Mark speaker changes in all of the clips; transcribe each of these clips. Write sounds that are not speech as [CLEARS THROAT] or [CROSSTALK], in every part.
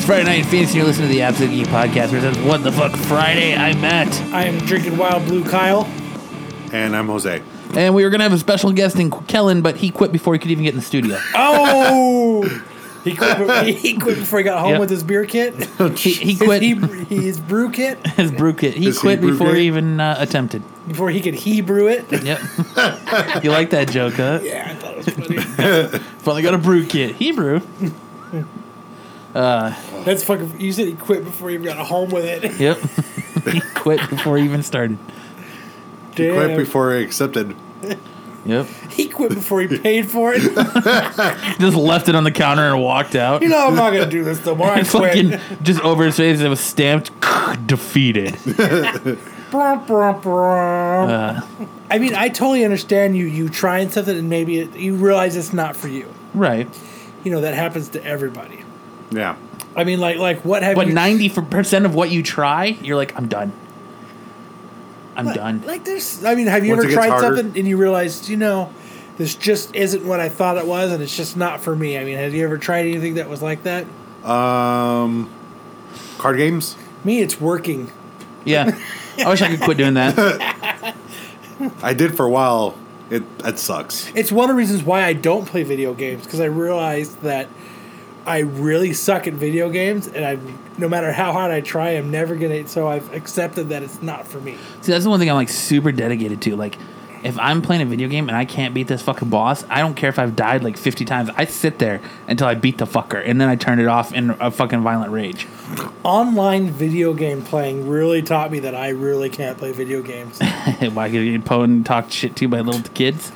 Speaker 1: Friday Night in Phoenix, and you're listening to the Absolute Geek Podcast. Where it says, "What the fuck, Friday?" I'm Matt,
Speaker 2: I am drinking Wild Blue Kyle.
Speaker 3: And I'm Jose.
Speaker 1: and we were gonna have a special guest in Kellen, but he quit before he could even get in the studio.
Speaker 2: [LAUGHS] Oh, [LAUGHS] he quit. He quit before he got home
Speaker 1: Yep.
Speaker 2: with his beer kit.
Speaker 1: he, he
Speaker 2: His,
Speaker 1: quit
Speaker 2: Oh,
Speaker 1: [LAUGHS]
Speaker 2: he, his brew kit
Speaker 1: his brew kit. He
Speaker 3: His
Speaker 1: quit
Speaker 3: Hebrew
Speaker 1: before
Speaker 3: kit?
Speaker 1: he even uh, attempted.
Speaker 2: before he could he brew it.
Speaker 1: Yep. you like that joke, huh?
Speaker 2: [LAUGHS] Yeah, I thought it was funny.
Speaker 1: Finally got a brew kit. Hebrew.
Speaker 2: That's fucking. You said he quit before he even got home with it.
Speaker 1: Yep. [LAUGHS] he quit before he even started.
Speaker 2: Damn.
Speaker 3: Quite before I accepted.
Speaker 1: Yep.
Speaker 2: he quit before he paid for it.
Speaker 1: Just left it on the counter and walked out.
Speaker 2: You know, I'm not gonna do this no
Speaker 1: [LAUGHS]
Speaker 2: more. I
Speaker 1: fucking
Speaker 2: quit.
Speaker 1: just over his face. It was stamped [LAUGHS]
Speaker 2: [LAUGHS]
Speaker 1: defeated.
Speaker 2: Brum, brum, brum.
Speaker 1: Uh.
Speaker 2: I mean, I totally understand you. You trying something and maybe it, you realize it's not for you.
Speaker 1: Right.
Speaker 2: You know that happens to everybody.
Speaker 3: Yeah.
Speaker 2: I mean, like, like what have [LAUGHS]
Speaker 1: But
Speaker 2: you?
Speaker 1: ninety percent of what you try, you're like, I'm done. I'm done.
Speaker 2: Like there's, I mean, have you
Speaker 3: Once
Speaker 2: ever
Speaker 3: it gets
Speaker 2: tried
Speaker 3: harder.
Speaker 2: something and you realized, you know, this just isn't what I thought it was, and it's just not for me? I mean, have you ever tried anything that was like that?
Speaker 3: Um, card games?
Speaker 2: Me, it's working.
Speaker 1: yeah. I wish I could quit doing
Speaker 2: [LAUGHS]
Speaker 1: that.
Speaker 3: I did for a while. It that sucks.
Speaker 2: It's one of the reasons why I don't play video games because I realized that I really suck at video games, and I, no matter how hard I try, I'm never gonna. So I've accepted that it's not for me.
Speaker 1: See, that's the one thing I'm like super dedicated to. Like, if I'm playing a video game and I can't beat this fucking boss, I don't care if I've died like 50 times. I sit there until I beat the fucker, and then I turn it off in a fucking violent rage. [LAUGHS]
Speaker 2: Online video game playing really taught me that I really can't play video games. [LAUGHS]
Speaker 1: Why get you po and talk shit to by little kids?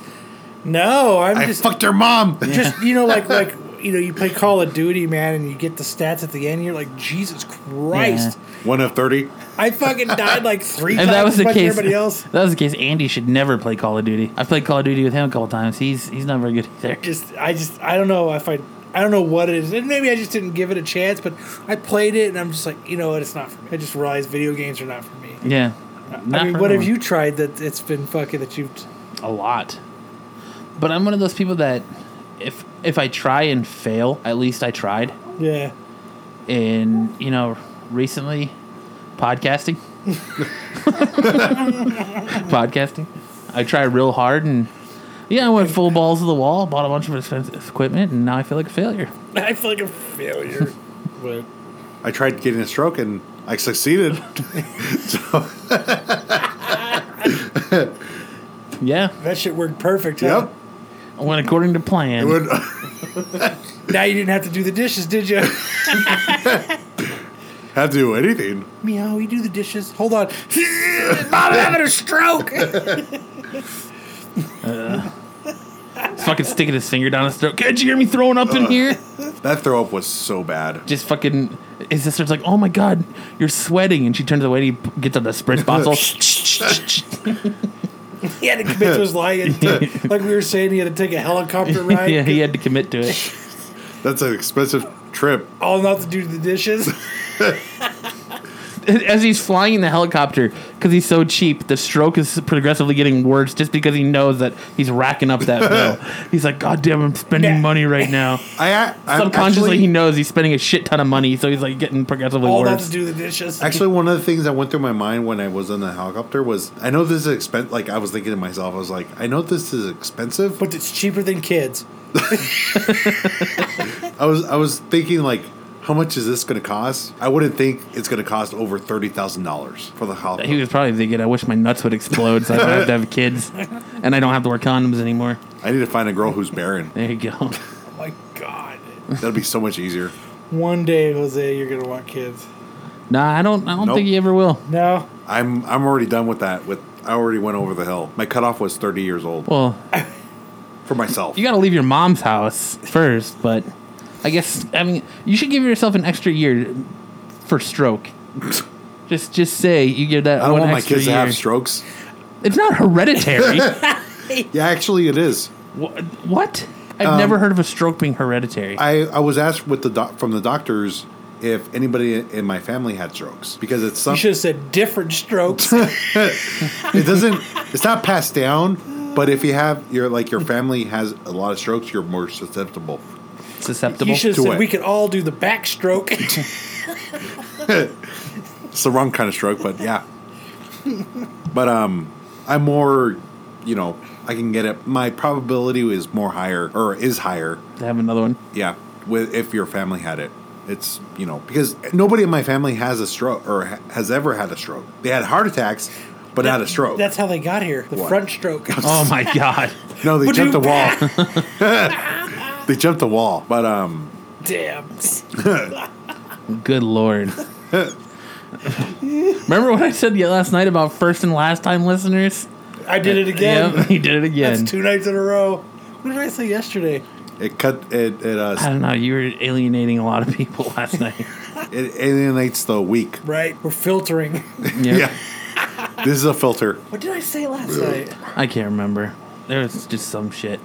Speaker 2: no, I'm
Speaker 3: I
Speaker 2: just
Speaker 3: fucked your mom.
Speaker 2: just you know
Speaker 1: [LAUGHS]
Speaker 2: like like you know you play call of duty man and you get the stats at the end you're like jesus christ
Speaker 3: One of thirty.
Speaker 2: i fucking
Speaker 1: [LAUGHS]
Speaker 2: died like three
Speaker 1: If
Speaker 2: times
Speaker 1: that was
Speaker 2: as
Speaker 1: the
Speaker 2: much as
Speaker 1: case,
Speaker 2: everybody
Speaker 1: [LAUGHS]
Speaker 2: else
Speaker 1: if that was the case. Andy should never play Call of Duty. I played Call of Duty with him a couple times. He's he's not very good either.
Speaker 2: just i just i don't know if i i don't know what it is and maybe i just didn't give it a chance but i played it and i'm just like you know what it's not for me i just realized video games are not for me
Speaker 1: Yeah.
Speaker 2: i
Speaker 1: Not
Speaker 2: mean
Speaker 1: for
Speaker 2: what
Speaker 1: everyone.
Speaker 2: have you tried that it's been fucking that you've
Speaker 1: a lot. But I'm one of those people that if if I try and fail, at least I tried.
Speaker 2: yeah
Speaker 1: And you know, recently podcasting. [LAUGHS] podcasting. I try real hard and yeah, I went full balls to the wall, bought a bunch of expensive equipment, and now I feel like a failure.
Speaker 2: [LAUGHS] i feel like a failure but
Speaker 3: I tried getting a stroke and I succeeded. so,
Speaker 1: Yeah.
Speaker 2: that shit worked perfect huh?
Speaker 3: yep.
Speaker 1: I went according to plan.
Speaker 3: Would- [LAUGHS]
Speaker 2: now you didn't have to do the dishes did
Speaker 1: [LAUGHS]
Speaker 2: you
Speaker 3: have to do anything.
Speaker 2: Meow, you do the dishes. Hold
Speaker 3: [LAUGHS]
Speaker 2: on. Mom, I'm having a stroke.
Speaker 1: He's fucking sticking his finger down his throat. Can't you hear me throwing up in here?
Speaker 3: That throw up was so bad.
Speaker 1: just fucking his sister's like, "Oh my god, you're sweating," and she turns away and he gets on the
Speaker 3: [LAUGHS]
Speaker 1: spritz bottle.
Speaker 2: he had to commit to his life. and
Speaker 3: [LAUGHS]
Speaker 2: take- like we were saying, he had to take a helicopter
Speaker 1: [LAUGHS]
Speaker 2: ride.
Speaker 1: yeah, he had to commit to it. [LAUGHS]
Speaker 3: That's an expensive trip.
Speaker 2: All not to do the dishes.
Speaker 1: As he's flying in the helicopter, because he's so cheap, the stroke is progressively getting worse just because he knows that he's racking up that
Speaker 3: [LAUGHS]
Speaker 1: bill. He's like, God damn, I'm spending
Speaker 2: Yeah.
Speaker 1: money right now.
Speaker 3: I, I [LAUGHS] I'm
Speaker 1: Subconsciously,
Speaker 3: actually-
Speaker 1: he knows he's spending a shit ton of money, so he's like getting progressively
Speaker 2: All not
Speaker 1: worse.
Speaker 2: to do the dishes.
Speaker 3: Actually, one of the things that went through my mind when I was in the helicopter was I know this is expensive. Like, I was thinking to myself, I was like, I know this is expensive.
Speaker 2: but it's cheaper than kids.
Speaker 3: I was, I was thinking, like, how much is this going to cost? I wouldn't think it's going to cost over $30,000 for the helicopter.
Speaker 1: he was probably thinking, I wish my nuts would explode so I don't have to
Speaker 3: [LAUGHS]
Speaker 1: have kids and I don't have to wear condoms anymore.
Speaker 3: I need to find a girl who's
Speaker 1: [LAUGHS]
Speaker 3: barren.
Speaker 1: There you
Speaker 3: [LAUGHS]
Speaker 1: go.
Speaker 2: Oh my God.
Speaker 3: That'd be so much easier.
Speaker 2: One day, Jose, you're gonna want kids.
Speaker 1: Nah, I don't. I don't
Speaker 3: Nope.
Speaker 1: think he ever will.
Speaker 2: No,
Speaker 3: I'm, I'm already done with that. With I already went over the hill. My cutoff was 30 years old
Speaker 1: Well,
Speaker 3: for myself.
Speaker 1: you got to leave your mom's house first, but I guess I mean you should give yourself an extra year for stroke. Just just say you give that
Speaker 3: I don't
Speaker 1: one
Speaker 3: want my
Speaker 1: extra
Speaker 3: kids to
Speaker 1: year.
Speaker 3: have strokes.
Speaker 1: it's not
Speaker 3: [LAUGHS]
Speaker 1: hereditary.
Speaker 3: Yeah, actually, it is.
Speaker 1: Wha- what? I've never heard of a stroke being hereditary.
Speaker 3: Um, I, I was asked with the doc, from the doctors if anybody in my family had strokes because it's
Speaker 2: you
Speaker 3: some,
Speaker 2: should have said different
Speaker 3: [LAUGHS]
Speaker 2: strokes.
Speaker 3: it doesn't it's not passed down but if you have your like your family has a lot of strokes you're more susceptible
Speaker 1: susceptible.
Speaker 2: You should
Speaker 3: To
Speaker 2: have
Speaker 3: what?
Speaker 2: said we could all do the backstroke.
Speaker 3: It's the wrong kind of stroke, but yeah. but um, I'm more, you know, I can get it. My probability is more higher, or is higher.
Speaker 1: to have another one.
Speaker 3: Yeah, with if your family had it, it's you know because nobody in my family has a stroke or ha- has ever had a stroke. They had heart attacks, but [LAUGHS] not a stroke. [LAUGHS]
Speaker 2: That's how they got here. The
Speaker 3: What?
Speaker 2: front stroke.
Speaker 1: Oh
Speaker 2: [LAUGHS]
Speaker 1: my god!
Speaker 3: no, they
Speaker 2: Would
Speaker 3: jumped a
Speaker 2: you-
Speaker 3: wall. [LAUGHS] they jumped a wall, but um,
Speaker 2: Damn.
Speaker 1: Good lord. Remember what I said yeah, last night about first and last time listeners?
Speaker 2: I did it again.
Speaker 1: Yep, he did it again.
Speaker 2: That's two nights in a row. What did I say yesterday?
Speaker 3: it cut it it uh
Speaker 1: I don't know. You were alienating a lot of people last night.
Speaker 3: it alienates the weak. [LAUGHS]
Speaker 2: Right. We're filtering.
Speaker 1: Yep.
Speaker 3: Yeah, this is a filter.
Speaker 2: [LAUGHS] What did I say last night?
Speaker 1: I can't remember. There was just some shit.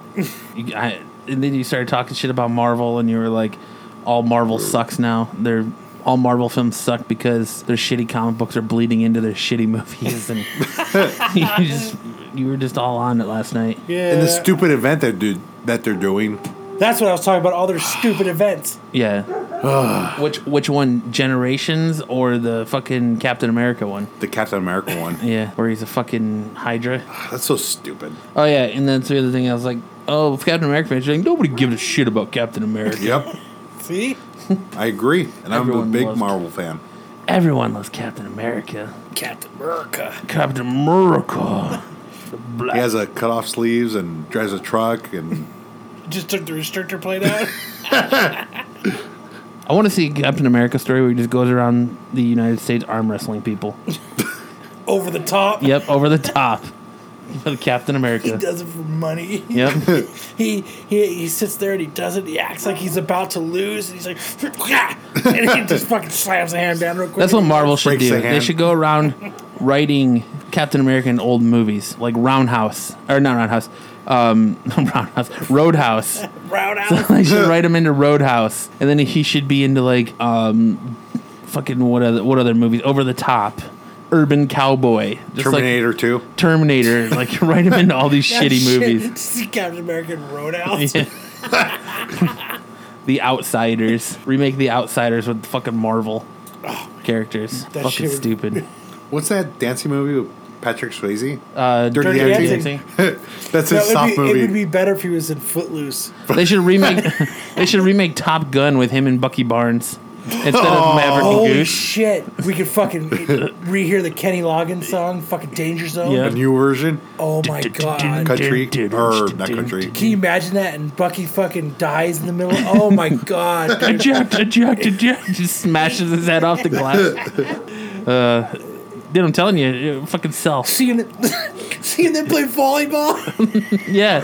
Speaker 1: You, I, and then you started talking shit about Marvel, and you were like, "All Marvel sucks now. They're all Marvel films suck because their shitty comic books are bleeding into their shitty [LAUGHS] movies." And you just you were just all on it last night.
Speaker 2: Yeah.
Speaker 3: And the stupid event that dude that they're doing.
Speaker 2: That's what I was talking about. All their [SIGHS] stupid events.
Speaker 1: [SIGHS] Yeah. which which one? Generations or the fucking Captain America one?
Speaker 3: The Captain America
Speaker 1: [LAUGHS]
Speaker 3: one.
Speaker 1: Yeah, where he's a fucking Hydra.
Speaker 3: That's so stupid.
Speaker 1: Oh yeah, and that's the other thing. I was like, oh, if Captain America fans, like nobody gives a shit about Captain America.
Speaker 3: Yep,
Speaker 2: See?
Speaker 3: I agree. And I'm a
Speaker 1: Everyone
Speaker 3: big
Speaker 1: loved-
Speaker 3: Marvel fan.
Speaker 1: Everyone loves Captain America.
Speaker 2: Captain America.
Speaker 1: Captain America. The black.
Speaker 3: He has a cut off sleeves and drives a truck and
Speaker 2: Just took the restrictor plate [LAUGHS] out.
Speaker 1: I want to see a Captain America story where he just goes around the United States arm wrestling people.
Speaker 2: over the top.
Speaker 1: yep, over the top. For the Captain
Speaker 2: He
Speaker 1: America.
Speaker 2: does it for money.
Speaker 1: Yep.
Speaker 2: He, he he sits there and he does it. He acts like he's about to lose. And he's like, [LAUGHS] "Yeah," and he
Speaker 1: [LAUGHS]
Speaker 2: just fucking slams a hand down real quick.
Speaker 1: That's what Marvel should
Speaker 3: Breaks
Speaker 1: do.
Speaker 3: the
Speaker 1: They
Speaker 3: hand.
Speaker 1: should go around writing Captain America in old movies, like Roundhouse or not Roundhouse, um, [LAUGHS] Roundhouse, Roadhouse.
Speaker 2: Roundhouse.
Speaker 1: [LAUGHS] they should write him into Roadhouse, and then he should be into like um, fucking what other what other movies? Over the top, Urban Cowboy, just like
Speaker 3: Terminator 2.
Speaker 2: [LAUGHS]
Speaker 1: Terminator. Like write him into all these
Speaker 2: That
Speaker 1: shitty
Speaker 2: shit- [LAUGHS]
Speaker 1: movies.
Speaker 2: See Captain America and Roadhouse.
Speaker 1: Yeah. the Outsiders. Remake The Outsiders with fucking Marvel characters.
Speaker 2: Oh, That
Speaker 1: fucking
Speaker 2: shit would-
Speaker 1: stupid.
Speaker 3: What's that dancing movie with Patrick Swayze?
Speaker 1: Uh,
Speaker 3: Dirty
Speaker 2: Dirty
Speaker 3: Dancing.
Speaker 2: Dancing.
Speaker 3: That's
Speaker 2: That
Speaker 3: his
Speaker 2: would
Speaker 3: soft
Speaker 2: be, It would
Speaker 3: movie.
Speaker 2: be better if he was in Footloose.
Speaker 1: They should remake. [LAUGHS] they should remake Top Gun with him and Bucky Barnes instead of Maverick and
Speaker 2: Oh, Holy
Speaker 1: Goose.
Speaker 2: shit! We could
Speaker 1: [LAUGHS]
Speaker 2: fucking rehear the Kenny Loggins song, fucking Danger Zone.
Speaker 1: Yeah.
Speaker 3: A new version?
Speaker 2: Oh my god.
Speaker 3: Country? Or not country.
Speaker 2: Can you imagine that? And Bucky fucking dies in the middle. Oh
Speaker 1: [LAUGHS]
Speaker 2: my god! dude.
Speaker 1: Eject! Eject! Eject! Just smashes his head off the
Speaker 2: [LAUGHS]
Speaker 1: glass. Uh, dude, I'm telling you, it fucking self.
Speaker 2: Seeing [LAUGHS] it, seeing them
Speaker 1: [LAUGHS]
Speaker 2: play volleyball.
Speaker 1: Yeah,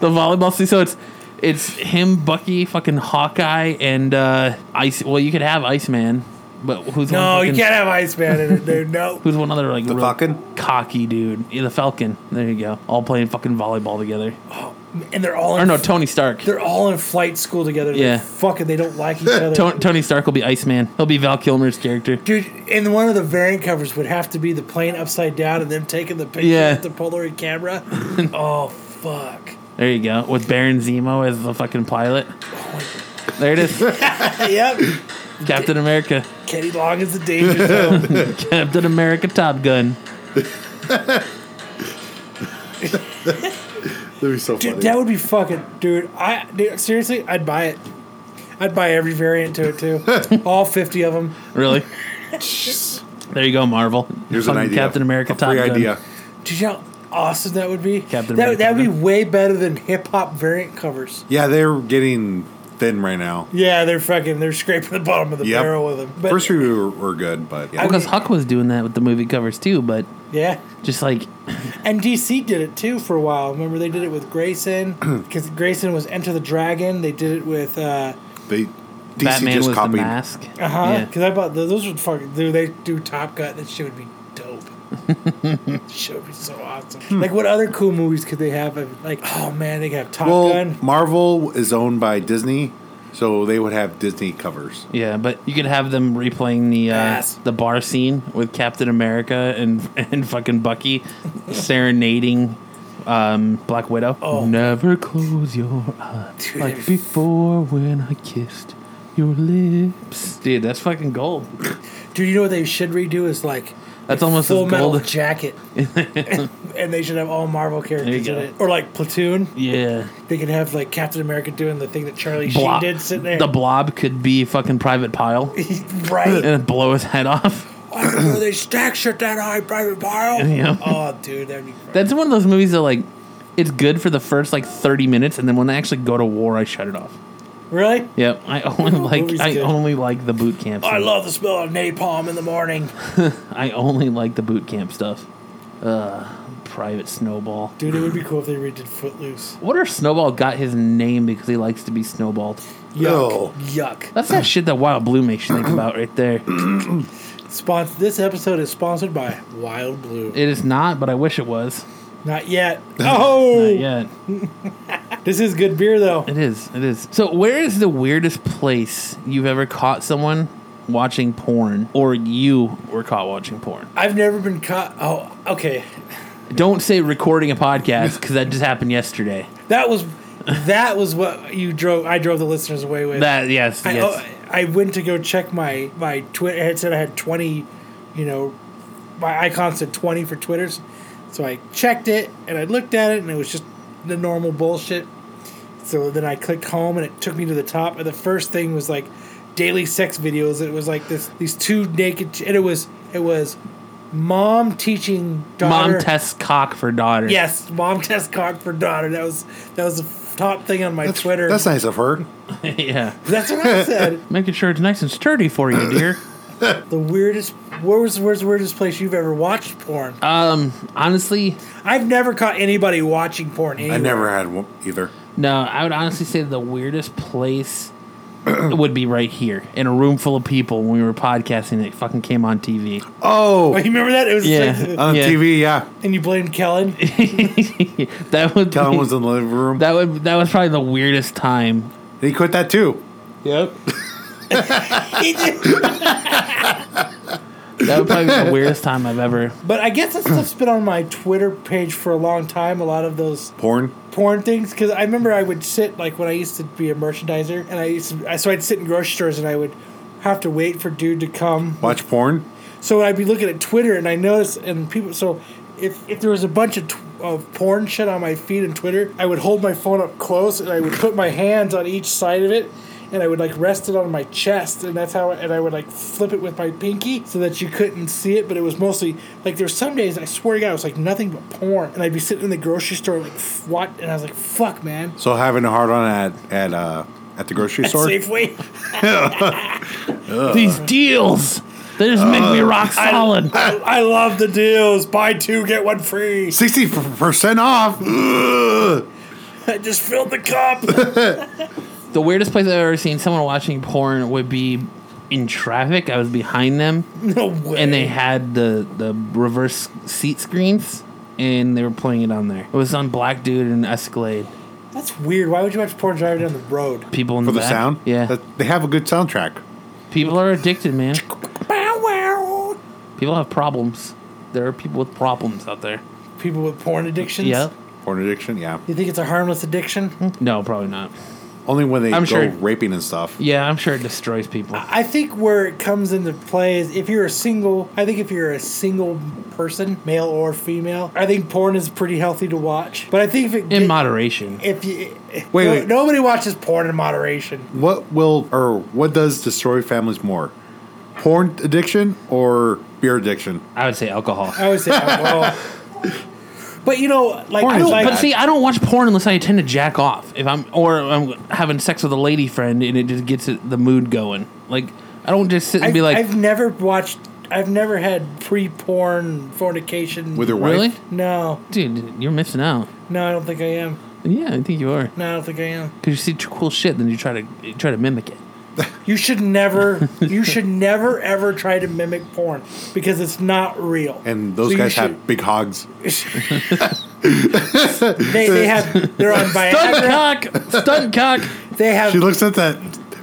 Speaker 1: the volleyball. See, so it's it's him, Bucky, fucking Hawkeye, and uh, Ice. Well, you could have Iceman, but who's
Speaker 2: No,
Speaker 1: one
Speaker 2: you
Speaker 1: fucking-
Speaker 2: can't have Iceman in it, dude. No.
Speaker 1: Who's one other like the
Speaker 3: Falcon?
Speaker 1: cocky dude? Yeah, the Falcon. There you go. All playing fucking volleyball together.
Speaker 2: And they're all
Speaker 1: Or
Speaker 2: in,
Speaker 1: no, Tony Stark.
Speaker 2: they're all in flight school together. They're
Speaker 1: Yeah.
Speaker 2: Fucking, they don't like each other.
Speaker 1: Tony, Tony Stark will be Iceman. He'll be Val Kilmer's character.
Speaker 2: Dude, and one of the variant covers would have to be the plane upside down and them taking the picture
Speaker 1: Yeah.
Speaker 2: with the Polaroid
Speaker 1: [LAUGHS]
Speaker 2: camera. oh, fuck.
Speaker 1: There you go. With Baron Zemo as the fucking pilot. There it
Speaker 2: [LAUGHS]
Speaker 1: is.
Speaker 2: yep.
Speaker 1: Captain America.
Speaker 2: Kenny Long is the danger zone.
Speaker 1: Captain America Top Gun.
Speaker 3: That'd be so funny.
Speaker 2: Dude, that would be fucking. Dude, I dude, seriously, I'd buy it. I'd buy every variant to it too. All 50 of them. [LAUGHS]
Speaker 1: Really? there you go, Marvel.
Speaker 3: Here's an
Speaker 1: Fucking
Speaker 3: idea.
Speaker 1: Captain America
Speaker 3: a
Speaker 1: Top
Speaker 3: free
Speaker 1: Gun.
Speaker 3: idea.
Speaker 2: Dude, you know how awesome that would be?
Speaker 1: Captain
Speaker 2: that, that would be
Speaker 1: America.
Speaker 2: way better than hip hop variant covers.
Speaker 3: Yeah, they're getting thin right now.
Speaker 2: Yeah, they're fucking, they're scraping the bottom of the
Speaker 3: Yep.
Speaker 2: barrel with them. But,
Speaker 3: First review were, were good, but yeah.
Speaker 1: Because Huck was doing that with the movie covers too, but
Speaker 2: yeah.
Speaker 1: just like
Speaker 2: And DC did it too for a while. Remember they did it with Grayson because Grayson was Enter the Dragon. They did it with uh
Speaker 3: they DC
Speaker 1: Batman
Speaker 3: just
Speaker 1: was
Speaker 3: copied.
Speaker 1: the mask.
Speaker 2: uh huh.
Speaker 1: Yeah.
Speaker 2: Because I bought those, those would fucking dude. They do Top Gun. That shit would be dope.
Speaker 1: [LAUGHS]
Speaker 2: shit would be so awesome.
Speaker 1: Hmm.
Speaker 2: Like what other cool movies could they have? Like oh man, they could have Top
Speaker 3: Well,
Speaker 2: Gun.
Speaker 3: Marvel is owned by Disney, so they would have Disney covers.
Speaker 1: Yeah, but you could have them replaying the uh,
Speaker 2: Ass.
Speaker 1: the bar scene with Captain America and and fucking Bucky serenading uh, um, Black Widow.
Speaker 2: Oh.
Speaker 1: Never close your eyes
Speaker 2: Dude,
Speaker 1: like
Speaker 2: that'd be-
Speaker 1: before when I kissed your lips. Dude, that's fucking gold.
Speaker 2: Dude, you know what they should redo is like
Speaker 1: That's almost
Speaker 2: Full
Speaker 1: as
Speaker 2: Metal
Speaker 1: gold. [LAUGHS]
Speaker 2: Jacket, and they should have all Marvel characters
Speaker 1: There
Speaker 2: in
Speaker 1: you
Speaker 2: it, or like Platoon.
Speaker 1: yeah.
Speaker 2: They could have like Captain America doing the thing that Charlie
Speaker 1: Blob-
Speaker 2: Sheen did sitting there.
Speaker 1: The blob could be fucking Private Pile
Speaker 2: [LAUGHS]
Speaker 1: [LAUGHS]
Speaker 2: right?
Speaker 1: and blow his head off.
Speaker 2: I don't know, they stack shit that high, private pile.
Speaker 1: Yeah.
Speaker 2: Oh, dude, that'd be. Great.
Speaker 1: That's one of those movies that like it's good for the first like 30 minutes and then when they actually go to war I shut it off.
Speaker 2: Really?
Speaker 1: Yep,
Speaker 2: [LAUGHS]
Speaker 1: I only like
Speaker 2: movie's
Speaker 1: I
Speaker 2: good.
Speaker 1: only like the boot camp.
Speaker 2: I
Speaker 1: stuff.
Speaker 2: love the smell of napalm in the morning.
Speaker 1: I only like the boot camp stuff. Uh Private Snowball.
Speaker 2: Dude, it would be cool if they redid Footloose.
Speaker 1: What if Snowball got his name because he likes to be snowballed?
Speaker 3: No.
Speaker 2: Yuck.
Speaker 1: That's
Speaker 2: [CLEARS THROAT]
Speaker 1: that shit that Wild Blue makes you think about right there.
Speaker 2: Spons- this episode is sponsored by Wild Blue.
Speaker 1: It is not, but I wish it was. [LAUGHS]
Speaker 2: Not yet. Oh!
Speaker 1: Not yet.
Speaker 2: This is good beer, though.
Speaker 1: It is. It is. So, where is the weirdest place you've ever caught someone watching porn, or you were caught watching porn?
Speaker 2: I've never been caught. Oh, okay.
Speaker 1: Don't say recording a podcast because that just happened yesterday.
Speaker 2: That was that was what you drove. I drove the listeners away with.
Speaker 1: That yes,
Speaker 2: I,
Speaker 1: yes.
Speaker 2: oh, I went to go check my my Twitter. It said I had twenty. You know, my icon said twenty for Twitters, so I checked it and I looked at it and it was just the normal bullshit. So then I clicked home and it took me to the top and the first thing was like daily sex videos. It was like this these two naked ch- and it was it was mom teaching daughter.
Speaker 1: Mom tests cock for daughter.
Speaker 2: Yes, mom test cock for daughter. That was that was the f- top thing on my
Speaker 3: That's,
Speaker 2: Twitter.
Speaker 3: that's nice of her.
Speaker 1: [LAUGHS] yeah.
Speaker 2: That's what I said.
Speaker 1: Making sure it's nice and sturdy for you,
Speaker 2: [COUGHS]
Speaker 1: dear.
Speaker 2: The weirdest, where was where's the weirdest place you've ever watched porn?
Speaker 1: Um, honestly,
Speaker 2: I've never caught anybody watching porn. Anywhere.
Speaker 3: I never had one either.
Speaker 1: no. I would honestly say the weirdest place [COUGHS] would be right here in a room full of people when we were podcasting. and It fucking came on
Speaker 2: [LAUGHS]
Speaker 1: TV.
Speaker 2: Oh, [LAUGHS]
Speaker 3: Oh,
Speaker 2: you remember that? It was
Speaker 1: Yeah.
Speaker 2: like,
Speaker 3: on
Speaker 1: Yeah.
Speaker 3: TV, yeah.
Speaker 2: [LAUGHS] and you blamed
Speaker 1: [LAUGHS]
Speaker 2: Kellen. [LAUGHS]
Speaker 1: that would
Speaker 3: Kellen
Speaker 1: be,
Speaker 3: was in the living room.
Speaker 1: That would that was probably the weirdest time.
Speaker 3: he quit that too.
Speaker 1: Yep. That would probably
Speaker 2: [LAUGHS]
Speaker 1: be the weirdest time I've ever.
Speaker 2: but I guess that stuff's been on my Twitter page for a long time. A lot of those
Speaker 3: Porn.
Speaker 2: porn things because I remember I would sit like when I used to be a merchandiser and I used to, I- so I'd sit in grocery stores and I would have to wait for dude to come
Speaker 3: Watch porn.
Speaker 2: So I'd be looking at Twitter and I noticed, and people. So if if there was a bunch of, tw- of porn shit on my feed and Twitter, I would hold my phone up close and I would put my hands on each side of it, and I would like rest it on my chest, and that's how. And I would like flip it with my pinky so that you couldn't see it, but it was mostly like there's some days I swear to God it was like nothing but porn, and I'd be sitting in the grocery store like f- what, and I was like fuck man.
Speaker 3: So having a hard on at at uh, at the grocery store.
Speaker 2: Safeway.
Speaker 1: These deals, they just make me rock solid.
Speaker 2: Uh. I, I love the deals. Buy two get one free. [LAUGHS]
Speaker 3: Sixty percent off. Ugh.
Speaker 2: I just filled the cup. [LAUGHS]
Speaker 1: the weirdest place I've ever seen someone watching porn would be in traffic. I was behind them,
Speaker 2: no way.
Speaker 1: and they had the the reverse seat screens, and they were playing it on there. It was on Black Dude and Escalade.
Speaker 2: That's weird. Why would you watch porn driving down the road?
Speaker 1: People in
Speaker 3: For the
Speaker 1: back.
Speaker 3: sound.
Speaker 1: Yeah,
Speaker 3: That- they have a good soundtrack.
Speaker 1: people are addicted, man.
Speaker 2: Bow wow.
Speaker 1: People have problems. There are people with problems out there.
Speaker 2: People with porn addictions.
Speaker 1: Yeah.
Speaker 3: Porn addiction. Yeah.
Speaker 2: You think it's a harmless addiction?
Speaker 1: No, probably not.
Speaker 3: Only when they
Speaker 1: I'm
Speaker 3: go
Speaker 1: sure-
Speaker 3: raping and stuff.
Speaker 1: Yeah, I'm sure it destroys people.
Speaker 2: I think where it comes into play is if you're a single. I think if you're a single person, male or female, I think porn is pretty healthy to watch. But I think if it
Speaker 1: In
Speaker 2: get-
Speaker 1: moderation.
Speaker 2: if you
Speaker 3: Wait,
Speaker 2: no-
Speaker 3: wait.
Speaker 2: nobody watches porn in moderation.
Speaker 3: What will or what does destroy families more? Porn addiction or beer addiction?
Speaker 1: I would say alcohol.
Speaker 2: I would say alcohol.
Speaker 1: [LAUGHS]
Speaker 2: but you know, like,
Speaker 3: Porn
Speaker 1: I
Speaker 2: I
Speaker 3: is
Speaker 1: don't,
Speaker 2: like
Speaker 1: but see, I don't watch porn unless I intend to jack off. If I'm or I'm having sex with a lady friend and it just gets it, the mood going. Like I don't just sit and
Speaker 2: I've,
Speaker 1: be like,
Speaker 2: I've never watched. I've never had pre-porn fornication.
Speaker 3: With your wife?
Speaker 1: really,
Speaker 2: no,
Speaker 1: dude, you're missing out.
Speaker 2: no, I don't think I am.
Speaker 1: Yeah, I think you are.
Speaker 2: No, I don't think I am.
Speaker 1: Cause you see t- cool shit, then you try to you try to mimic it.
Speaker 2: You should never,
Speaker 1: [LAUGHS]
Speaker 2: you should never ever try to mimic porn because it's not real.
Speaker 3: And those
Speaker 2: So you
Speaker 3: guys
Speaker 2: should-
Speaker 3: have big hogs.
Speaker 2: [LAUGHS] they, they have they're on Viagra.
Speaker 1: Stunt cock, stunt cock.
Speaker 2: They have
Speaker 3: She looks at that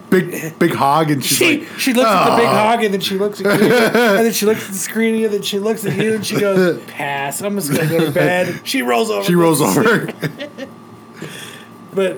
Speaker 3: big big hog, and she's
Speaker 2: She
Speaker 3: like,
Speaker 2: she looks at the big
Speaker 3: "Ah."
Speaker 2: hog and then she looks at you and then she looks at the screen and then she looks at you and she
Speaker 3: [LAUGHS]
Speaker 2: goes, Pass, I'm just gonna go to bed. She rolls over.
Speaker 3: She rolls over. [LAUGHS]
Speaker 2: But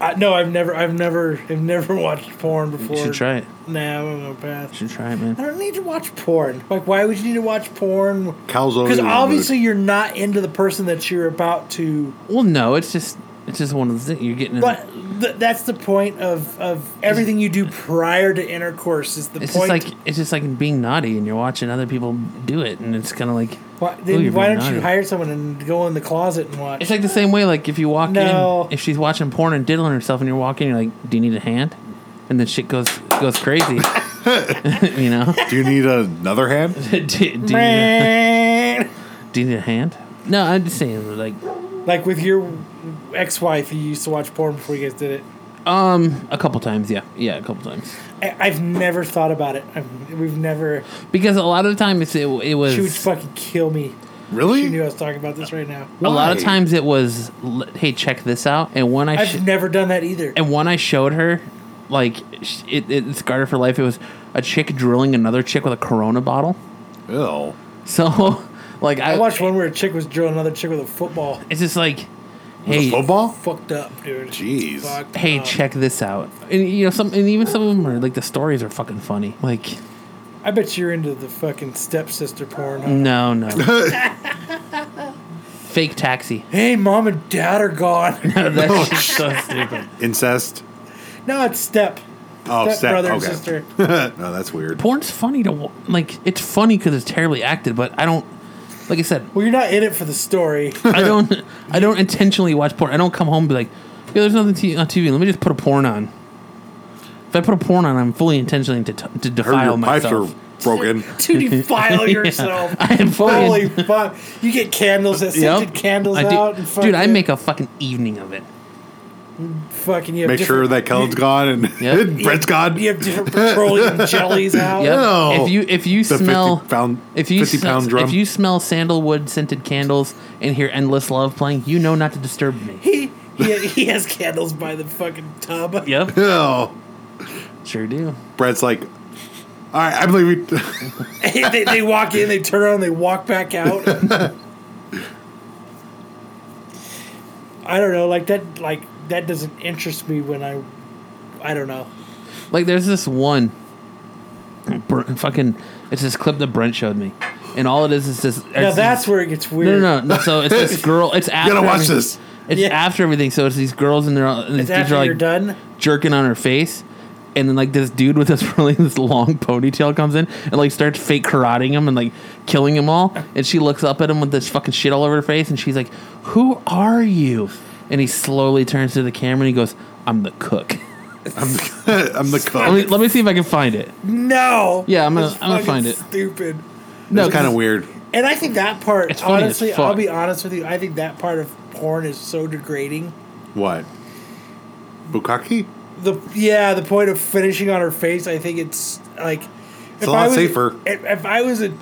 Speaker 2: I, no, I've never I've never I've never [LAUGHS] watched porn before.
Speaker 1: You should try it.
Speaker 2: Nah, I'm gonna pass.
Speaker 1: You should try it,
Speaker 2: I
Speaker 1: man.
Speaker 2: don't need to watch porn. Like why would you need to watch porn?
Speaker 3: Cal's over.
Speaker 2: Because
Speaker 3: the mood.
Speaker 2: obviously you're not into the person that you're about to
Speaker 1: Well, no, it's just it's just one of the things you're getting. in-
Speaker 2: But th- that's the point of, of everything you do prior to intercourse is the
Speaker 1: it's just
Speaker 2: point.
Speaker 1: like it's just like being naughty, and you're watching other people do it, and it's kind of like
Speaker 2: why,
Speaker 1: "Ooh,
Speaker 2: then
Speaker 1: you're
Speaker 2: why
Speaker 1: being
Speaker 2: don't you
Speaker 1: naughty."
Speaker 2: hire someone and go in the closet and watch?
Speaker 1: It's
Speaker 2: [LAUGHS]
Speaker 1: like the same way, like if you walk
Speaker 2: No.
Speaker 1: in, if she's watching porn and diddling herself, and you're walking, you're like, "Do you need a hand?" And then shit goes goes crazy, [LAUGHS] you
Speaker 2: [LAUGHS]
Speaker 1: know. [LAUGHS]
Speaker 3: do you need another hand?
Speaker 1: do, do, you need a,
Speaker 2: Man.
Speaker 1: do you need a hand? No, I'm just saying, like,
Speaker 2: like with your ex-wife, you used to watch porn before you guys did it.
Speaker 1: um, a couple times, yeah, yeah, a couple times,
Speaker 2: I, I've never thought about it. I've, we've never.
Speaker 1: because a lot of the time it's it, it was
Speaker 2: She would fucking kill me. She knew I
Speaker 3: Really?
Speaker 2: was talking about this right now.
Speaker 1: a lot of
Speaker 3: Why?
Speaker 1: times it was, l- hey, check this out, and one I sh-
Speaker 2: I've never done that either.
Speaker 1: and one I showed her, like, sh- it, it scarred her for life. It was a chick drilling another chick with a Corona bottle,
Speaker 3: Ew.
Speaker 1: so. [LAUGHS] Like I,
Speaker 2: I watched one where a chick was drilling another chick with a football.
Speaker 1: It's just like,
Speaker 3: Hey.
Speaker 1: hey,
Speaker 3: Football?
Speaker 2: Fucked up, dude.
Speaker 3: Jeez.
Speaker 2: Fucked
Speaker 1: hey,
Speaker 2: up.
Speaker 1: check this out. And you know, some and even some of them are like the stories are fucking funny. Like,
Speaker 2: I bet you're into the fucking stepsister porn. Huh?
Speaker 1: no,
Speaker 3: [LAUGHS]
Speaker 1: no. Fake taxi.
Speaker 2: Hey, mom and dad are gone.
Speaker 1: [LAUGHS] That's just so stupid.
Speaker 3: Incest? [LAUGHS]
Speaker 2: no, it's step.
Speaker 3: Oh,
Speaker 2: step
Speaker 3: step.
Speaker 2: brother and
Speaker 3: okay.
Speaker 2: sister.
Speaker 3: no, that's weird.
Speaker 1: Porn's funny to wa- like. It's funny because it's terribly acted, but I don't. Like I said,
Speaker 2: Well, you're not in it for
Speaker 1: [LAUGHS]
Speaker 2: the story. [LAUGHS]
Speaker 1: I
Speaker 3: [LAUGHS]
Speaker 1: don't. I don't intentionally watch porn. I don't come home and be like, "Yo, there's nothing t- on TV. Let me just put a porn on." If I put a porn on, I'm fully intentionally to, t- to
Speaker 3: Heard
Speaker 1: defile
Speaker 3: your pipes are
Speaker 1: myself.
Speaker 2: [LAUGHS]
Speaker 3: broken.
Speaker 2: to
Speaker 1: [LAUGHS]
Speaker 2: defile yourself.
Speaker 1: I am
Speaker 2: Holy
Speaker 1: fucking-
Speaker 2: fuck! You get candles
Speaker 1: Yep.
Speaker 2: that scented candles
Speaker 1: I do-
Speaker 2: out. And
Speaker 1: dude, I
Speaker 2: fucking-
Speaker 1: make a fucking evening of it.
Speaker 2: fucking. You have
Speaker 3: Make sure
Speaker 2: different-
Speaker 3: that Kellen's gone and
Speaker 1: Yep.
Speaker 3: [LAUGHS] Brett's gone.
Speaker 2: you have
Speaker 1: [LAUGHS]
Speaker 2: different petroleum jellies out.
Speaker 1: Yep.
Speaker 3: No.
Speaker 1: If you if you
Speaker 3: The
Speaker 1: smell
Speaker 3: 50 pound-
Speaker 1: if you
Speaker 3: 50
Speaker 1: smell-
Speaker 3: pound drum.
Speaker 1: if you smell sandalwood scented candles and hear "Endless Love" playing, you know not to disturb me.
Speaker 2: He, he he has candles by the fucking
Speaker 1: [LAUGHS]
Speaker 2: tub.
Speaker 1: Yep,
Speaker 3: Ew.
Speaker 1: sure do.
Speaker 3: Brett's like, all right, I'm [LAUGHS] leaving.
Speaker 2: [LAUGHS] they, they walk in, they turn around, they walk back out. I don't know, like that, like that doesn't interest me when I, I don't know.
Speaker 1: Like there's this one, Br- fucking. It's this clip that Brent showed me, and all it is is this.
Speaker 2: Now
Speaker 1: it's
Speaker 2: that's where it gets
Speaker 1: this-
Speaker 2: weird.
Speaker 1: no, no, no, no. So it's
Speaker 2: [LAUGHS]
Speaker 1: this girl. It's after.
Speaker 3: gotta watch
Speaker 1: everything.
Speaker 3: this. [LAUGHS]
Speaker 1: It's
Speaker 2: Yeah.
Speaker 1: after everything. So it's these girls and they're all, and
Speaker 2: It's
Speaker 1: these dudes
Speaker 2: after
Speaker 1: are
Speaker 2: you're
Speaker 1: like
Speaker 2: done.
Speaker 1: jerking on her face. And then like this dude with this [LAUGHS] really this long ponytail comes in and like starts fake karateing him and like killing him all. And she looks up at him with this fucking shit all over her face and she's like, "Who are you?" And he slowly turns to the camera and he goes, "I'm the cook." [LAUGHS]
Speaker 3: I'm the, [LAUGHS] I'm the
Speaker 1: let, me,
Speaker 3: cook.
Speaker 1: let me see if I can find it.
Speaker 2: No.
Speaker 1: Yeah, I'm gonna-
Speaker 2: That's
Speaker 1: I'm gonna
Speaker 2: fucking
Speaker 1: find it.
Speaker 2: Stupid.
Speaker 1: No,
Speaker 3: It's kind of weird.
Speaker 2: And I think that part,
Speaker 1: It's funny as
Speaker 2: honestly, I'll
Speaker 1: fuck.
Speaker 2: be honest with you. I think that part of porn is so degrading.
Speaker 3: What? Bukaki?
Speaker 2: the yeah the point of finishing on her face i think it's like it's
Speaker 3: a lot safer.
Speaker 2: if, if i was a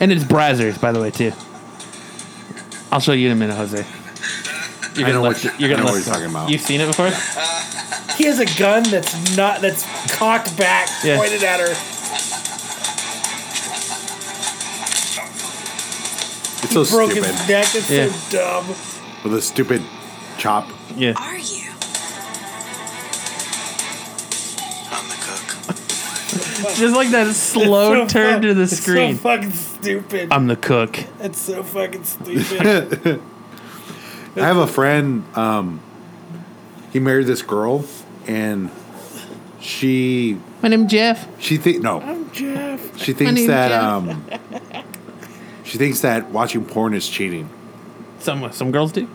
Speaker 1: and it's Brazzers by the way too. I'll show you in a minute, Jose. You're
Speaker 3: I know
Speaker 1: gonna left,
Speaker 3: what you-
Speaker 1: you're
Speaker 3: I
Speaker 1: gonna
Speaker 3: know what
Speaker 1: left-
Speaker 3: you're talking about.
Speaker 1: You've seen it before?
Speaker 2: he has a gun that's not that's cocked back
Speaker 1: Yeah.
Speaker 2: pointed at her
Speaker 3: It's so
Speaker 2: broke
Speaker 3: stupid.
Speaker 2: his neck it's
Speaker 1: Yeah.
Speaker 2: so dumb
Speaker 3: With a stupid chop.
Speaker 1: Yeah.
Speaker 4: are you? I'm the cook.
Speaker 1: Just like that slow
Speaker 2: So
Speaker 1: turn
Speaker 2: fu-
Speaker 1: to the
Speaker 2: it's
Speaker 1: screen.
Speaker 2: so fucking stupid
Speaker 1: I'm the cook.
Speaker 2: it's so
Speaker 1: [LAUGHS]
Speaker 2: fucking stupid
Speaker 3: I have a friend. Um, he married this girl, and she
Speaker 1: My name's Jeff.
Speaker 3: she think no,
Speaker 2: i'm jeff
Speaker 3: she thinks
Speaker 1: name's
Speaker 3: that
Speaker 1: Jeff.
Speaker 3: um, she thinks that watching porn is cheating.
Speaker 1: Some some girls do.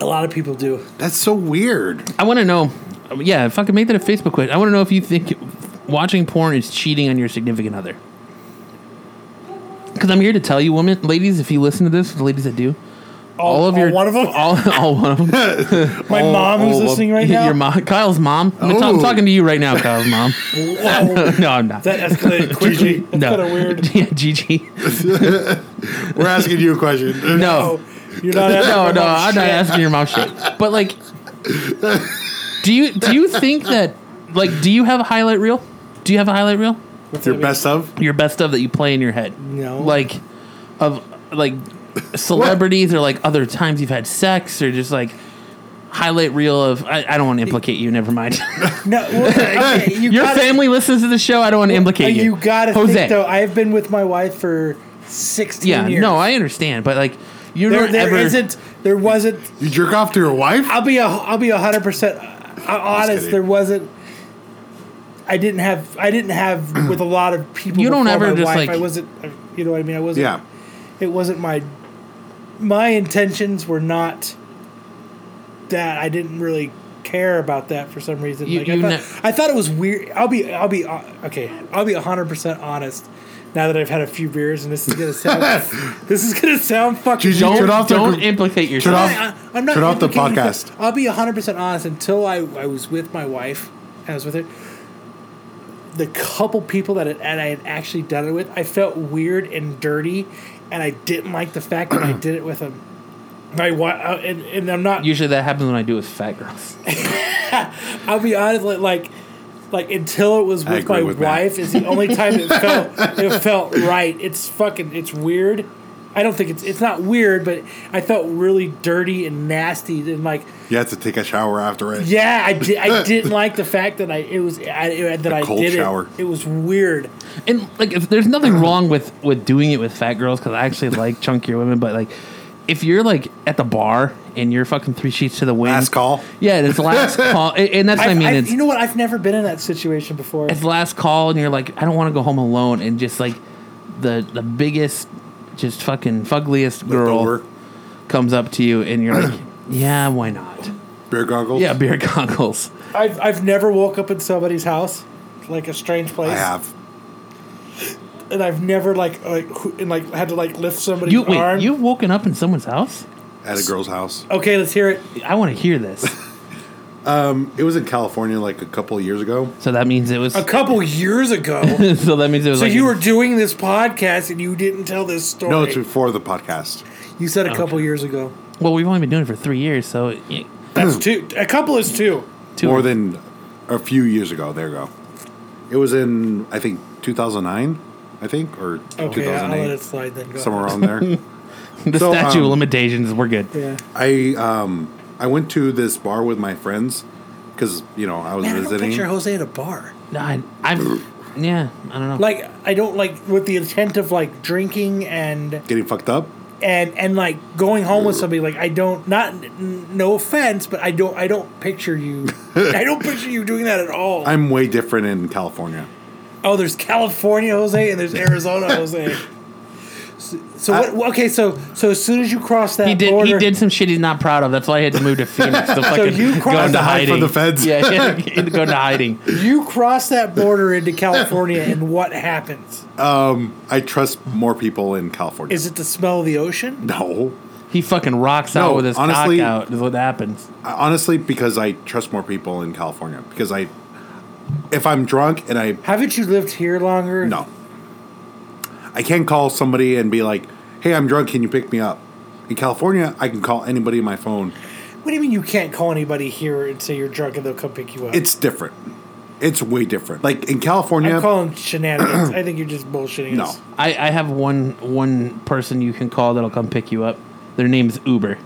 Speaker 2: a lot of people do
Speaker 3: That's so weird.
Speaker 1: I want to know. Yeah, fucking make that a Facebook question. I want to know if you think watching porn is cheating on your significant other. Because I'm here to tell you, women, ladies, if you listen to this, the ladies that do, all, of your
Speaker 2: one of them
Speaker 1: [LAUGHS] all, all
Speaker 2: [LAUGHS]
Speaker 1: one of them,
Speaker 2: my
Speaker 3: all-
Speaker 2: mom
Speaker 3: all
Speaker 2: who's
Speaker 3: of-
Speaker 2: listening right
Speaker 1: [LAUGHS]
Speaker 2: now
Speaker 1: your mom, Kyle's mom. I'm, ta- I'm
Speaker 3: Oh.
Speaker 1: talking to you right now, Kyle's
Speaker 2: [LAUGHS]
Speaker 1: mom. [LAUGHS]
Speaker 2: Wow,
Speaker 1: no, I'm not.
Speaker 2: that
Speaker 1: [LAUGHS]
Speaker 2: escalated quickly that's
Speaker 1: no,
Speaker 2: kind of weird
Speaker 1: [LAUGHS] yeah, Gigi.
Speaker 3: We're asking you a question.
Speaker 1: [LAUGHS] No,
Speaker 2: oh, you're not
Speaker 1: [LAUGHS] no, no,
Speaker 2: asking my mom
Speaker 1: I'm not
Speaker 2: shit. [LAUGHS]
Speaker 1: asking your mom shit. But like, Do you do you think that like do you have a highlight reel? Do you have a highlight reel?
Speaker 3: Your best of?
Speaker 1: Your best of that you play in your head?
Speaker 2: No.
Speaker 1: Like of like celebrities or like other times you've had sex or just like highlight reel of I, I don't want to implicate you, never
Speaker 2: [LAUGHS]
Speaker 1: mind.
Speaker 2: No,
Speaker 1: [LAUGHS]
Speaker 2: well, okay, you
Speaker 1: Your
Speaker 2: gotta-
Speaker 1: family listens to the show, I don't want to
Speaker 2: Uh,
Speaker 1: implicate you.
Speaker 2: You gotta
Speaker 1: Jose.
Speaker 2: think though. I've been with my wife for sixteen
Speaker 1: yeah,
Speaker 2: years.
Speaker 1: no, I understand, but like you're
Speaker 2: there,
Speaker 1: not
Speaker 2: there
Speaker 1: ever
Speaker 2: not There wasn't.
Speaker 3: You jerk off to your wife?
Speaker 2: I'll be. A, I'll be hundred percent honest.
Speaker 3: kidding.
Speaker 2: There wasn't. I didn't have. I didn't
Speaker 3: [CLEARS THROAT]
Speaker 2: have with a lot of people.
Speaker 1: You don't
Speaker 2: before
Speaker 1: ever
Speaker 2: my
Speaker 1: just,
Speaker 2: wife.
Speaker 1: like-
Speaker 2: I wasn't. uh, You know what I mean. I wasn't.
Speaker 3: Yeah. [LAUGHS]
Speaker 2: It wasn't my. My intentions were not. That I didn't really care about that for some reason.
Speaker 1: You-
Speaker 2: like,
Speaker 1: you
Speaker 2: I,
Speaker 1: ne-
Speaker 2: thought, I thought it was weird. I'll be. I'll be. uh, Okay. I'll be hundred percent honest. Now that I've had a few beers, and this is gonna
Speaker 3: [LAUGHS]
Speaker 2: sound. this is gonna sound fucking.
Speaker 3: Did you
Speaker 1: don't,
Speaker 3: turn off the
Speaker 1: don't
Speaker 3: gr-
Speaker 1: implicate
Speaker 3: Turn
Speaker 1: yourself.
Speaker 3: off,
Speaker 2: I- I- I'm not
Speaker 3: turn off Um, the
Speaker 2: implicating you.
Speaker 3: podcast.
Speaker 2: I'll be 100% honest. Until I, I was with my wife, I was with her. The couple people that, it, and I had actually done it with, I felt weird and dirty, and I didn't like the fact that I did it with them. My wife, and, and I'm not.
Speaker 1: Usually that happens when I do with fat girls.
Speaker 2: I'll be honest, like, like, like until it was
Speaker 3: I
Speaker 2: with
Speaker 3: agree
Speaker 2: my
Speaker 3: with Matt.
Speaker 2: wife is the only time
Speaker 3: [LAUGHS]
Speaker 2: it felt it felt right. It's fucking it's weird. I don't think it's it's not weird, but I felt really dirty and nasty and like
Speaker 3: You have to take a shower after it.
Speaker 2: Yeah, I, di-
Speaker 3: [LAUGHS]
Speaker 2: I didn't like the fact that I it was I, it- that I
Speaker 3: cold
Speaker 2: did
Speaker 3: shower.
Speaker 2: it. It was weird.
Speaker 1: and like if there's nothing wrong with with doing it with fat girls because i actually like chunkier women but like if you're like at the bar and you're fucking three sheets to the wind
Speaker 3: Last call.
Speaker 1: yeah it's last call and, and that's what i,
Speaker 2: I,
Speaker 1: mean
Speaker 2: I-
Speaker 1: it's,
Speaker 2: you know what? I've never been in that situation before.
Speaker 1: it's last call and you're like i don't want to go home alone and just like the the biggest just fucking fuggliest girl
Speaker 3: Over.
Speaker 1: comes up to you and you're like yeah why not
Speaker 3: Beer goggles.
Speaker 1: yeah beer [LAUGHS] goggles
Speaker 2: I've I've never woke up in somebody's house, like a strange place,
Speaker 3: I have.
Speaker 2: and I've never like like who- and like had to like lift somebody's
Speaker 1: you wait
Speaker 2: arm.
Speaker 1: you've woken up in someone's house
Speaker 3: At a girl's house.
Speaker 2: okay, let's hear it.
Speaker 1: i want to hear this
Speaker 3: It was in California like a couple of years ago.
Speaker 1: so that means it was
Speaker 2: A couple years ago,
Speaker 1: [LAUGHS] so that means it was
Speaker 2: so
Speaker 1: [LAUGHS] like
Speaker 2: you were doing this podcast and you didn't tell this story.
Speaker 3: No, it's before the podcast.
Speaker 2: you said a couple years ago.
Speaker 1: Well, we've only been doing it for three years, so y-
Speaker 2: That's two. A couple is two.
Speaker 1: two
Speaker 3: More than a few years ago. There you go. It was in, I think, 2009, I think, or
Speaker 2: Okay, I'll let
Speaker 3: 2008.
Speaker 2: it [LAUGHS] slide then. Go
Speaker 3: somewhere
Speaker 2: [LAUGHS]
Speaker 3: around there.
Speaker 1: the
Speaker 3: so,
Speaker 1: statute of
Speaker 3: um,
Speaker 1: limitations. We're good.
Speaker 2: Yeah.
Speaker 3: I um I went to this bar with my friends because you know I was
Speaker 2: Man, I don't
Speaker 3: visiting.
Speaker 2: picture Jose at a bar.
Speaker 1: No, I, I'm. Yeah, I don't know.
Speaker 2: like I don't like with the intent of like drinking and
Speaker 3: getting fucked up.
Speaker 2: and and like going home with somebody. Like I don't not n- no offense, but I don't I don't picture
Speaker 3: [LAUGHS]
Speaker 2: you. I don't picture you doing that at all.
Speaker 3: I'm way different in California.
Speaker 2: oh, there's California Jose and there's
Speaker 3: [LAUGHS]
Speaker 2: Arizona Jose. So, so what? Okay, so so as soon as you cross that
Speaker 1: he did. He
Speaker 2: border,
Speaker 1: did some shit he's not proud of. That's why he had to move to Phoenix
Speaker 2: [LAUGHS]
Speaker 1: to fucking
Speaker 2: you
Speaker 1: go
Speaker 2: crossed
Speaker 1: into
Speaker 2: the
Speaker 3: hide
Speaker 1: hiding
Speaker 3: from the feds?
Speaker 1: Yeah, yeah, [LAUGHS] go into hiding.
Speaker 2: you cross that border into California, and what happens?
Speaker 3: I trust more people in California.
Speaker 2: Is it the smell of the ocean?
Speaker 3: no,
Speaker 1: He fucking rocks
Speaker 3: No,
Speaker 1: out with his
Speaker 3: honestly-
Speaker 1: cock out. Is what happens.
Speaker 3: I- honestly, because I trust more people in California. Because I, if I'm drunk and I
Speaker 2: Haven't you lived here longer?
Speaker 3: no, I can't call somebody and be like, "Hey, I'm drunk. Can you pick me up?" In California, I can call anybody on my phone.
Speaker 2: What do you mean you can't call anybody here and say you're drunk and they'll come pick you up?
Speaker 3: It's different. It's way different. Like in California,
Speaker 2: I'm calling shenanigans. I think you're just bullshitting
Speaker 3: no.
Speaker 2: us.
Speaker 1: I, I have one one person you can call that'll come pick you up. Their name's Uber.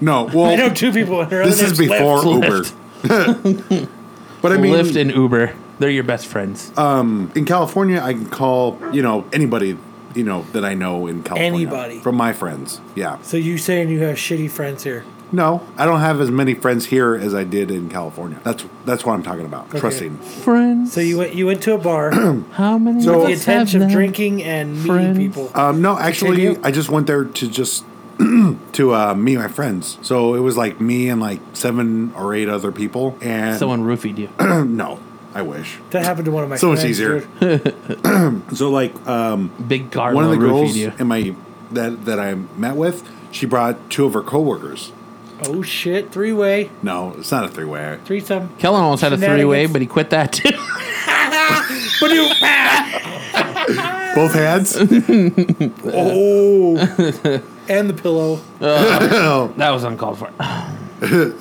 Speaker 3: No, well,
Speaker 2: I know two people. and their
Speaker 3: this
Speaker 2: other
Speaker 3: is
Speaker 2: name's
Speaker 3: before
Speaker 2: Lyft.
Speaker 3: Uber. but I mean,
Speaker 1: Lyft and Uber. They're your best friends.
Speaker 3: Uh, in California, I can call you know anybody you know that I know in California.
Speaker 2: Anybody.
Speaker 3: from my friends. Yeah,
Speaker 2: So you saying you have shitty friends here?
Speaker 3: no, I don't have as many friends here as I did in California. That's that's what I'm talking about.
Speaker 2: Okay.
Speaker 3: Trusting.
Speaker 1: Friends.
Speaker 2: So you went you went to a
Speaker 3: [CLEARS THROAT]
Speaker 2: bar with
Speaker 1: How many?
Speaker 3: So-
Speaker 1: of
Speaker 2: the
Speaker 1: us have
Speaker 2: intention of
Speaker 1: them?
Speaker 2: drinking and meeting
Speaker 1: friends?
Speaker 2: people.
Speaker 3: Um, no, actually,
Speaker 2: Continue.
Speaker 3: I just went there to just [CLEARS THROAT] to uh, meet my friends. So it was like me and like seven or eight other people, and
Speaker 1: Someone roofied you.
Speaker 3: [CLEARS THROAT] no, I wish.
Speaker 2: that happened to one of my
Speaker 3: So much
Speaker 2: friends.
Speaker 3: easier.
Speaker 2: dude.
Speaker 3: So like um,
Speaker 1: Big Garbo
Speaker 3: one of the
Speaker 1: roofied
Speaker 3: girls
Speaker 1: you.
Speaker 3: in my that that I met with, she brought two of her coworkers.
Speaker 2: Oh shit! Three way
Speaker 3: No, it's not a three way.
Speaker 2: threesome.
Speaker 1: Kellen almost had a
Speaker 2: Shenanigans.
Speaker 1: three way, but he quit that too. [LAUGHS] [LAUGHS]
Speaker 3: Both hands.
Speaker 2: Oh, and the pillow.
Speaker 1: that was uncalled for. Man,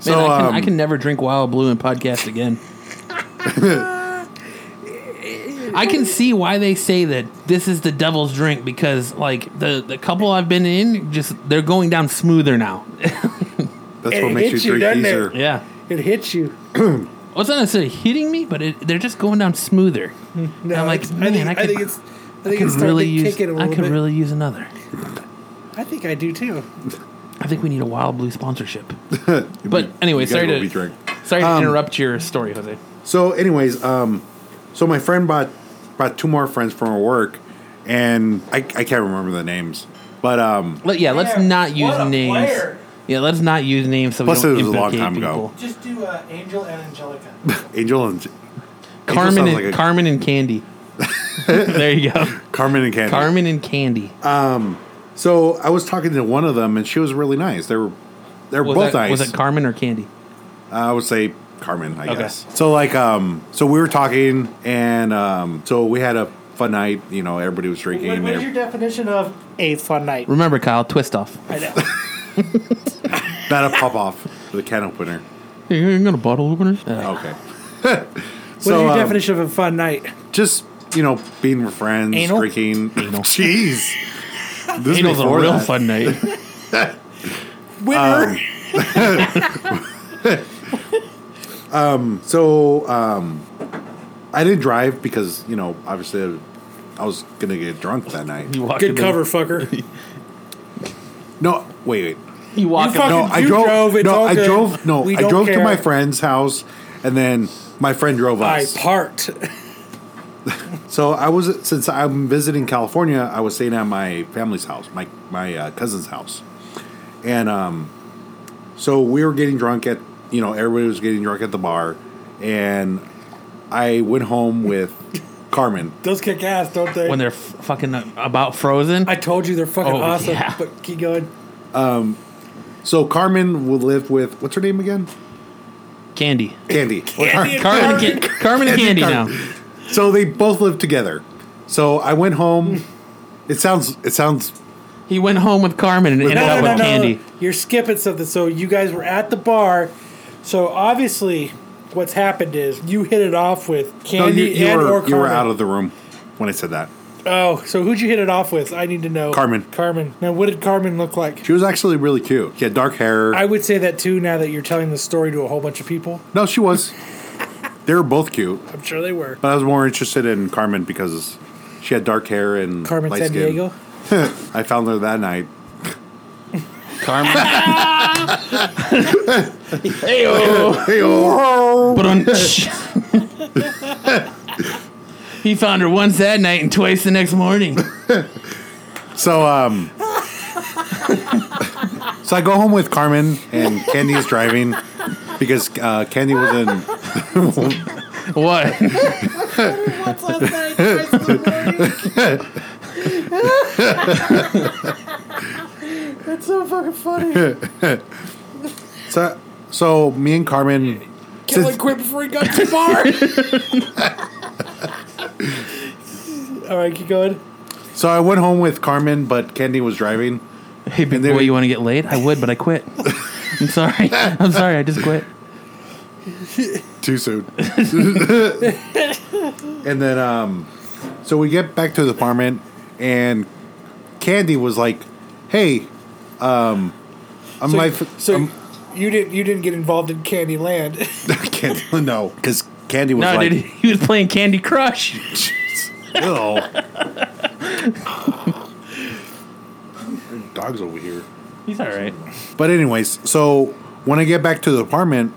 Speaker 3: So,
Speaker 1: I, can, I
Speaker 3: um,
Speaker 1: can never drink Wild Blue in podcast again.
Speaker 2: [LAUGHS]
Speaker 1: I can see why they say that this is the devil's drink because, like, the, the couple I've been in, just they're going down smoother now. [LAUGHS]
Speaker 3: That's
Speaker 2: It
Speaker 3: what makes
Speaker 2: hits
Speaker 3: you
Speaker 2: you, doesn't
Speaker 3: drink these.
Speaker 2: it?
Speaker 3: Are,
Speaker 1: yeah.
Speaker 2: It hits you.
Speaker 1: Well, it's not necessarily hitting me, but it, they're just going down smoother.
Speaker 2: No,
Speaker 1: I'm like,
Speaker 2: it's-
Speaker 1: man,
Speaker 2: I think,
Speaker 1: I could-
Speaker 2: think it's. I think
Speaker 1: I
Speaker 2: it's
Speaker 1: could
Speaker 2: starting
Speaker 1: really
Speaker 2: to
Speaker 1: use.
Speaker 2: kick in a
Speaker 1: I
Speaker 2: little
Speaker 1: could
Speaker 2: bit.
Speaker 1: really use another.
Speaker 2: I think I do too.
Speaker 1: I think we need a Wild Blue
Speaker 3: [LAUGHS]
Speaker 1: sponsorship. But anyway,
Speaker 3: you guys
Speaker 1: sorry
Speaker 3: will
Speaker 1: to
Speaker 3: be Um, drunk.
Speaker 1: sorry to interrupt your story, Jose.
Speaker 3: So, anyways, um, so my friend bought brought two more friends from her work, and I, I can't remember the names, but um,
Speaker 1: Let, yeah, let's
Speaker 5: Player.
Speaker 1: not use
Speaker 5: What a
Speaker 1: names.
Speaker 5: player.
Speaker 1: Yeah, let's not use names. So
Speaker 3: Plus,
Speaker 1: we don't
Speaker 3: it was a long
Speaker 1: implicate
Speaker 3: time ago.
Speaker 1: people.
Speaker 5: Just do uh, Angel and
Speaker 3: [LAUGHS]
Speaker 5: Angelica.
Speaker 3: Angel and
Speaker 1: Carmen
Speaker 3: sounds
Speaker 1: and
Speaker 3: like a-
Speaker 1: Carmen and
Speaker 3: [LAUGHS]
Speaker 1: Candy. there you go.
Speaker 3: Carmen and Candy.
Speaker 1: Carmen and Candy.
Speaker 3: Uh, So I was talking to one of them, and she was really nice. They were they're
Speaker 1: was,
Speaker 3: both
Speaker 1: that,
Speaker 3: nice. Uh,
Speaker 1: was it Carmen or Candy?
Speaker 3: I would say Carmen, I
Speaker 1: Okay.
Speaker 3: guess. So like um so we were talking and um so we had a fun night, you know, everybody was drinking.
Speaker 5: What- what is your
Speaker 3: and
Speaker 5: definition of
Speaker 2: A fun night.
Speaker 1: Remember, Kyle, twist off.
Speaker 2: I know.
Speaker 3: not a pop off with a can opener.
Speaker 1: You ain't got a bottle opener? Uh,
Speaker 3: Okay. [LAUGHS]
Speaker 2: What's
Speaker 3: so
Speaker 2: your
Speaker 3: um,
Speaker 2: definition of a fun night?
Speaker 3: just you know, being with friends,
Speaker 2: Anal?
Speaker 3: drinking.
Speaker 1: Anal.
Speaker 3: [LAUGHS] Jeez. Oh, This is
Speaker 1: Angel's a
Speaker 3: before
Speaker 1: real
Speaker 3: that.
Speaker 1: fun
Speaker 3: [LAUGHS]
Speaker 1: night.
Speaker 3: uh,
Speaker 2: Winner.
Speaker 3: So um, I didn't drive because you know obviously I was gonna get drunk that night.
Speaker 1: You walk in
Speaker 2: Good
Speaker 1: the-
Speaker 2: cover, fucker.
Speaker 3: No, wait, wait.
Speaker 1: You walk in
Speaker 2: fucking-
Speaker 1: the-
Speaker 3: No, I
Speaker 2: You
Speaker 3: drove.
Speaker 2: drove, it's
Speaker 3: no,
Speaker 2: all
Speaker 3: I
Speaker 2: good.
Speaker 3: drove. No,
Speaker 2: We
Speaker 3: I
Speaker 2: don't
Speaker 3: drove to
Speaker 2: care.
Speaker 3: my friend's house, and then my friend drove
Speaker 2: I
Speaker 3: us.
Speaker 2: parked.
Speaker 3: so I was since I'm visiting California, I was staying at my family's house, my my uh, cousin's house, and um, so we were getting drunk at you know everybody was getting drunk at the bar, and I went home with Carmen.
Speaker 2: [LAUGHS] Those kick ass, don't they?
Speaker 1: when they're f- fucking uh, about frozen.
Speaker 2: I told you they're fucking
Speaker 1: Oh,
Speaker 2: awesome.
Speaker 1: yeah.
Speaker 2: But keep going.
Speaker 3: So Carmen will live with what's her name again?
Speaker 1: Candy.
Speaker 3: Candy. Car-
Speaker 1: Carmen, Ca- Carmen and Candy
Speaker 3: Carmen.
Speaker 1: now.
Speaker 3: So they both live together. So I went home. It sounds it sounds
Speaker 1: He went home with Carmen and ended
Speaker 2: No,
Speaker 1: up
Speaker 2: no, no,
Speaker 1: with
Speaker 2: no.
Speaker 1: Candy.
Speaker 2: You're skipping something. So you guys were at the bar. So obviously, what's happened is you hit it off with
Speaker 3: no,
Speaker 2: Candy
Speaker 3: you, you
Speaker 2: and or
Speaker 3: were,
Speaker 2: Carmen.
Speaker 3: you were out of the room when I said that.
Speaker 2: oh, so who'd you hit it off with? I need to know.
Speaker 3: Carmen.
Speaker 2: Carmen. Now, what did Carmen look like?
Speaker 3: She was actually really cute. She had dark hair.
Speaker 2: I would say that too. Now that you're telling the story to a whole bunch of people,
Speaker 3: no, she was. they were both cute,
Speaker 2: I'm sure they were.
Speaker 3: but I was more interested in Carmen because she had dark hair and
Speaker 2: Carmen
Speaker 3: light
Speaker 2: San
Speaker 3: skin.
Speaker 2: Diego.
Speaker 3: I found her that night. [LAUGHS]
Speaker 1: Carmen.
Speaker 3: Hey, oh.
Speaker 1: Brunch. he found her once that night and twice the next morning.
Speaker 3: So um, so I go home with Carmen and Candy is driving because uh, Candy was in
Speaker 1: What?
Speaker 5: what's last night? Twice in the morning? That's so fucking funny.
Speaker 3: So, so me and Carmen,
Speaker 5: Kill it quick before he got too far.
Speaker 2: [LAUGHS] All right, keep going.
Speaker 3: so I went home with Carmen, but Candy was driving.
Speaker 1: Hey, big
Speaker 3: And they
Speaker 1: boy,
Speaker 3: were-
Speaker 1: you want to get laid? I would, but I quit. I'm sorry. I'm sorry. I just quit.
Speaker 3: Too soon. [LAUGHS] and then, um, so we get back to the apartment, and Candy was like, "Hey, um, I'm
Speaker 2: So,
Speaker 3: like, [LAUGHS]
Speaker 2: so
Speaker 3: I'm,
Speaker 2: you didn't you didn't get involved in Candy Land.
Speaker 3: Candy, [LAUGHS] no, because Candy was
Speaker 1: No,
Speaker 3: like,
Speaker 1: dude,
Speaker 3: [LAUGHS]
Speaker 1: he was playing Candy Crush.
Speaker 3: Ew. [LAUGHS] Dog's over here.
Speaker 1: He's all right.
Speaker 3: But anyways, so when I get back to the apartment,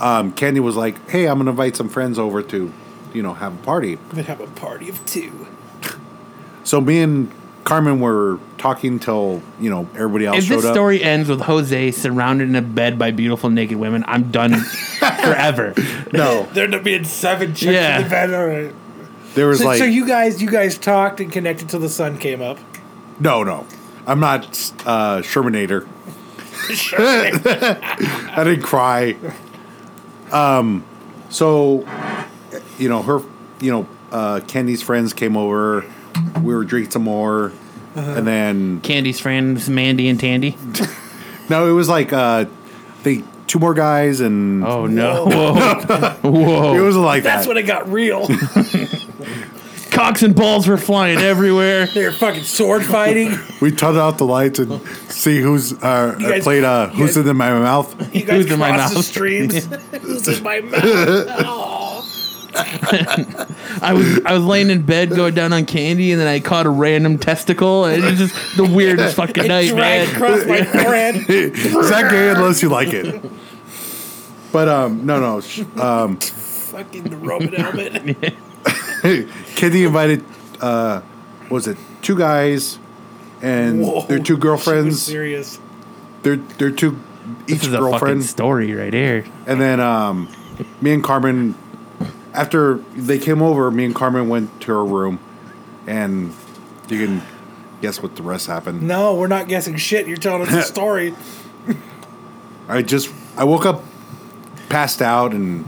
Speaker 3: um, Candy was like, "Hey, I'm gonna invite some friends over to, you know, have a party."
Speaker 2: [LAUGHS] They have a party of two.
Speaker 3: So me and Carmen were talking till you know everybody else
Speaker 1: If
Speaker 3: showed
Speaker 1: this
Speaker 3: up.
Speaker 1: story ends with Jose surrounded in a bed by beautiful naked women, I'm done
Speaker 3: [LAUGHS]
Speaker 1: forever.
Speaker 3: no,
Speaker 2: There ended up being seven chicks
Speaker 1: Yeah.
Speaker 2: in the bed. All right.
Speaker 3: there was
Speaker 2: So,
Speaker 3: like
Speaker 2: so you guys you guys talked and connected till the sun came [LAUGHS] up.
Speaker 3: no, no. I'm not uh, Shermanator.
Speaker 2: [LAUGHS]
Speaker 3: I didn't cry. Um, so you know her, you know uh, Candy's friends came over. We were drinking some more,
Speaker 2: Uh-huh.
Speaker 3: and then
Speaker 1: Candy's friends, Mandy and Tandy.
Speaker 3: No, it was like uh, I think two more guys, and
Speaker 1: Oh no!
Speaker 3: [LAUGHS]
Speaker 1: Whoa! Whoa!
Speaker 3: it was like
Speaker 2: Oh. That's
Speaker 3: that.
Speaker 2: when it got real.
Speaker 1: Cocks and balls were flying everywhere.
Speaker 2: They're fucking sword fighting. [LAUGHS]
Speaker 3: we turned out the lights and see who's uh,
Speaker 2: guys-
Speaker 3: played. Uh,
Speaker 2: you
Speaker 3: who's
Speaker 2: guys-
Speaker 3: in my mouth?
Speaker 2: You guys
Speaker 1: Who's in
Speaker 2: cross
Speaker 1: my
Speaker 2: the
Speaker 1: mouth? [LAUGHS]
Speaker 2: streams. Who's in my mouth?
Speaker 1: I was I was laying in bed going down on candy, and then I caught a random testicle, and it was just the weirdest fucking night,
Speaker 2: Dragged
Speaker 1: man. [LAUGHS]
Speaker 2: across my forehead.
Speaker 3: [LAUGHS] Is that gay? Unless you like it. But um, no, no. sh- Uh,
Speaker 2: fucking the
Speaker 1: [LAUGHS]
Speaker 2: Roman helmet.
Speaker 3: Kenny invited. Uh, what was it two guys, and
Speaker 2: Whoa.
Speaker 3: their two
Speaker 2: Friends.
Speaker 3: girlfriends.
Speaker 2: Serious.
Speaker 3: Their their two
Speaker 1: This
Speaker 3: each
Speaker 1: is a fucking
Speaker 3: girlfriend.
Speaker 1: story right here.
Speaker 3: And then um, me and Carmen, after they came over, me and Carmen went to her room, and you can guess what the rest happened.
Speaker 2: No, we're not guessing shit. You're telling
Speaker 3: [LAUGHS]
Speaker 2: us a story.
Speaker 3: I just I woke up, passed out, and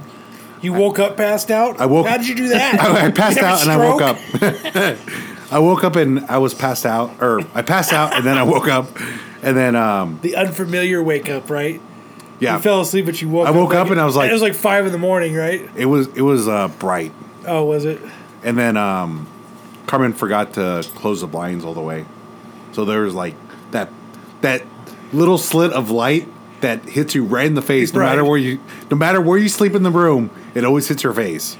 Speaker 2: You woke up passed out?
Speaker 3: I woke-
Speaker 2: How did you do that?
Speaker 3: [LAUGHS] I, I passed
Speaker 2: You have a
Speaker 3: out and I woke
Speaker 2: stroke?
Speaker 3: up. [LAUGHS] I woke up and I was passed out, or I passed out and then I woke up, and then um,
Speaker 2: The unfamiliar wake up, right?
Speaker 3: yeah,
Speaker 2: You fell asleep, but you woke
Speaker 3: I
Speaker 2: up.
Speaker 3: woke up and I was like-
Speaker 2: it was like five in the morning, right?
Speaker 3: it was it was uh, bright,
Speaker 2: Oh, was it?
Speaker 3: and then um, Carmen forgot to close the blinds all the way, so there was like that that little slit of light that hits you right in the face, no
Speaker 2: Right.
Speaker 3: matter where you no matter where you sleep in the room, it always hits your face.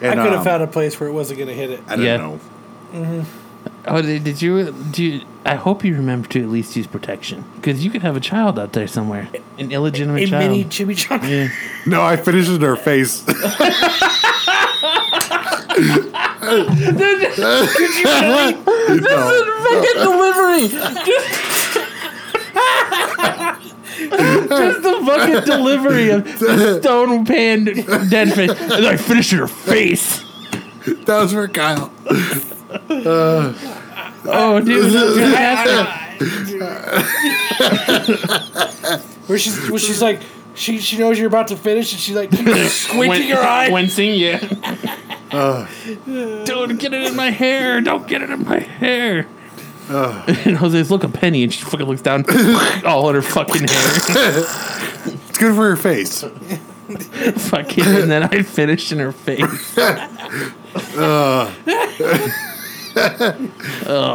Speaker 2: I
Speaker 3: And,
Speaker 2: could have
Speaker 3: um,
Speaker 2: found a place where it wasn't going to hit it.
Speaker 3: I don't
Speaker 1: Yeah.
Speaker 3: know.
Speaker 1: Oh, did did you? Do you, I hope you remember to at least use protection because you could have a child out there somewhere, an illegitimate
Speaker 2: A
Speaker 1: child.
Speaker 2: mini chimichanga.
Speaker 1: yeah.
Speaker 3: No, I finished in her face. [LAUGHS] No.
Speaker 1: fucking delivery. [LAUGHS] Just the fucking delivery of stone pan dead fish. And then I finish in her face.
Speaker 3: That was for Kyle.
Speaker 1: Oh, dude. That's what happened.
Speaker 2: Where she's, where she's like, she, she knows you're about to finish, and
Speaker 1: [LAUGHS]
Speaker 2: she's like, squinting [LAUGHS] her eye.
Speaker 1: Wincing, yeah. Don't get it in my hair. Don't get it in my hair. and Jose's, look, a penny. And she fucking looks
Speaker 3: [LAUGHS]
Speaker 1: down all in her fucking hair. [LAUGHS]
Speaker 3: It's good for your face.
Speaker 1: fucking, and then I finished in her face.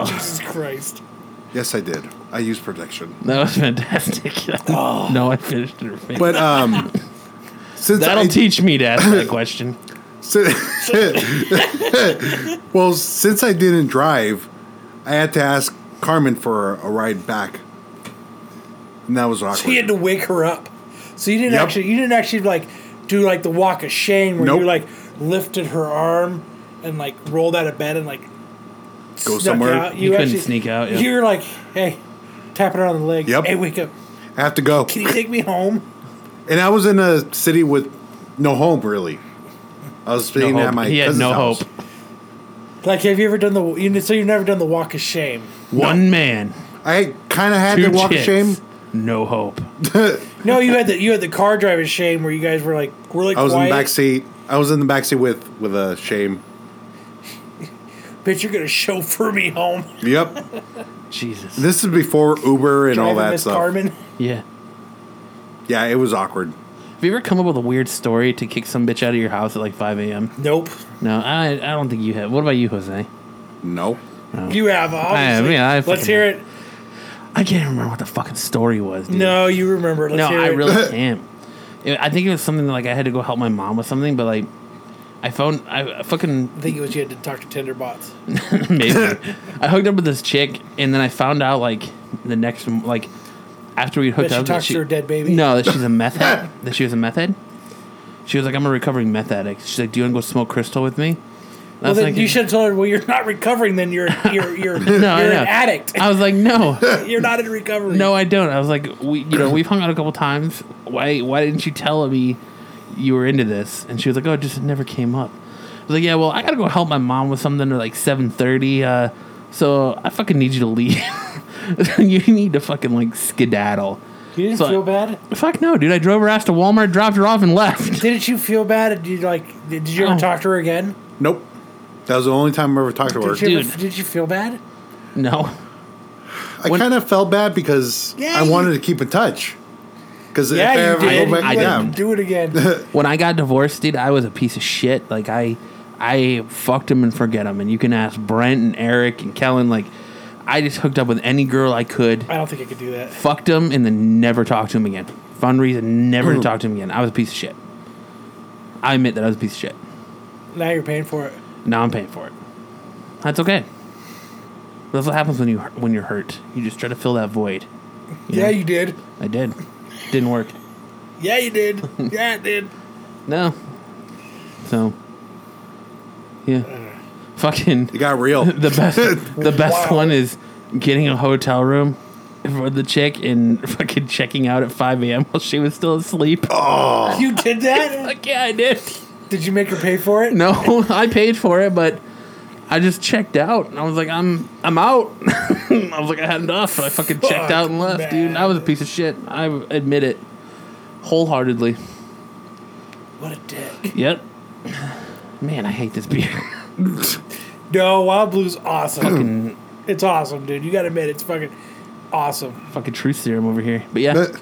Speaker 2: Jesus Christ.
Speaker 3: Yes, I did. I used protection.
Speaker 1: That was fantastic.
Speaker 3: Oh.
Speaker 1: no, I finished in her face.
Speaker 3: But um, [LAUGHS] since
Speaker 1: That'll
Speaker 3: I, [LAUGHS]
Speaker 1: teach me to ask that question.
Speaker 3: si- [LAUGHS] well, since I didn't drive, I had to ask Carmen for a ride back, and that was
Speaker 2: So you
Speaker 3: awkward.
Speaker 2: had to wake her up. So you didn't
Speaker 3: Yep.
Speaker 2: actually you didn't actually like do like the walk of shame where
Speaker 3: Nope.
Speaker 2: you like lifted her arm and like rolled out of bed and like
Speaker 3: Go
Speaker 2: snuck
Speaker 3: somewhere.
Speaker 2: Out.
Speaker 1: You couldn't sneak out, yeah.
Speaker 2: You're like, hey, tapping her on the leg.
Speaker 3: Yep.
Speaker 2: Hey, wake up.
Speaker 3: I have to go,
Speaker 2: Can you take me home?
Speaker 3: and I was in a city with no home really. I was staying at
Speaker 1: hope.
Speaker 3: my
Speaker 1: He had
Speaker 3: cousin's
Speaker 1: no
Speaker 3: house.
Speaker 1: hope.
Speaker 2: Like, have you ever done the? You know, so you've never done the walk of shame.
Speaker 1: One man,
Speaker 3: I kind of had
Speaker 1: two
Speaker 3: to walk
Speaker 1: chicks,
Speaker 3: of shame.
Speaker 1: no hope.
Speaker 2: No, you had the you had the car driver's shame where you guys were like really
Speaker 3: I was in
Speaker 2: quiet.
Speaker 3: the back seat. I was in the back seat with with a shame.
Speaker 2: Bitch, you're gonna chauffeur me home.
Speaker 3: Yep.
Speaker 2: [LAUGHS]
Speaker 1: Jesus.
Speaker 3: This is before Uber and all
Speaker 2: Driving
Speaker 3: that
Speaker 2: Miss
Speaker 3: stuff.
Speaker 2: Carmen.
Speaker 1: yeah.
Speaker 3: Yeah, it was awkward.
Speaker 1: Have you ever come up with a weird story to kick some bitch out of your house at like 5 a.m.?
Speaker 2: Nope.
Speaker 1: No, I, I don't think you have. What about you, Jose?
Speaker 3: No.
Speaker 2: You have obviously.
Speaker 1: yeah, I
Speaker 2: Let's
Speaker 1: fucking-
Speaker 2: hear it.
Speaker 1: I can't remember what the fucking story was. Dude.
Speaker 2: No, you remember. Let's
Speaker 1: no,
Speaker 2: hear
Speaker 1: I
Speaker 2: it. [LAUGHS]
Speaker 1: really can't. It- I think it was something like I had to go help my mom with something, but like I found I I fucking [LAUGHS]
Speaker 2: I think it was you had to talk to Tinderbots.
Speaker 1: Maybe. I hooked up with this chick, and then I found out like the next like after we hooked
Speaker 2: That she
Speaker 1: up
Speaker 2: talks to her dead baby?
Speaker 1: No, that she's a meth
Speaker 2: [LAUGHS]
Speaker 1: head. that she was a meth head. She was like, "I'm a recovering meth addict." She's like, "Do you want to go smoke crystal with me?" And I
Speaker 2: Well,
Speaker 1: was
Speaker 2: then
Speaker 1: like,
Speaker 2: you should have told her, well, you're not recovering,
Speaker 1: [LAUGHS]
Speaker 2: then you're you're you're,
Speaker 1: No, I
Speaker 2: you're
Speaker 1: know.
Speaker 2: an addict.
Speaker 1: I was like,
Speaker 2: [LAUGHS]
Speaker 1: "No,
Speaker 2: you're not in recovery.
Speaker 1: no, I don't." I was like, "We, you know, we've hung out a couple times. Why, why didn't you tell me you were into this?" And she was like, "Oh, it just never came up." I was like, "Yeah, well, I gotta go help my mom with something at like 7:30, uh, so I fucking need you to leave. [LAUGHS] you need to fucking like skedaddle."
Speaker 2: You didn't
Speaker 1: So I-
Speaker 2: feel bad?
Speaker 1: Fuck no, dude. I drove her ass to Walmart, dropped her off, and left. [LAUGHS]
Speaker 2: Didn't you feel bad? Did you like did you ever
Speaker 1: No.
Speaker 2: talk to her again?
Speaker 3: Nope. That was the only time I ever talked to her.
Speaker 2: Did you, ever,
Speaker 1: Dude.
Speaker 2: did you feel bad?
Speaker 1: No.
Speaker 3: I kind of felt bad because
Speaker 2: Yeah,
Speaker 3: I
Speaker 2: you-
Speaker 3: wanted to keep in touch. Because
Speaker 2: Yeah, you
Speaker 3: if I
Speaker 2: did.
Speaker 3: ever go back,
Speaker 1: I
Speaker 3: yeah.
Speaker 1: didn't.
Speaker 2: Do it again.
Speaker 1: When I got divorced, dude, I was a piece of shit. Like I, I fucked him and forget him. And you can ask Brent and Eric and Kellen. Like, I just hooked up with any girl I could,
Speaker 2: I don't think I could do that.
Speaker 1: fucked him, and then never talked to him again. Fun reason, never to talk to him again. I was a piece of shit. I admit that I was a piece of shit.
Speaker 2: Now you're paying for it.
Speaker 1: Now I'm paying for it. That's okay. That's what happens when you when you're hurt. You just try to fill that void.
Speaker 2: Yeah, you did.
Speaker 1: I did. Didn't work.
Speaker 2: Yeah,
Speaker 1: [LAUGHS]
Speaker 2: you did. yeah, it did.
Speaker 1: No. So. Yeah. Fucking
Speaker 3: It
Speaker 2: [LAUGHS]
Speaker 3: got real.
Speaker 1: the
Speaker 3: [LAUGHS]
Speaker 1: best. The best
Speaker 2: Wow.
Speaker 1: one is getting a hotel room for the chick and fucking checking out at 5 a.m. while she was still asleep.
Speaker 2: You
Speaker 1: [LAUGHS]
Speaker 2: did that?
Speaker 1: Fuck yeah, I did.
Speaker 2: Did you make her pay for it?
Speaker 1: No, [LAUGHS] I paid for it, but I just checked out, and I was like, I'm I'm out. [LAUGHS] I was like, I had enough. I fucking
Speaker 2: Fuck,
Speaker 1: checked out and left, dude.
Speaker 2: man.
Speaker 1: I was a piece of shit. I admit it wholeheartedly.
Speaker 2: What a dick.
Speaker 1: Yep. Man, I hate this beer. [LAUGHS]
Speaker 2: No, Wild Blue's awesome. [CLEARS THROAT] it's awesome, dude. You gotta admit, it's fucking awesome.
Speaker 1: Fucking truth serum over here. But yeah,
Speaker 3: But-
Speaker 1: That's-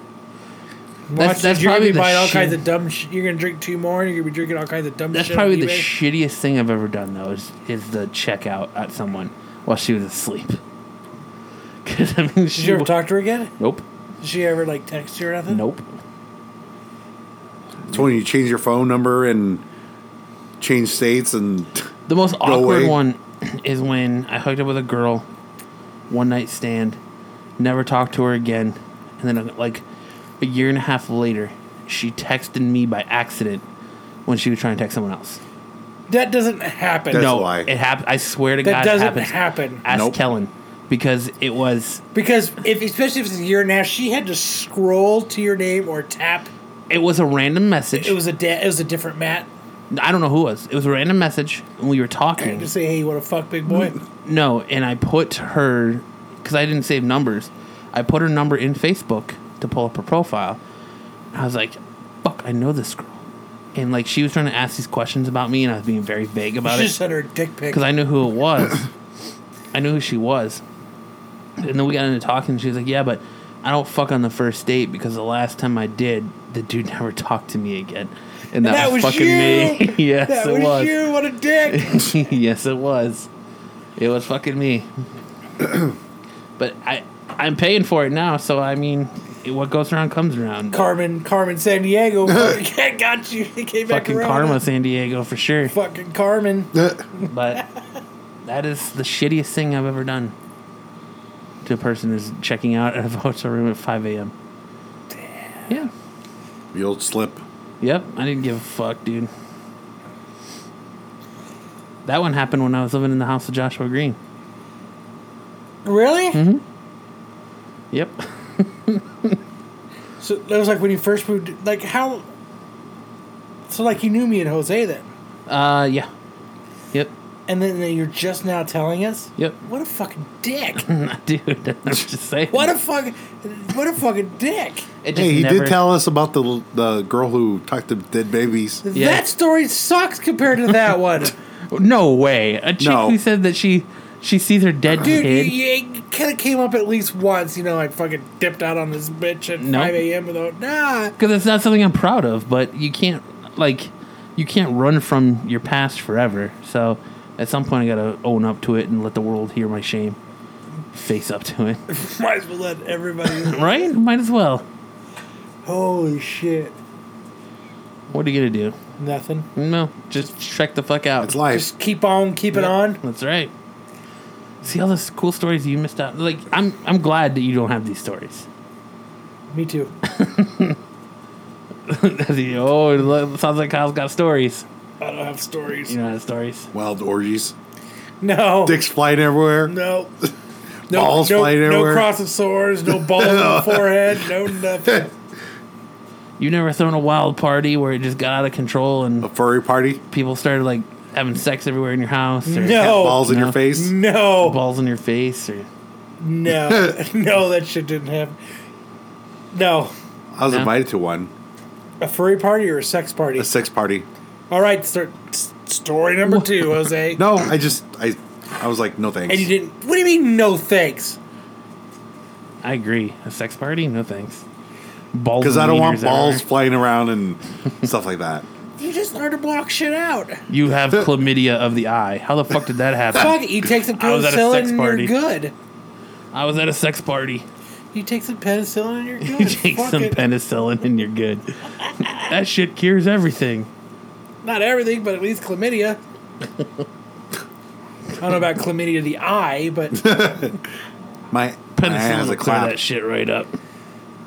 Speaker 2: Watch
Speaker 1: that's
Speaker 2: this. You're gonna
Speaker 1: probably
Speaker 2: be
Speaker 1: the
Speaker 2: buying all
Speaker 1: shit.
Speaker 2: kinds of dumb shit. You're gonna drink two more, and you're gonna be drinking all kinds of dumb
Speaker 1: that's
Speaker 2: shit.
Speaker 1: probably
Speaker 2: on
Speaker 1: the
Speaker 2: eBay.
Speaker 1: shittiest thing I've ever done though is is the checkout at someone while she was asleep. [LAUGHS] Cause I mean,
Speaker 2: Did
Speaker 1: she
Speaker 2: you ever
Speaker 1: wa-
Speaker 2: talk to her again?
Speaker 1: Nope.
Speaker 2: Did she ever, like, text you or nothing?
Speaker 1: Nope.
Speaker 3: It's when you change your phone number and change states and [LAUGHS]
Speaker 1: The most awkward
Speaker 3: away.
Speaker 1: one [CLEARS THROAT] is when I hooked up with a girl, one night stand, never talked to her again, and then like a year and a half later, she texted me by accident when she was trying to text someone else.
Speaker 2: That doesn't happen.
Speaker 3: That's
Speaker 1: no,
Speaker 3: a lie.
Speaker 1: it happened. I swear to God,
Speaker 2: That doesn't
Speaker 1: it happens.
Speaker 2: happen.
Speaker 1: Ask
Speaker 3: Nope.
Speaker 1: Kellen because it was
Speaker 2: Because if, especially if it's a year and a half, she had to scroll to your name or tap.
Speaker 1: it was a random message.
Speaker 2: It was a da- it was a different Matt.
Speaker 1: I don't know who it was. It was a random message, and we were talking.
Speaker 2: To say, hey, you want to fuck,
Speaker 1: [LAUGHS]
Speaker 2: big boy?
Speaker 1: No, and I put her because I didn't save numbers. I put her number in Facebook to pull up her profile. I was like, "Fuck, I know this girl," and like she was trying to ask these questions about me, and I was being very vague about
Speaker 2: she
Speaker 1: it
Speaker 2: just sent her a dick pic.
Speaker 1: because I knew who it was. [COUGHS] I knew who she was. And then we got into talking. And she was like, "Yeah, but I don't fuck on the first date because the last time I did, the dude [LAUGHS] never talked to me again." And that, was, fucking me. [LAUGHS] yes,
Speaker 2: that
Speaker 1: it
Speaker 2: was,
Speaker 1: was.
Speaker 2: you. What a dick.
Speaker 1: [LAUGHS] yes, it was. It was fucking
Speaker 2: [CLEARS THROAT]
Speaker 1: me. but I, I'm paying for it now. So I mean, it- what goes around comes around.
Speaker 2: Carmen, Carmen San Diego. fucking [LAUGHS] got you. He came back
Speaker 1: fucking
Speaker 2: around.
Speaker 1: karma, San Diego, for
Speaker 2: [LAUGHS]
Speaker 1: sure.
Speaker 2: Fucking Carmen.
Speaker 1: But that is the shittiest thing I've ever done. To a person who's checking out of a [LAUGHS] hotel room at 5 a.m. Yeah.
Speaker 3: the old slip.
Speaker 1: Yep. I didn't give a fuck, dude. That one happened when I was living in the house of Joshua Green.
Speaker 2: Really?
Speaker 1: Mm-hmm. Yep. [LAUGHS]
Speaker 2: So that was like when you first moved. Like how? So like you knew me and Jose then,
Speaker 1: Uh, yeah. Yep.
Speaker 2: and then, then you're just now telling us.
Speaker 1: Yep.
Speaker 2: What a fucking
Speaker 1: [LAUGHS]
Speaker 2: dick.
Speaker 1: dude. I'm just saying.
Speaker 2: What a fucking, what a fucking dick!
Speaker 1: It just
Speaker 3: Hey, he
Speaker 1: never-
Speaker 3: did tell us about the the girl who talked to dead babies. [LAUGHS]
Speaker 1: Yeah.
Speaker 2: That story sucks compared to
Speaker 1: [LAUGHS]
Speaker 2: that one,
Speaker 1: No way. A chick
Speaker 3: No.
Speaker 1: who said that she she sees her dead
Speaker 2: dude.
Speaker 1: kid.
Speaker 2: You, you kind of came up at least once, you know. I fucking dipped out on this bitch at
Speaker 1: No.
Speaker 2: five a.m. without nah. [LAUGHS]
Speaker 1: Because it's not something I'm proud of, but you can't like you can't run from your past forever. So at some point, I gotta own up to it and let the world hear my shame. Face up
Speaker 2: [LAUGHS]
Speaker 1: to it,
Speaker 2: Might as well let
Speaker 1: [LAUGHS]
Speaker 2: everybody.
Speaker 1: right? Might as well.
Speaker 2: Holy shit!
Speaker 1: What are you gonna do?
Speaker 2: Nothing.
Speaker 1: No, just check the fuck out.
Speaker 3: It's life.
Speaker 2: Just keep on, keep it on.
Speaker 1: That's right. See all those cool stories you missed out. Like I'm, I'm glad that you don't have these stories.
Speaker 2: Me too.
Speaker 1: [LAUGHS] oh, it lo- sounds like Kyle's got stories.
Speaker 2: I don't have stories.
Speaker 1: You know, has stories.
Speaker 3: Wild orgies,
Speaker 2: No.
Speaker 3: dicks flying everywhere.
Speaker 2: No.
Speaker 1: [LAUGHS]
Speaker 2: No,
Speaker 3: Balls
Speaker 2: no,
Speaker 3: flying
Speaker 2: no
Speaker 3: everywhere.
Speaker 2: crossing swords, no balls on the forehead,
Speaker 1: [LAUGHS]
Speaker 2: no nothing.
Speaker 1: You never thrown a wild party where it just got out of control
Speaker 3: [LAUGHS] A
Speaker 1: and
Speaker 3: furry party,
Speaker 1: people started like having sex everywhere in your house or
Speaker 2: Oh, No. Mm,
Speaker 3: balls in
Speaker 1: No.
Speaker 3: your face.
Speaker 2: No.
Speaker 1: balls in your face or
Speaker 2: No,
Speaker 1: [LAUGHS]
Speaker 2: no, that shit didn't happen. No,
Speaker 3: I was
Speaker 1: No.
Speaker 3: invited to one,
Speaker 2: a furry party or a sex party?
Speaker 3: a sex party.
Speaker 2: All right, start, s- story number
Speaker 1: [LAUGHS]
Speaker 2: two, Jose.
Speaker 3: No, I just I I was like, no thanks.
Speaker 2: and you didn't. What do you mean? No thanks.
Speaker 1: I agree. A sex party? No thanks. balls.
Speaker 3: because
Speaker 1: and
Speaker 3: I don't want
Speaker 1: wieners everywhere.
Speaker 3: balls flying around and stuff like that.
Speaker 2: You just learned to block
Speaker 1: [LAUGHS]
Speaker 2: shit out.
Speaker 1: You have chlamydia of the eye. How the fuck did that
Speaker 2: Fuck
Speaker 1: happen?
Speaker 2: it. You take some
Speaker 1: I was at a
Speaker 2: penicillin
Speaker 1: sex
Speaker 2: and
Speaker 1: party.
Speaker 2: you're good.
Speaker 1: I was at a sex party.
Speaker 2: You take some penicillin and you're good.
Speaker 1: [LAUGHS] You take
Speaker 2: Fuck
Speaker 1: some
Speaker 2: it.
Speaker 1: penicillin and you're good. that shit cures everything.
Speaker 2: Not everything, but at least chlamydia. I don't know about chlamydia the eye, but a
Speaker 3: My, my
Speaker 1: Penicillin
Speaker 3: hands
Speaker 1: will
Speaker 3: a
Speaker 1: clear
Speaker 3: clap.
Speaker 1: that shit right up.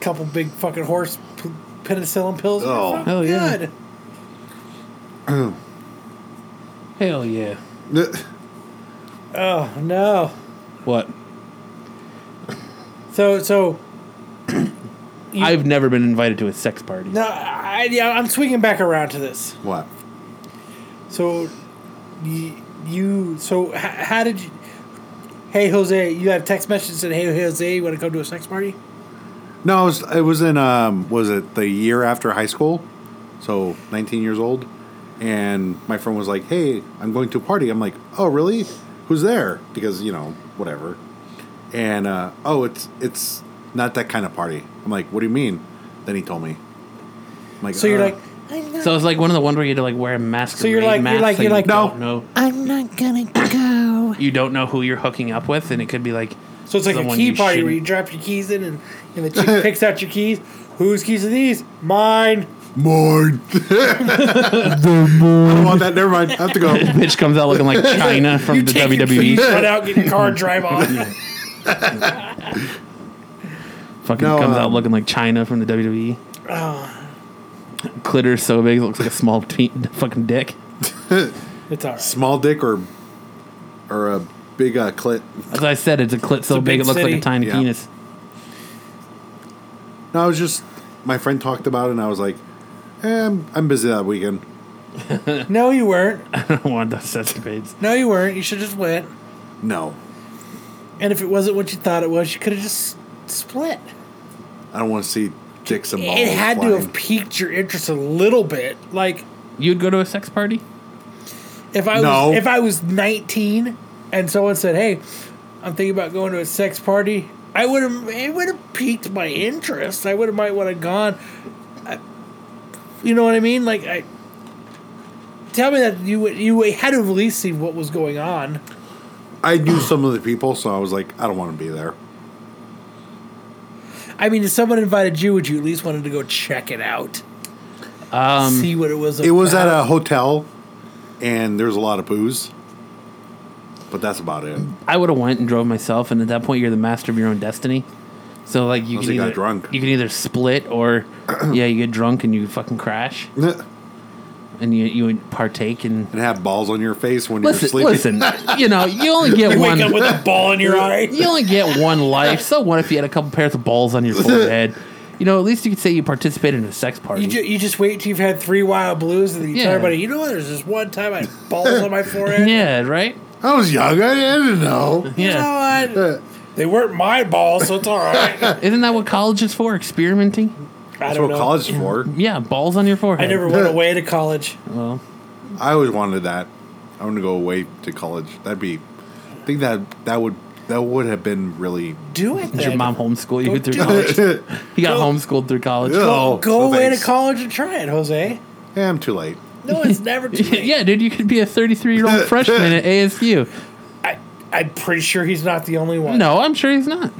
Speaker 2: couple big fucking horse p- penicillin pills. you're
Speaker 3: Oh.
Speaker 2: fucking
Speaker 1: Oh, yeah.
Speaker 2: good.
Speaker 1: Hell yeah.
Speaker 2: Oh no.
Speaker 1: What?
Speaker 2: So so
Speaker 1: I've never been invited to a sex party.
Speaker 2: no, I, yeah, I'm swinging back around to this.
Speaker 3: [LAUGHS] What?
Speaker 2: So y- you so h- how did you? Hey Jose, you had a text message that said, "Hey Jose, you want to come to a sex party?"
Speaker 3: No, it was, it was in um, was it the year after high school, so 19 years old, and my friend was like, "Hey, I'm going to a party." I'm like, "Oh, really? Who's there?" Because you know, whatever. And uh, oh, it's it's not that kind of party. I'm like, "What do you mean?" Then he told me. I'm like,
Speaker 2: So you're
Speaker 3: "Uh,
Speaker 2: like,
Speaker 5: I'm not,
Speaker 1: So it's like one of the ones where you had to like wear a mask.
Speaker 2: So you're
Speaker 1: and rain
Speaker 2: like- you're
Speaker 1: masks
Speaker 2: like-
Speaker 1: and
Speaker 2: you're like-
Speaker 1: you don't
Speaker 3: No.
Speaker 1: know
Speaker 5: I'm not gonna go.
Speaker 1: you don't know who you're hooking up with, and it could be like
Speaker 2: so it's like a
Speaker 1: someone
Speaker 2: key
Speaker 1: you
Speaker 2: party where you
Speaker 1: shouldn't-
Speaker 2: drop your keys in and, and the chick picks out your keys. Whose keys are these? Mine.
Speaker 3: [LAUGHS] mine. I don't want that. Never mind. I have to
Speaker 1: [LAUGHS]
Speaker 3: go.
Speaker 1: bitch comes out
Speaker 2: [LAUGHS]
Speaker 1: looking like China from the E.
Speaker 2: Take your keys,
Speaker 1: WWE.
Speaker 2: run out, get your car, and drive off.
Speaker 1: Fucking
Speaker 3: No,
Speaker 1: comes out
Speaker 3: um,
Speaker 1: looking like China from the WWE.
Speaker 2: Oh.
Speaker 1: Clitter so big, it looks like a small [LAUGHS] te- fucking dick.
Speaker 2: it's all right.
Speaker 3: Small dick or or a big uh, clit.
Speaker 1: As I said, it's a clit so
Speaker 2: a
Speaker 1: big,
Speaker 2: big
Speaker 1: it looks like
Speaker 2: city.
Speaker 1: a tiny
Speaker 3: Yeah.
Speaker 1: penis. [LAUGHS]
Speaker 3: No, I was just my friend talked about it, and I was like, eh, I'm, I'm busy that weekend.
Speaker 2: No, you weren't.
Speaker 1: I don't want those cesspades.
Speaker 2: No, you weren't. You should just went.
Speaker 3: No,
Speaker 2: And if it wasn't what you thought it was, you could have just split.
Speaker 3: I don't want to see dicks and balls.
Speaker 2: It had to
Speaker 3: flying.
Speaker 2: have piqued your interest a little bit. Like
Speaker 1: You'd go to a sex party?
Speaker 2: if I
Speaker 3: No.
Speaker 2: was if I was 19 and someone said, "Hey, I'm thinking about going to a sex party," I would have it would have piqued my interest. I would have might want to gone. I- you know what I mean? Like I tell me that you would- you had to at least see what was going on.
Speaker 3: I knew some of the people, so I was like, I don't want to be there.
Speaker 2: I mean, if someone invited you, would you at least wanted to go check it out?
Speaker 1: Um,
Speaker 2: see what it was.
Speaker 3: It was at
Speaker 2: about?
Speaker 3: a hotel, and there's a lot of booze, but that's about it.
Speaker 1: I would have went and drove myself, and at that point, you're the master of your own destiny. So like you
Speaker 3: Unless
Speaker 1: can
Speaker 3: you got
Speaker 1: either
Speaker 3: drunk.
Speaker 1: you can either split
Speaker 2: [CLEARS THROAT]
Speaker 1: or yeah, you get drunk and you fucking
Speaker 2: [LAUGHS]
Speaker 1: crash
Speaker 3: and
Speaker 1: and you you would partake and
Speaker 3: have balls on your face when you're
Speaker 1: listen
Speaker 3: sleeping.
Speaker 1: listen you know you
Speaker 2: [LAUGHS]
Speaker 1: only get
Speaker 2: wake
Speaker 1: one
Speaker 2: up with a ball in
Speaker 3: [LAUGHS]
Speaker 2: your eye.
Speaker 1: you only get one life. So what if you had a couple pairs of balls on your
Speaker 2: [LAUGHS]
Speaker 1: forehead? You know, at least you could say you participated in a sex party.
Speaker 2: You, ju- you just wait till you've had three wild blues and then you
Speaker 1: Yeah.
Speaker 2: tell everybody, you know what? There's this one time I had balls
Speaker 3: [LAUGHS]
Speaker 2: on my forehead.
Speaker 1: yeah, right.
Speaker 3: I was young. I didn't know.
Speaker 2: You
Speaker 1: Yeah,
Speaker 2: know what? They weren't my balls, so it's all
Speaker 3: [LAUGHS]
Speaker 2: right. I
Speaker 1: isn't that what college is for? Experimenting.
Speaker 3: That's
Speaker 2: don't
Speaker 3: what
Speaker 2: know.
Speaker 3: college is for.
Speaker 1: Yeah, balls on your forehead.
Speaker 2: I never went away to college.
Speaker 1: Well,
Speaker 3: I always wanted that. I want to go away to college. That'd be. I think that that would that would have been really.
Speaker 2: Do it.
Speaker 1: did your
Speaker 2: then.
Speaker 1: mom homeschool you
Speaker 2: Go
Speaker 1: through
Speaker 2: do it.
Speaker 1: college? [LAUGHS] You got homeschooled through college.
Speaker 3: Oh,
Speaker 2: Go
Speaker 3: no
Speaker 2: away
Speaker 3: thanks.
Speaker 2: to college and try it, Jose.
Speaker 3: Yeah, eh, I'm too late.
Speaker 1: [LAUGHS]
Speaker 2: No, it's never too late.
Speaker 1: yeah, dude, you could be a 33 year
Speaker 2: [LAUGHS]
Speaker 1: old freshman at ASU.
Speaker 2: I, I'm pretty sure he's not the only one.
Speaker 1: No, I'm sure he's not.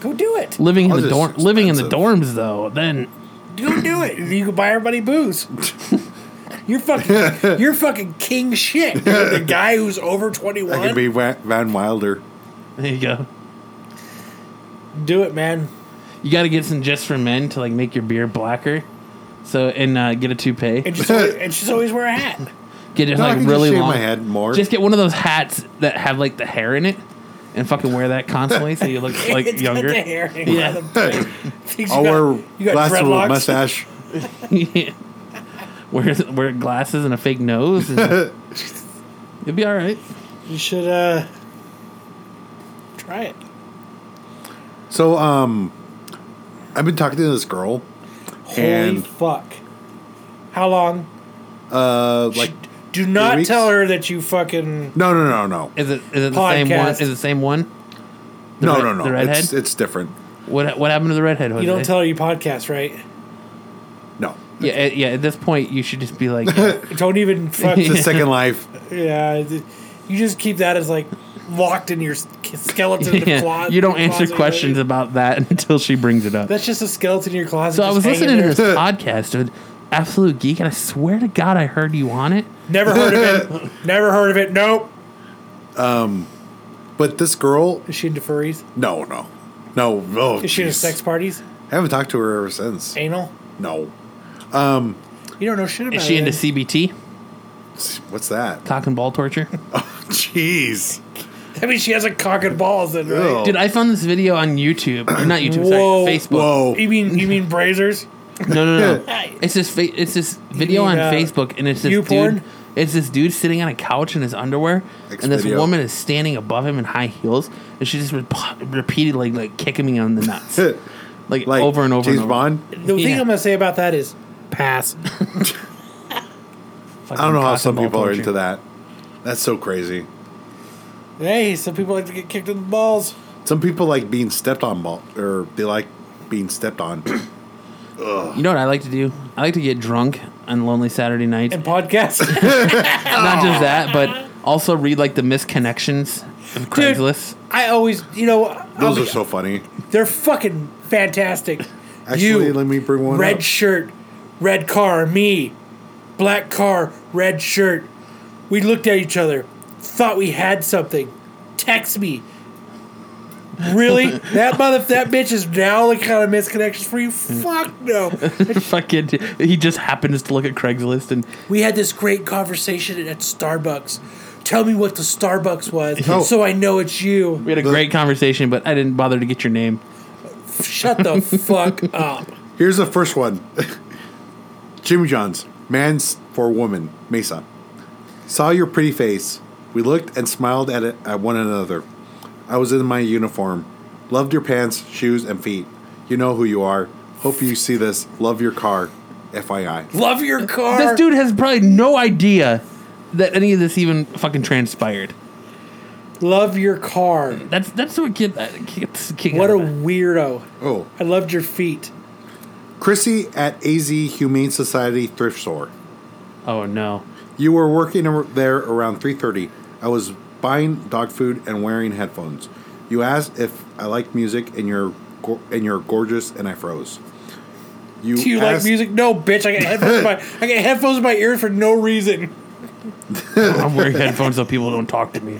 Speaker 2: Go do it.
Speaker 1: Living in the
Speaker 3: College is
Speaker 1: dorm, living in the
Speaker 3: expensive.
Speaker 1: dorms though. Then
Speaker 2: Go do it. You can buy everybody booze. [LAUGHS] You're
Speaker 3: [LAUGHS]
Speaker 2: fucking, you're fucking king shit. You're the guy who's over
Speaker 3: I could
Speaker 2: 21.
Speaker 3: be Wa- Van Wilder.
Speaker 1: there you go.
Speaker 2: do it, man.
Speaker 1: You got to get some just for men to like make your beard blacker. So and uh, get a toupee.
Speaker 2: And she's always, and she's always wear a hat.
Speaker 1: Get it
Speaker 3: No, I
Speaker 1: like
Speaker 3: can
Speaker 1: really
Speaker 3: just shave
Speaker 1: long.
Speaker 3: my head more.
Speaker 1: Just get one of those hats that have like the hair in it, and fucking wear that constantly so you look
Speaker 2: [LAUGHS]
Speaker 1: like
Speaker 2: It's got
Speaker 1: younger.
Speaker 2: the hair hanging
Speaker 1: Yeah.
Speaker 2: out of the [LAUGHS] things you
Speaker 3: I'll
Speaker 2: got-
Speaker 3: wear
Speaker 2: you got
Speaker 3: glasses with
Speaker 2: dreadlocks.
Speaker 3: mustache.
Speaker 1: [LAUGHS] Yeah. Wear wear glasses and a fake nose.
Speaker 2: [LAUGHS]
Speaker 1: and- you'll be all right.
Speaker 2: You should uh try it.
Speaker 3: So, um, I've been talking to this girl,
Speaker 2: Holy
Speaker 3: And-
Speaker 2: fuck! How long?
Speaker 3: uh, like,
Speaker 2: Do not
Speaker 3: weeks?
Speaker 2: tell her that you fucking.
Speaker 3: no, no, no, no,
Speaker 1: Is it is it the same one?
Speaker 2: Podcast.
Speaker 1: Is it the same one?
Speaker 3: no,
Speaker 1: red-
Speaker 3: no, no,
Speaker 1: the redhead?
Speaker 3: It's, it's different.
Speaker 1: What what happened to the redhead hood?
Speaker 2: You
Speaker 1: Eh?
Speaker 2: don't tell her you podcast, right?
Speaker 3: No.
Speaker 1: Yeah, eh, yeah. At this point, you should just be
Speaker 2: [LAUGHS]
Speaker 1: like, [LAUGHS] yeah,
Speaker 2: Don't even
Speaker 3: [LAUGHS]
Speaker 2: fuck.
Speaker 3: It's
Speaker 1: [LAUGHS]
Speaker 3: a second life.
Speaker 2: yeah, th- you just keep that as like locked in your s-
Speaker 1: [LAUGHS]
Speaker 2: skeleton. in the closet.
Speaker 1: you don't answer
Speaker 2: closet,
Speaker 1: questions
Speaker 2: right?
Speaker 1: about that [LAUGHS] until she brings it up.
Speaker 2: That's just a skeleton in your closet.
Speaker 1: So I
Speaker 2: just
Speaker 1: was
Speaker 2: hanging
Speaker 1: listening to
Speaker 2: there. [LAUGHS]
Speaker 1: this podcast, dude. Absolute geek, and I swear to God, I heard you on it.
Speaker 2: Never heard
Speaker 1: [LAUGHS]
Speaker 2: of it. Never heard of it. Nope.
Speaker 3: But this girl,
Speaker 2: Is she into furries?
Speaker 3: no, no. No, no.
Speaker 2: Is she into sex parties?
Speaker 3: I haven't talked to her ever since.
Speaker 2: Anal?
Speaker 3: No.
Speaker 2: You don't know shit about
Speaker 1: Is she
Speaker 2: it. [LAUGHS]
Speaker 1: into CBT,
Speaker 3: What's that?
Speaker 1: cock and ball torture?
Speaker 3: Jeez.
Speaker 2: I mean, she has a cock and balls in, right?
Speaker 1: [LAUGHS]
Speaker 3: Ew.
Speaker 1: Dude, I found this video on YouTube, or not YouTube,
Speaker 2: Whoa.
Speaker 1: sorry, Facebook.
Speaker 3: Whoa.
Speaker 2: You mean you mean
Speaker 1: [LAUGHS]
Speaker 2: brazers?
Speaker 1: No, no,
Speaker 2: [LAUGHS]
Speaker 1: no. it's this. Fa- it's this video
Speaker 2: mean,
Speaker 1: on
Speaker 2: uh,
Speaker 1: Facebook, and it's this
Speaker 2: you
Speaker 1: dude.
Speaker 2: porn?
Speaker 1: It's this dude sitting on a couch in his underwear,
Speaker 3: Next
Speaker 1: and this
Speaker 3: video.
Speaker 1: woman is standing above him in high heels, and she just rep- repeatedly like kicking me on the
Speaker 3: [LAUGHS]
Speaker 1: nuts, like,
Speaker 3: like
Speaker 1: over and over.
Speaker 3: James
Speaker 1: and over.
Speaker 3: Bond?
Speaker 2: The thing
Speaker 1: Yeah.
Speaker 2: I'm gonna say about that is
Speaker 1: [LAUGHS]
Speaker 2: pass.
Speaker 3: I don't know how some people are into that. That's so crazy.
Speaker 2: hey, some people like to get kicked in the balls.
Speaker 3: Some people like being stepped on, ball, or they like being
Speaker 1: [CLEARS THROAT]
Speaker 3: stepped on.
Speaker 1: You know what I like to do? I like to get drunk on lonely Saturday nights.
Speaker 2: And podcasts. [LAUGHS]
Speaker 1: Not just that, but also read like the misconnections of [LAUGHS]
Speaker 2: Dude,
Speaker 1: Craigslist.
Speaker 2: I always, you know, I'll
Speaker 3: Those
Speaker 2: be,
Speaker 3: are so funny.
Speaker 1: Oh,
Speaker 2: they're fucking fantastic.
Speaker 3: Actually,
Speaker 2: you,
Speaker 3: let me bring one
Speaker 2: red
Speaker 3: up.
Speaker 2: shirt, red car, me, black car, red shirt. We looked at each other, thought we had something. Text me.
Speaker 3: [LAUGHS]
Speaker 2: Really? that mother, that bitch is now the kind of misconnections for you? Fuck
Speaker 3: [LAUGHS]
Speaker 2: no.
Speaker 1: Fucking, he just happens to look at Craigslist and
Speaker 2: We had this great conversation at Starbucks. Tell me what the Starbucks was,
Speaker 3: Oh.
Speaker 2: so I know it's you.
Speaker 1: we had a great conversation, but I didn't bother to get your name.
Speaker 2: Shut
Speaker 3: [LAUGHS]
Speaker 2: the fuck up.
Speaker 3: Here's the first one [LAUGHS] Jimmy John's, man's for woman, Mesa. Saw your pretty face. We looked and smiled at, it, at one another. I was in my uniform. Loved your pants, shoes, and feet. You know who you are. Hope you see this. Love your car. FYI.
Speaker 2: Love your car.
Speaker 1: This dude has probably no idea that any of this even fucking transpired.
Speaker 2: Love your car.
Speaker 1: That's that's what get that gets kick
Speaker 2: What a
Speaker 1: out of that.
Speaker 2: weirdo.
Speaker 3: Oh,
Speaker 2: I loved your feet.
Speaker 3: Chrissy at AZ Humane Society Thrift Store.
Speaker 1: oh no.
Speaker 3: You were working ar- there around 3:30. I was buying dog food and wearing headphones. You asked if I liked music and you're go- and you're gorgeous and I froze. You
Speaker 2: Do you like
Speaker 3: asked-
Speaker 2: music? No, bitch. I got headphones. in my, I got headphones in my ears for no reason.
Speaker 1: I'm wearing headphones so people don't talk to me.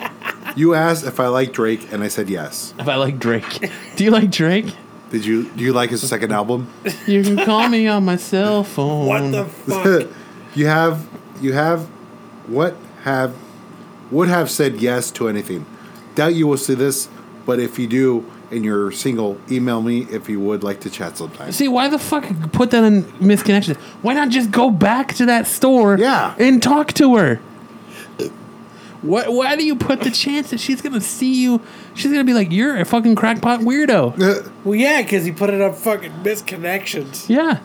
Speaker 3: You asked if I liked Drake and I said yes.
Speaker 1: If I like Drake, do you like Drake?
Speaker 3: Did you do you like his second album?
Speaker 1: You can call me on my cell phone.
Speaker 2: What
Speaker 1: [LAUGHS]
Speaker 2: the fuck?
Speaker 3: [LAUGHS] you have you have what have would have said yes to anything. Doubt you will see this, but if you do and you're single, email me if you would like to chat sometime.
Speaker 1: See why the fuck put that in misconnections? Why not just go back to that store?
Speaker 3: Yeah.
Speaker 1: and talk to her. Why, why do you put the chance that she's gonna see you? She's gonna be like, "You're a fucking crackpot weirdo."
Speaker 3: Uh,
Speaker 2: Well, yeah, because he put it on fucking misconnections.
Speaker 1: Yeah,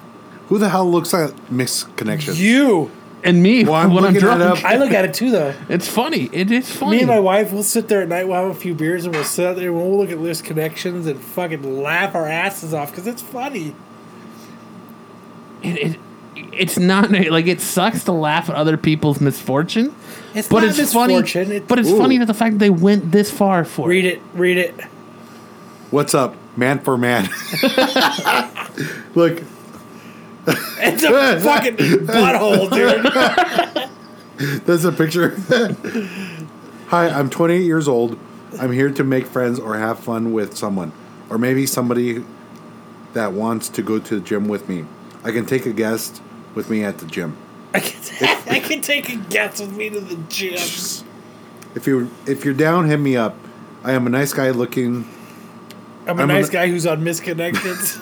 Speaker 3: Who the hell looks at misconnections?
Speaker 2: You.
Speaker 1: and me
Speaker 3: Well, I'm
Speaker 1: when I'm
Speaker 3: looking that
Speaker 1: drunk.
Speaker 3: up.
Speaker 2: I look at it too, though.
Speaker 1: It's funny. It is funny.
Speaker 2: Me and my wife, we'll sit there at night, we'll have a few beers, and we'll sit out there and we'll look at list connections and fucking laugh our asses off because it's funny.
Speaker 1: it, it, it's not like it sucks to laugh at other people's misfortune.
Speaker 2: It's
Speaker 1: but
Speaker 2: not
Speaker 1: it's
Speaker 2: misfortune,
Speaker 1: funny.
Speaker 2: it-
Speaker 1: but it's
Speaker 3: Ooh.
Speaker 1: funny that the fact that they went this far for
Speaker 2: Read
Speaker 1: it.
Speaker 2: it, read it. [LAUGHS]
Speaker 3: What's up, man for man? Look,
Speaker 2: It's a fucking butthole, dude.
Speaker 3: there's a picture. Hi, I'm 28 years old. I'm here to make friends or have fun with someone, or maybe somebody that wants to go to the gym with me. I can take a guest with me at the gym.
Speaker 2: I can, [LAUGHS] I can take a guess with me to the gym.
Speaker 3: If you if you're down, hit me up. I am a nice guy looking.
Speaker 2: I'm a
Speaker 3: I'm
Speaker 2: nice
Speaker 3: a-
Speaker 2: guy who's on misconnections.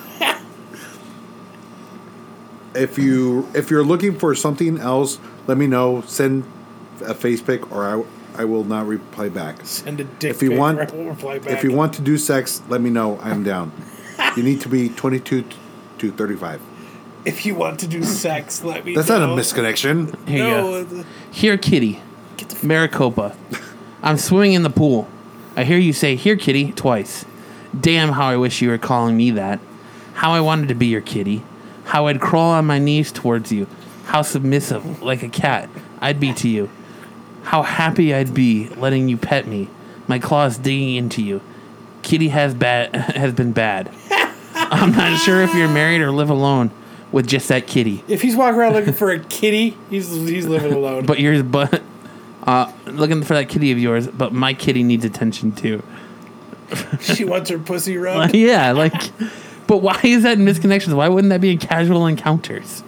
Speaker 3: If you if you're looking for something else, let me know. Send a face pic, or I I will not reply back.
Speaker 2: and a dick
Speaker 3: If you
Speaker 2: pic,
Speaker 3: want-
Speaker 2: right? [LAUGHS] We'll reply back.
Speaker 3: If you want to do sex, let me know. I'm down. you need to be 22 to 35.
Speaker 2: if you want to do sex, let me.
Speaker 3: That's
Speaker 2: know.
Speaker 3: not a misconnection.
Speaker 1: Here you go.
Speaker 2: No, it's-
Speaker 1: Here, kitty. Maricopa. I'm swimming in the pool. I hear you say, Here, kitty, twice. Damn, how I wish you were calling me that. How I wanted to be your kitty. How I'd crawl on my knees towards you. How submissive, like a cat, I'd be to you. How happy I'd be letting you pet me. My claws digging into you. Kitty has bad [LAUGHS] has been bad. I'm not sure if you're married or live alone with just that kitty.
Speaker 2: If he's walking around looking for a kitty, he's he's living alone.
Speaker 1: [LAUGHS] But yours, but uh, looking for that kitty of yours. But my kitty needs attention too.
Speaker 2: she wants her pussy rubbed.
Speaker 1: [LAUGHS] yeah, like, [LAUGHS] but why is that in misconnections? Why wouldn't that be in casual encounters?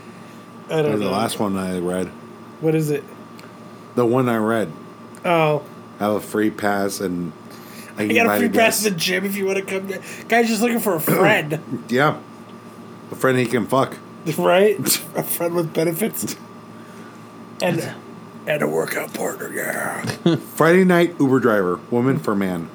Speaker 1: [LAUGHS]
Speaker 2: I
Speaker 3: Or
Speaker 2: don't
Speaker 3: the
Speaker 2: know.
Speaker 3: last one I read.
Speaker 2: What is it?
Speaker 3: The one I read.
Speaker 2: Oh,
Speaker 3: Have a free pass and I
Speaker 2: you got a free pass to the gym if you want to come. there. Guy's just looking for a
Speaker 3: [LAUGHS]
Speaker 2: friend,
Speaker 3: Yeah. A friend he can fuck.
Speaker 2: right? A friend with benefits, and and a workout partner. Yeah.
Speaker 3: Friday night Uber driver, woman for man.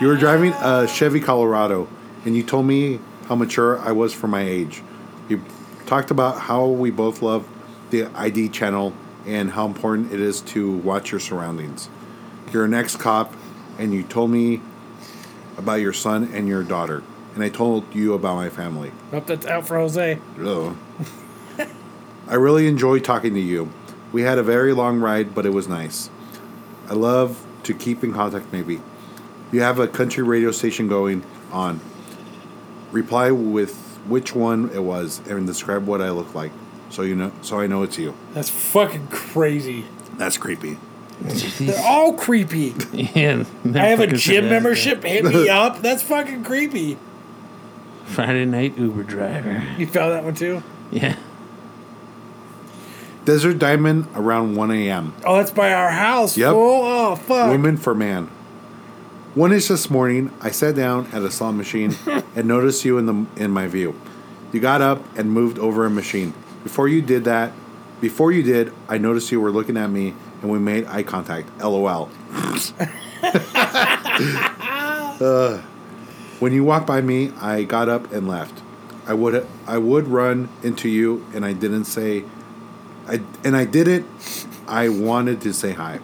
Speaker 3: You were driving a Chevy Colorado, and you told me how mature I was for my age. You talked about how we both love the ID channel and how important it is to watch your surroundings. You're an ex cop, and you told me about your son and your daughter, and I told you about my family.
Speaker 2: Hope that's out for Jose.
Speaker 3: Ugh. I really enjoy talking to you. We had a very long ride, but it was nice. I love to keep in contact, maybe. You have a country radio station going on. Reply with which one it was and describe what I look like so you know so I know it's you.
Speaker 2: That's fucking crazy.
Speaker 3: That's creepy.
Speaker 2: They're all creepy.
Speaker 1: Yeah,
Speaker 2: I have a gym membership. Hit
Speaker 3: [LAUGHS]
Speaker 2: me up. That's fucking creepy.
Speaker 1: Friday night Uber driver.
Speaker 2: You found that one too?
Speaker 1: [LAUGHS] Yeah.
Speaker 3: Desert Diamond around 1 a.m.
Speaker 2: Oh, that's by our house.
Speaker 3: Yep.
Speaker 2: fool. Oh, fuck.
Speaker 3: Women for man. One is this morning. I sat down at a slot machine and noticed you in the in my view. You got up and moved over a machine. Before you did that, before you did, I noticed you were looking at me and we made eye contact. LOL. Uh, when you walked by me, I got up and left. I would I would run into you and I didn't say I and I did it. I wanted to say hi.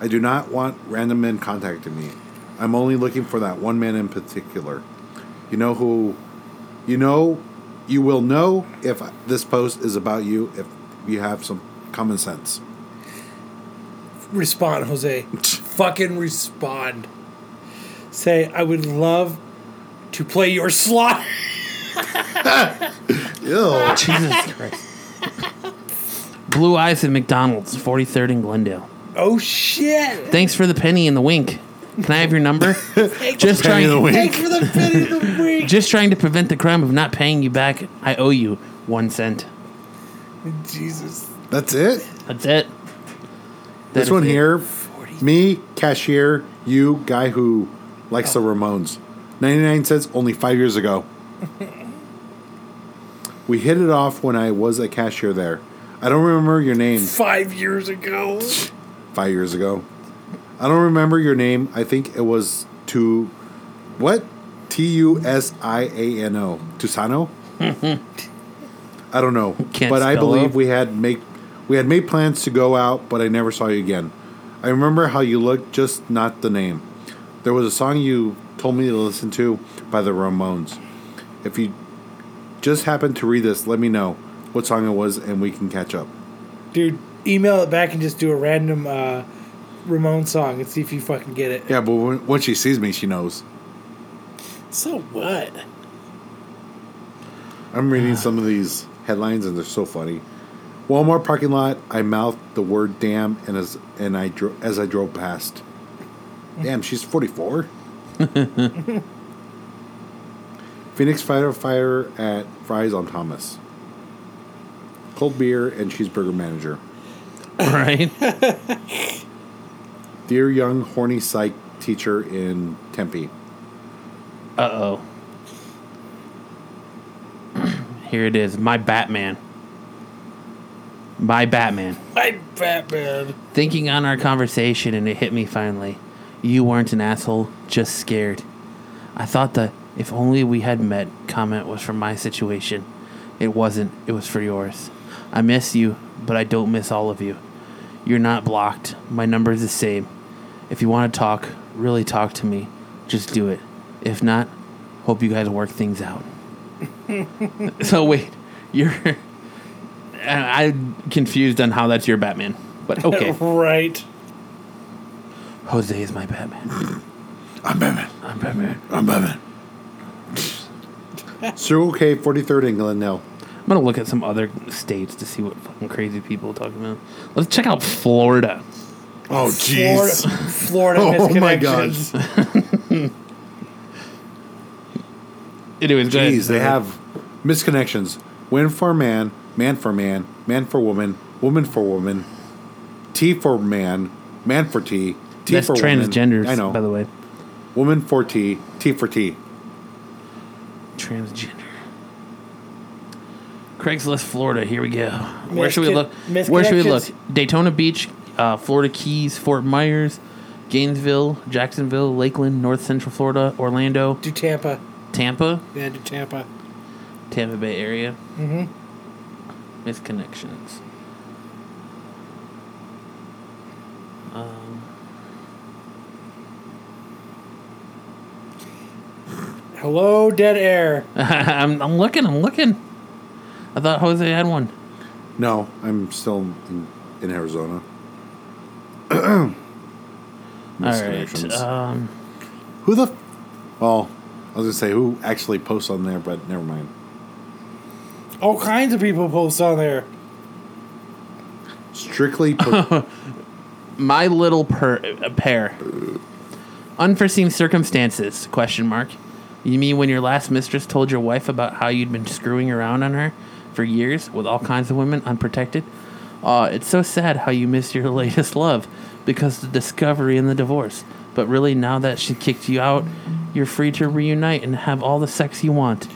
Speaker 3: I do not want random men contacting me. I'm only looking for that one man in particular. You know who you know you will know if this post is about you if you have some common sense.
Speaker 2: Respond, Jose. fucking respond. Say, I would love to play your slot. [LAUGHS]
Speaker 3: Ew.
Speaker 1: [LAUGHS] Jesus Christ. Blue Eyes at McDonald's, 43rd and Glendale.
Speaker 2: oh, shit.
Speaker 1: Thanks for the penny and the wink. Can I have your
Speaker 3: [LAUGHS]
Speaker 1: number? just
Speaker 3: penny and the
Speaker 1: trying,
Speaker 3: wink.
Speaker 2: Thanks for the bit of the week.
Speaker 1: just trying to prevent the crime of not paying you back. I owe you one cent.
Speaker 2: [LAUGHS] Jesus.
Speaker 3: That's it.
Speaker 1: That's it. That
Speaker 3: this
Speaker 1: is
Speaker 3: one
Speaker 1: it.
Speaker 3: here, me cashier, you guy who likes
Speaker 1: Oh.
Speaker 3: the Ramones. 99 cents only 5
Speaker 1: [LAUGHS]
Speaker 3: years ago. we hit it off when I was a cashier there. I don't remember your name.
Speaker 2: Five years ago.
Speaker 3: five years ago. I don't remember your name. I think it was to what? T U S I A N O. Tusano? I don't know.
Speaker 1: [LAUGHS] Can't
Speaker 3: but I
Speaker 1: spell
Speaker 3: believe
Speaker 1: it.
Speaker 3: we had make we had made plans to go out, but I never saw you again. I remember how you looked, just not the name. There was a song you told me to listen to by the Ramones. If you just happen to read this, let me know what song it was and we can catch up.
Speaker 2: Dude, email it back and just do a random uh, Ramon song and see if you fucking get it.
Speaker 3: Yeah, but when, once she sees me, she knows.
Speaker 2: So what?
Speaker 3: I'm reading some of these headlines and they're so funny. Walmart parking lot. I mouthed the word "damn" and as and I dro- as I drove past. Damn, she's 44. [LAUGHS] Phoenix firefighter at Fries on Thomas. Cold beer and cheeseburger manager.
Speaker 2: [LAUGHS]
Speaker 1: Right?
Speaker 3: Dear young horny psych teacher in Tempe.
Speaker 1: Uh oh. [CLEARS THROAT] Here it is. My Batman. My Batman.
Speaker 2: I'm Batman.
Speaker 1: Thinking on our conversation, and it hit me finally. You weren't an asshole, just scared. I thought the if only we had met comment was for my situation. It wasn't, it was for yours. I miss you, but I don't miss all of you. You're not blocked. My number's the same. If you want to talk, really talk to me. Just do it. If not, hope you guys work things out. [LAUGHS] so wait, you're. [LAUGHS] I- I'm confused on how that's your Batman, but okay.
Speaker 2: [LAUGHS] Right.
Speaker 1: Jose is my Batman.
Speaker 3: I'm Batman.
Speaker 1: I'm Batman.
Speaker 3: I'm Batman. [LAUGHS] Cyril K, 43rd and Glendale.
Speaker 1: I'm gonna look at some other states to see what fucking crazy people are talking about. Let's check out Florida.
Speaker 3: Oh, jeez.
Speaker 2: Florida. Florida
Speaker 3: [LAUGHS] Oh,
Speaker 2: has
Speaker 3: my
Speaker 2: connections.
Speaker 1: Anyways, go ahead.
Speaker 3: Jeez, they have misconnections. Win for man, man for man, man for woman, woman for woman, T for man, man for T, T
Speaker 1: That's
Speaker 3: for woman.
Speaker 1: transgenders.
Speaker 3: I know.
Speaker 1: By the way,
Speaker 3: Woman for T, T for T.
Speaker 1: transgender. Craigslist, Florida. Here we go. Where
Speaker 2: Miscon-
Speaker 1: should we look? Where should we look?
Speaker 2: misconnections.
Speaker 1: Daytona Beach, uh, Florida Keys, Fort Myers, Gainesville, Jacksonville, Lakeland, North Central Florida, Orlando,
Speaker 2: Do Tampa.
Speaker 1: Tampa,
Speaker 2: Yeah, do Tampa.
Speaker 1: Tampa Bay area. Mm-hmm. Misconnections.
Speaker 2: Hello, dead air.
Speaker 1: [LAUGHS] I'm, I'm looking. I'm looking. I thought Jose had one.
Speaker 3: No, I'm still in, in Arizona. [CLEARS THROAT]
Speaker 1: All
Speaker 3: Misconnections.
Speaker 1: right. Um,
Speaker 3: Who the? F- well, I was gonna say who actually posts on there, but never mind.
Speaker 2: All kinds of people post on there.
Speaker 1: [LAUGHS]
Speaker 3: Strictly, per-
Speaker 1: my little per- uh, pair. Unforeseen circumstances? Question mark. You mean when your last mistress told your wife about how you'd been screwing around on her for years with all kinds of women unprotected? Aw, it's so sad how you missed your [LAUGHS] latest love because the discovery and the divorce. But really, now that she kicked you out, you're free to reunite and have all the sex you want.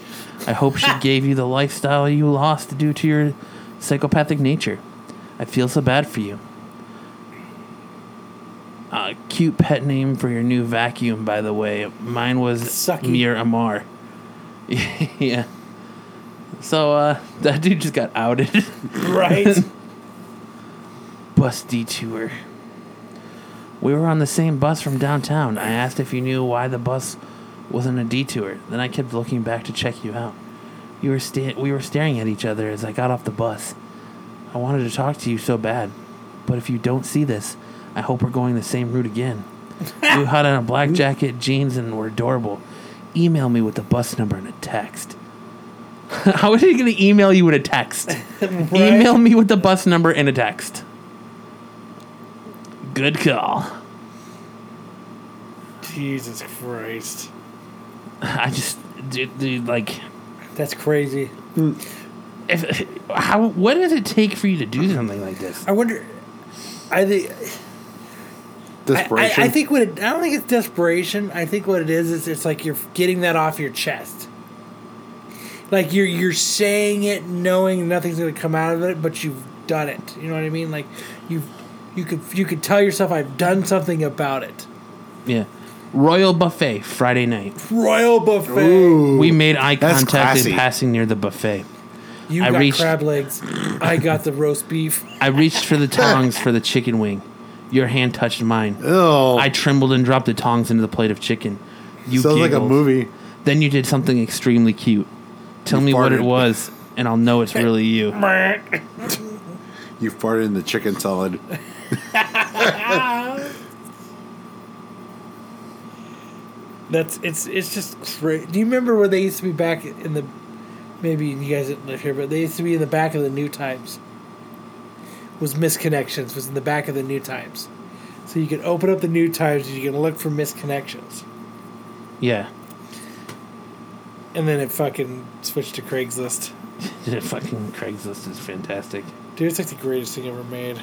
Speaker 1: I hope she gave you the lifestyle you lost due to your psychopathic nature. I feel so bad for you. Uh, cute pet name for your new vacuum, by the way. Mine was
Speaker 2: Sucky.
Speaker 1: Mir Amar. [LAUGHS] yeah. So uh, that dude just got outed. [LAUGHS]
Speaker 2: [LAUGHS] Right?
Speaker 1: bus detour. We were on the same bus from downtown. I asked if you knew why the bus wasn't a detour. Then I kept looking back to check you out. You were sta- we were staring at each other as I got off the bus. I wanted to talk to you so bad, but if you don't see this, I hope we're going the same route again. you had on a black jacket, jeans, and were adorable. Email me with the bus number and a text. [LAUGHS] How is he going to email you with a text? Email me with the bus number and a text. Good call.
Speaker 2: Jesus Christ.
Speaker 1: I just, dude, dude like,
Speaker 2: That's crazy.
Speaker 1: if how what does it take for you to do something like this?
Speaker 2: I wonder. I think. I,
Speaker 3: desperation.
Speaker 2: I think what it, I don't think it's desperation. I think what it is is it's like you're getting that off your chest. Like you're you're saying it, knowing nothing's going to come out of it, but you've done it. You know what I mean? Like you've you could you could tell yourself I've done something about it.
Speaker 1: Yeah, Royal Buffet Friday night.
Speaker 2: Royal buffet.
Speaker 1: we made eye
Speaker 3: that's
Speaker 1: contact in
Speaker 3: classy.
Speaker 1: passing near the buffet.
Speaker 2: You
Speaker 1: I
Speaker 2: got
Speaker 1: reached-
Speaker 2: crab legs. I got the roast beef.
Speaker 1: I reached
Speaker 3: [LAUGHS]
Speaker 1: for the tongs for the chicken wing. Your hand touched mine.
Speaker 3: oh,
Speaker 1: I trembled and dropped the tongs into the plate of chicken. You
Speaker 3: sounds like a
Speaker 1: giggled.
Speaker 3: movie.
Speaker 1: Then you did something extremely cute. Tell me what
Speaker 3: farted.
Speaker 1: it was, and I'll know it's really
Speaker 3: [LAUGHS]
Speaker 1: you.
Speaker 3: You farted in the chicken salad.
Speaker 2: That's it's it's just cra Do you remember where they used to be back in the? Maybe you guys didn't live here, but they used to be in the back of the New Times. Was misconnections was in the back of the New Times, so you could open up the New Times and you can look for misconnections,
Speaker 1: Yeah.
Speaker 2: and then it fucking switched to Craigslist.
Speaker 1: [LAUGHS] Fucking Craigslist is fantastic.
Speaker 2: Dude, it's like the greatest thing ever made.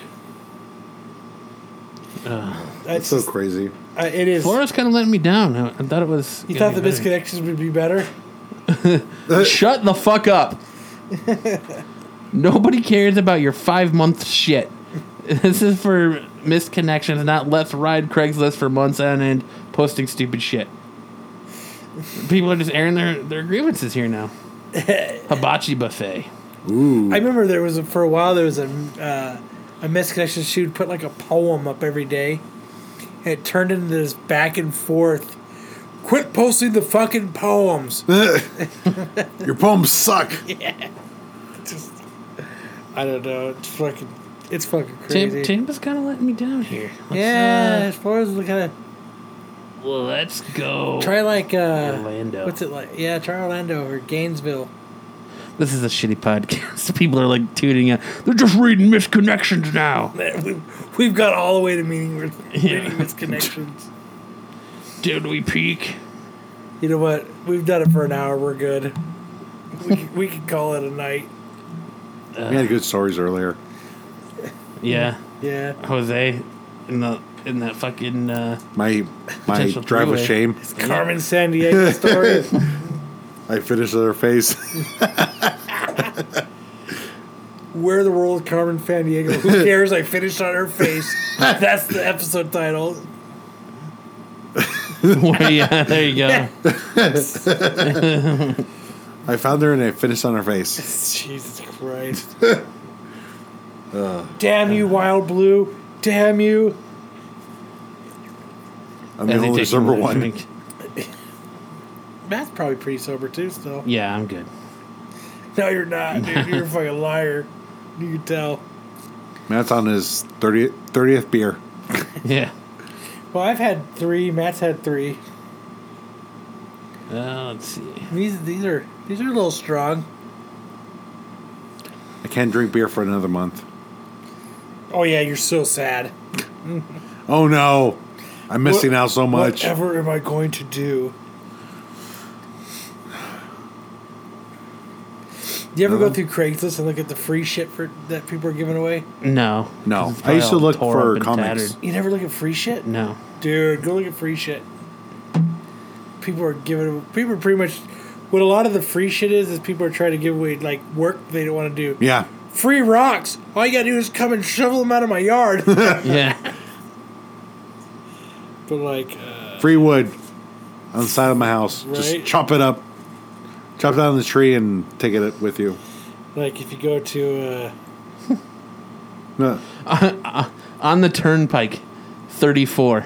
Speaker 1: Ugh.
Speaker 2: That's
Speaker 3: That's so crazy.
Speaker 2: uh, it is.
Speaker 1: Florida's kind of letting me down. I, I thought it was.
Speaker 2: you
Speaker 1: gonna
Speaker 2: thought the
Speaker 1: be better.
Speaker 2: misconnections would be better?
Speaker 1: [LAUGHS] Shut the fuck
Speaker 2: [LAUGHS]
Speaker 1: up. Nobody cares about your five month shit. [LAUGHS] This is for misconnections, not let's ride Craigslist for months on end, posting stupid shit. People are just airing their, their grievances here
Speaker 2: [LAUGHS]
Speaker 1: now. Hibachi buffet.
Speaker 3: Ooh,
Speaker 2: I remember there was a, for a while there was a uh, a misconnection. She would put like a poem up every day, and it turned into this back and forth Quit posting the fucking poems.
Speaker 3: Your poems suck.
Speaker 2: Just- I don't know. It's fucking. It's fucking crazy.
Speaker 1: Tim, Tampa's kind of letting me down here. Let's,
Speaker 2: yeah, as far as the kind of
Speaker 1: uh, let's go.
Speaker 2: try like uh,
Speaker 1: Orlando.
Speaker 2: What's it like? Yeah, try Orlando or Gainesville.
Speaker 1: This is a shitty podcast. [LAUGHS] People are like tuning in. They're just reading misconnections now.
Speaker 2: We've, we've got all the way to meeting with
Speaker 1: Yeah.
Speaker 2: meeting misconnections.
Speaker 1: Did we peak?
Speaker 2: you know what? We've done it for an hour. We're good. We c- we can call it a night.
Speaker 3: We had good stories earlier.
Speaker 1: Yeah,
Speaker 2: Yeah.
Speaker 1: Jose in the in that fucking. [LAUGHS] Uh,
Speaker 3: My my
Speaker 1: Potential
Speaker 3: drive of
Speaker 1: freeway.
Speaker 3: shame.
Speaker 2: Carmen San Diego story.
Speaker 3: I finished their face. [LAUGHS]
Speaker 2: Where the world, Carmen San Diego. Who cares? I finished on her face. That's the episode title.
Speaker 1: yeah, there you go.
Speaker 3: I found her and I finished on her face.
Speaker 2: Jesus Christ. Damn you, Wild Blue. Damn you.
Speaker 3: I'm
Speaker 1: As
Speaker 3: the
Speaker 1: he
Speaker 3: only
Speaker 1: takes another
Speaker 3: sober one.
Speaker 1: drink.
Speaker 2: Matt's probably pretty sober too still.
Speaker 1: Yeah, I'm good.
Speaker 2: No, you're not, dude. You're a fucking liar. You can tell.
Speaker 3: Matt's on his 30th, 30th beer.
Speaker 1: Yeah.
Speaker 2: Well, I've had three. Matt's had three.
Speaker 1: Uh, let's see.
Speaker 2: These these are these are a little strong.
Speaker 3: I can't drink beer for another month.
Speaker 2: Oh yeah, you're so sad.
Speaker 3: Oh no. I'm missing
Speaker 2: What-
Speaker 3: out so much.
Speaker 2: Whatever am I going to do? Do you ever go through Craigslist and look at the free shit for that people are giving away?
Speaker 1: No.
Speaker 3: No.
Speaker 1: It's
Speaker 3: I used to
Speaker 1: probably all
Speaker 3: look
Speaker 1: tore
Speaker 3: for
Speaker 1: up and
Speaker 3: comics.
Speaker 1: tattered.
Speaker 2: You never look at free shit?
Speaker 1: No. [LAUGHS]
Speaker 2: Dude, go look at free shit. People are giving. People are pretty much. What a lot of the free shit is is people are trying to give away like work they don't want to do.
Speaker 3: Yeah.
Speaker 2: Free rocks. All you gotta do is come and shovel them out of
Speaker 1: [LAUGHS]
Speaker 2: my yard. but
Speaker 1: Yeah.
Speaker 2: like, uh,
Speaker 3: Free wood on the side of my house.
Speaker 2: Right.
Speaker 3: Just chop it up. Chop down the tree and take it with you.
Speaker 2: like if you go to, uh,
Speaker 3: No.
Speaker 1: On the turnpike, 34.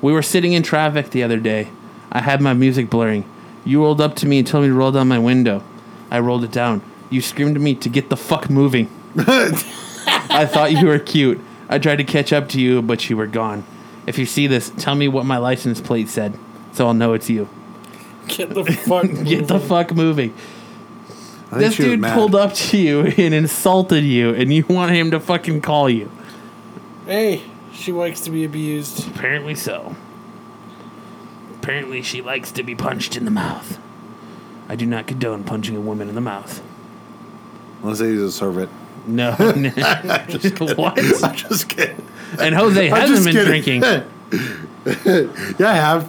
Speaker 1: We were sitting in traffic the other day. I had my music blaring. You rolled up to me and told me to roll down my window. I rolled it down. You screamed at me to get the fuck moving. I thought you were cute. I tried to catch up to you, but you were gone. If you see this, tell me what my license plate said, so I'll know it's you.
Speaker 2: get the fuck.
Speaker 1: [LAUGHS] Get the
Speaker 2: moving.
Speaker 1: fuck moving.
Speaker 3: I think
Speaker 1: This
Speaker 3: she was
Speaker 1: dude
Speaker 3: mad.
Speaker 1: pulled up to you and insulted you, and you want him to fucking call you.
Speaker 2: Hey, she likes to be abused.
Speaker 1: Apparently so. Apparently she likes to be punched in the mouth. I do not condone punching a woman in the mouth.
Speaker 3: Unless they use a servant.
Speaker 1: No. [LAUGHS] what?
Speaker 3: [LAUGHS] I'm just kidding.
Speaker 1: And Jose
Speaker 3: I'm
Speaker 1: hasn't
Speaker 3: just
Speaker 1: been
Speaker 3: kidding.
Speaker 1: drinking.
Speaker 3: [LAUGHS] yeah, I have.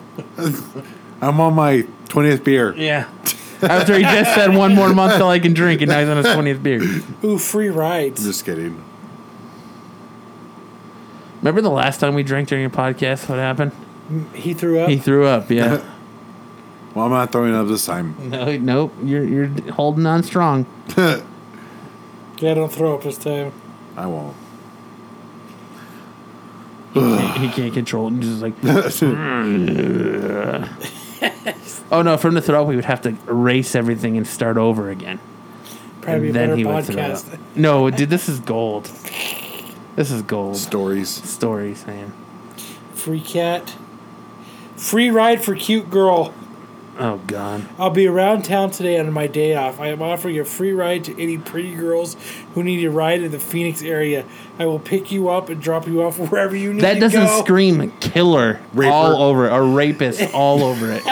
Speaker 3: [LAUGHS] I'm on my 20th beer.
Speaker 1: Yeah. After he just said one more month till I can drink, and now he's on his 20th beer.
Speaker 2: Ooh, free rides.
Speaker 3: Just kidding.
Speaker 1: Remember the last time we drank during a podcast? What happened?
Speaker 2: He threw up.
Speaker 1: He threw up,
Speaker 3: [LAUGHS]
Speaker 1: yeah.
Speaker 3: Well, I'm not throwing up this time.
Speaker 1: no, nope. You're, you're holding on strong.
Speaker 2: yeah, don't throw up this time.
Speaker 3: I won't. [LAUGHS]
Speaker 1: he can't control it. And just like, oh no, from the throw up, we would have to erase everything and start over again.
Speaker 2: Probably
Speaker 1: and
Speaker 2: a better
Speaker 1: then he would throw up. [LAUGHS]
Speaker 2: podcast.
Speaker 1: No, dude, this is gold. This is gold.
Speaker 3: Stories.
Speaker 1: Stories, man.
Speaker 2: Free cat. Free ride for cute girl.
Speaker 1: Oh god.
Speaker 2: I'll be around town today on my day off. I am offering a free ride to any pretty girls who need a ride in the Phoenix area. I will pick you up and drop you off [LAUGHS] wherever you need
Speaker 1: That
Speaker 2: to
Speaker 1: doesn't
Speaker 2: go.
Speaker 1: scream killer
Speaker 3: Raper.
Speaker 1: all over it, or rapist all over [LAUGHS] it.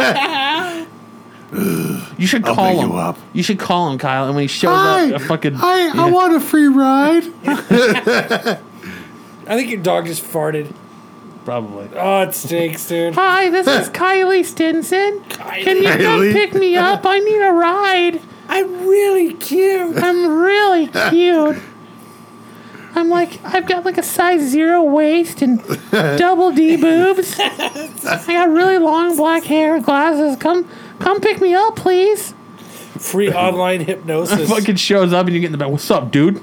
Speaker 1: you should
Speaker 3: I'll
Speaker 1: call
Speaker 3: pick
Speaker 1: him.
Speaker 3: you up.
Speaker 1: You should call him, Kyle, and when he shows
Speaker 3: Hi,
Speaker 1: up, a fucking
Speaker 3: hi, I
Speaker 1: Yeah.
Speaker 3: want a free ride.
Speaker 2: I think your dog just farted.
Speaker 1: probably.
Speaker 2: Oh, it stinks, dude.
Speaker 1: Hi, this is Kylie Stinson. Can you come
Speaker 3: Kylie?
Speaker 1: pick me up? I need a ride.
Speaker 2: I'm really cute.
Speaker 1: I'm really cute. I'm like, I've got like a size zero waist and double D boobs. I got really long black hair and glasses. Come, come pick me up, please. [LAUGHS]
Speaker 2: Free online
Speaker 1: [LAUGHS]
Speaker 2: hypnosis.
Speaker 1: shows up and you get in the back. What's up, dude?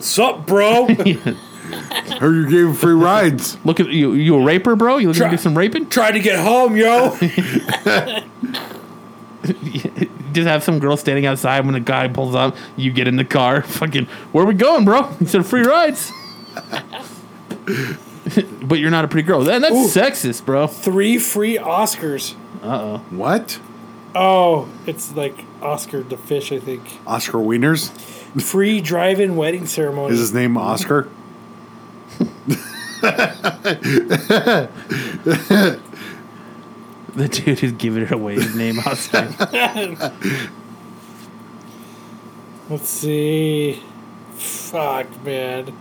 Speaker 2: Sup, bro?
Speaker 3: Heard you gave him free rides.
Speaker 1: Look at you. You a raper, bro? You looking
Speaker 2: Try-
Speaker 1: to do some raping? [LAUGHS]
Speaker 2: Tried to get home, yo.
Speaker 1: Just have some girl standing outside when a guy pulls up. You get in the car. [LAUGHS] Fucking, where we going, bro? He said free rides. [LAUGHS] but you're not a pretty girl. That- that's sexist, bro.
Speaker 2: Three free Oscars.
Speaker 3: What?
Speaker 2: Oh, it's like Oscar the fish, I think.
Speaker 3: Oscar Wieners?
Speaker 2: Free drive-in wedding ceremony.
Speaker 3: Is his name Oscar?
Speaker 1: The dude is giving it away. His name
Speaker 3: [LAUGHS]
Speaker 1: Oscar.
Speaker 2: Let's see. Fuck, man.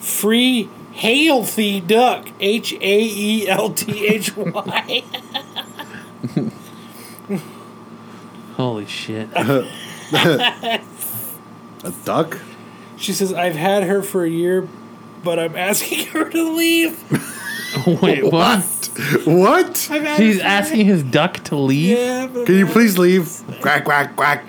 Speaker 2: Free hail the duck. H A E L T
Speaker 1: [LAUGHS]
Speaker 2: H Y.
Speaker 1: Holy shit. [LAUGHS]
Speaker 3: A duck?
Speaker 2: She says, "I've had her for a year, but I'm asking [LAUGHS] her to leave."
Speaker 1: Wait, what?
Speaker 3: What?
Speaker 2: I've had
Speaker 1: He's
Speaker 2: her for a
Speaker 1: asking his duck to leave.
Speaker 2: year, but-
Speaker 3: Can you please leave? Quack, quack, quack.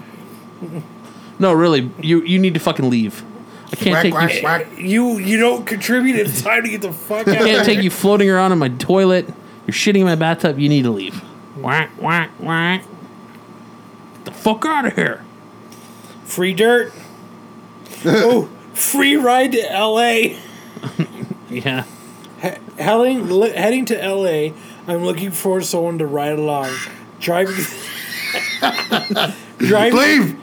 Speaker 1: No, really. You you need to fucking leave. I can't
Speaker 3: Quack,
Speaker 1: take
Speaker 3: quack,
Speaker 1: you.
Speaker 3: quack.
Speaker 2: You you don't contribute. It's time to get the
Speaker 1: [LAUGHS]
Speaker 2: fuck out.
Speaker 1: I can't
Speaker 2: of here.
Speaker 1: take you floating around in my toilet. You're shitting in my bathtub. You need to leave. Whack whack whack. Get the fuck out of here.
Speaker 2: Free
Speaker 1: [LAUGHS]
Speaker 2: dirt. oh, free ride to L.A.
Speaker 1: Yeah.
Speaker 2: Heading li- heading to L.A. I'm looking for someone to ride along. Driving. [LAUGHS] driving
Speaker 3: Leave!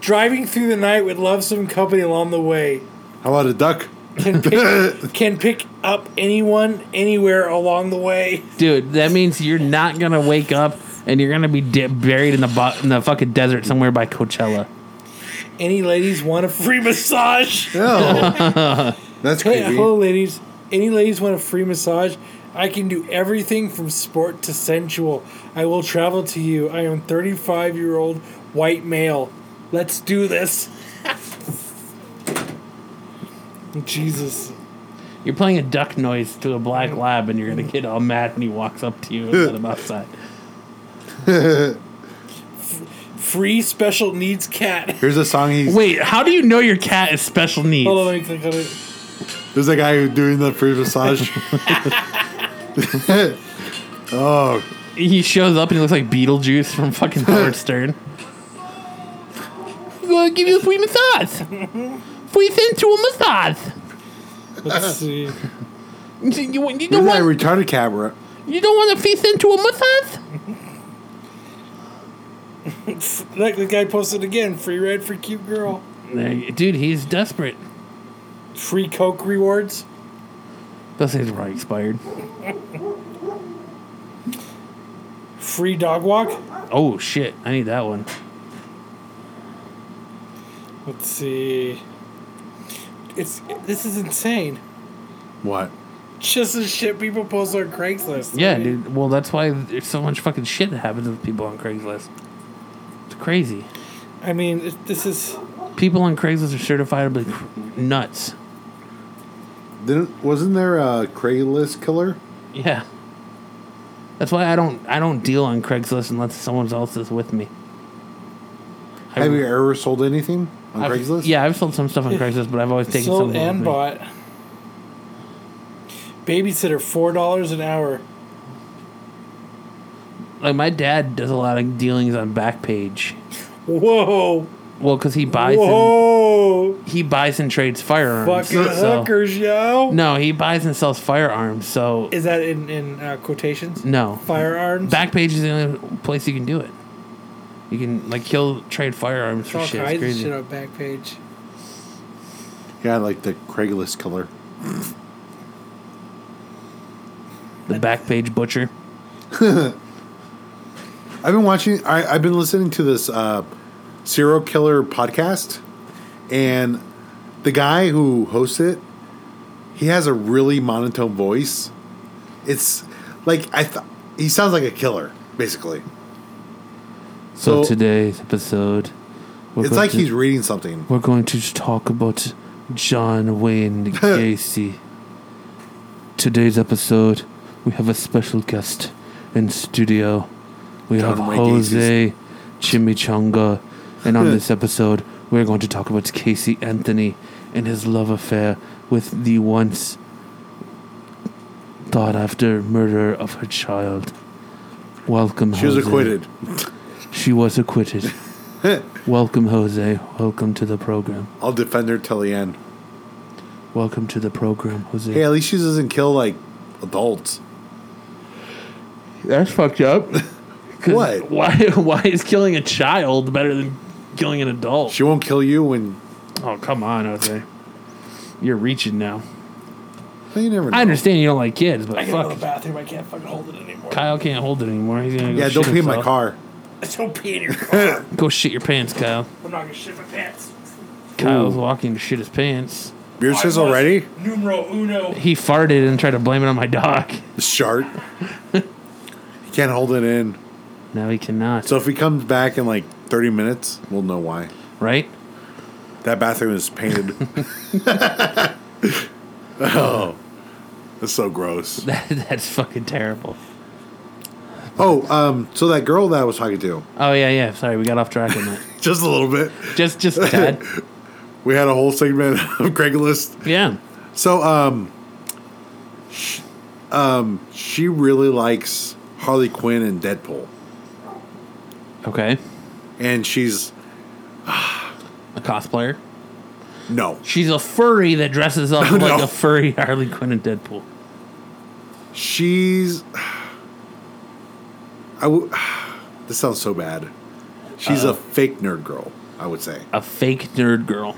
Speaker 2: driving through the night would love some company along the way.
Speaker 3: How about a duck?
Speaker 2: Can pick, can pick up anyone anywhere along the way.
Speaker 1: Dude, that means you're not gonna wake up and you're gonna be de- buried in the bu- in the fucking desert somewhere by Coachella.
Speaker 2: Any ladies want a free massage?
Speaker 3: [LAUGHS] That's
Speaker 2: Hey,
Speaker 3: creepy.
Speaker 2: hello, ladies. Any ladies want a free massage? I can do everything from sport to sensual. I will travel to you. I am 35 year old white male. Let's do this. Jesus.
Speaker 1: You're playing a duck noise to a black lab and you're gonna get all mad when he walks up to you and let him [LAUGHS] outside.
Speaker 2: Free special needs cat.
Speaker 3: Here's a song he's.
Speaker 1: Wait, how do you know your cat is special needs?
Speaker 2: Hold on, let me click on it.
Speaker 3: There's a guy who's doing the free
Speaker 1: [LAUGHS]
Speaker 3: massage. oh,
Speaker 1: He shows up and he looks like Beetlejuice from fucking Howard [LAUGHS] Stern. I'm gonna give you a free massage. Free sensual massage.
Speaker 2: Let's see.
Speaker 1: You, you- you
Speaker 3: you're
Speaker 1: don't
Speaker 3: not a
Speaker 1: want
Speaker 3: retarded camera.
Speaker 1: you don't want a free sensual massage?
Speaker 2: Like the guy posted again free red for cute girl.
Speaker 1: There you- Dude, he's desperate.
Speaker 2: Free Coke rewards.
Speaker 1: Those things are probably expired.
Speaker 2: Free dog walk.
Speaker 1: Oh shit, I need that one.
Speaker 2: Let's see. It's this is insane.
Speaker 3: What?
Speaker 2: Just the shit people post on Craigslist.
Speaker 1: Yeah,
Speaker 2: Like,
Speaker 1: dude. Well, that's why there's so much fucking shit that happens with people on Craigslist. It's crazy.
Speaker 2: I mean, it, this is
Speaker 1: People on Craigslist are certifiably cr- nuts.
Speaker 3: Didn't, wasn't there a Craigslist killer?
Speaker 1: Yeah. That's why I don't I don't deal on Craigslist unless someone else is with me. I-
Speaker 3: Have you ever sold anything on
Speaker 1: I've-
Speaker 3: Craigslist?
Speaker 1: Yeah, I've sold some stuff
Speaker 2: [LAUGHS]
Speaker 1: on Craigslist, but I've always taken someone
Speaker 2: sold
Speaker 1: with
Speaker 2: and
Speaker 1: me.
Speaker 2: bought. Babysitter four dollars an hour.
Speaker 1: Like my dad does a lot of dealings on Backpage.
Speaker 2: Whoa!
Speaker 1: Well, because he buys and,
Speaker 2: Whoa!
Speaker 1: he buys and trades firearms.
Speaker 2: Fucking
Speaker 1: so-
Speaker 2: hookers, yo!
Speaker 1: No, he buys and sells firearms. So
Speaker 2: Is that in in uh, quotations?
Speaker 1: no,
Speaker 2: Firearms.
Speaker 1: Backpage is the only place you can do it. You can like he'll trade firearms
Speaker 2: There's
Speaker 1: for
Speaker 2: all
Speaker 1: shit. It's
Speaker 2: kinds of
Speaker 1: crazy.
Speaker 2: shit on Backpage.
Speaker 3: Yeah, like the Craigslist killer.
Speaker 1: The Backpage butcher.
Speaker 3: I've been watching. I, I've been listening to this uh, serial killer podcast, and the guy who hosts it, he has a really monotone voice. It's like I. Th- he sounds like a killer, basically.
Speaker 1: So,
Speaker 3: So-
Speaker 1: today's episode, we're
Speaker 3: It's
Speaker 1: going
Speaker 3: like
Speaker 1: to-
Speaker 3: he's reading something.
Speaker 1: We're going to talk about John
Speaker 3: [LAUGHS]
Speaker 1: Wayne Gacy. Today's episode, we have a special guest in studio. We
Speaker 3: John
Speaker 1: have
Speaker 3: Wayne
Speaker 1: Jose
Speaker 3: [LAUGHS]
Speaker 1: Chimichanga. And on this episode, we're going to talk about Casey Anthony and his love affair with the once thought after murderer of her child. Welcome,
Speaker 3: She was
Speaker 1: Jose.
Speaker 3: acquitted.
Speaker 1: She was
Speaker 3: [LAUGHS]
Speaker 1: acquitted. Welcome, Jose. Welcome to the program.
Speaker 3: I'll defend her till the end.
Speaker 1: Welcome to the program, Jose.
Speaker 3: Hey, at least she doesn't kill like adults.
Speaker 1: That's fucked up. 'Cause
Speaker 3: [LAUGHS]
Speaker 1: [LAUGHS]
Speaker 3: What?
Speaker 1: Why? Why is killing a child better than killing an adult?
Speaker 3: She won't kill you when
Speaker 1: Oh come on, Jose. You're reaching now.
Speaker 3: well, you never. Know.
Speaker 1: I understand you don't like kids, but
Speaker 2: I gotta go to
Speaker 1: fuck,
Speaker 2: the bathroom. I can't fucking hold it anymore.
Speaker 1: Kyle can't hold it anymore. He's gonna go
Speaker 3: Yeah,
Speaker 1: shit
Speaker 3: don't pee in my
Speaker 1: himself.
Speaker 3: car.
Speaker 2: Don't pee in your car.
Speaker 1: Go shit your pants, Kyle.
Speaker 2: I'm not gonna shit my pants.
Speaker 1: Kyle's walking to shit his pants.
Speaker 3: Beer
Speaker 2: I
Speaker 3: says
Speaker 2: was
Speaker 3: already.
Speaker 2: Numero uno.
Speaker 1: He farted and tried to blame it on my dog. [LAUGHS]
Speaker 3: Shart. he can't hold it in.
Speaker 1: Now he cannot.
Speaker 3: So if he comes back in like 30 minutes, we'll know why.
Speaker 1: right? [LAUGHS]
Speaker 3: That bathroom is painted. oh, that's so gross.
Speaker 1: That, that's fucking terrible.
Speaker 3: Oh, um, so that girl that I was talking to,
Speaker 1: Oh yeah, yeah. Sorry, we got off track on
Speaker 3: [LAUGHS]
Speaker 1: that.
Speaker 3: just a little bit.
Speaker 1: just, just Dad.
Speaker 3: We had a whole segment [LAUGHS] of Craigslist
Speaker 1: Yeah.
Speaker 3: So, um, sh- um, she really likes Harley Quinn and Deadpool,
Speaker 1: Okay.
Speaker 3: and she's
Speaker 1: A cosplayer.
Speaker 3: no,
Speaker 1: She's a furry that dresses up
Speaker 3: [LAUGHS] Oh,
Speaker 1: like
Speaker 3: no.
Speaker 1: a furry Harley Quinn and Deadpool.
Speaker 3: she's. I w- this sounds so bad. She's a fake nerd girl. I would say
Speaker 1: A fake nerd girl.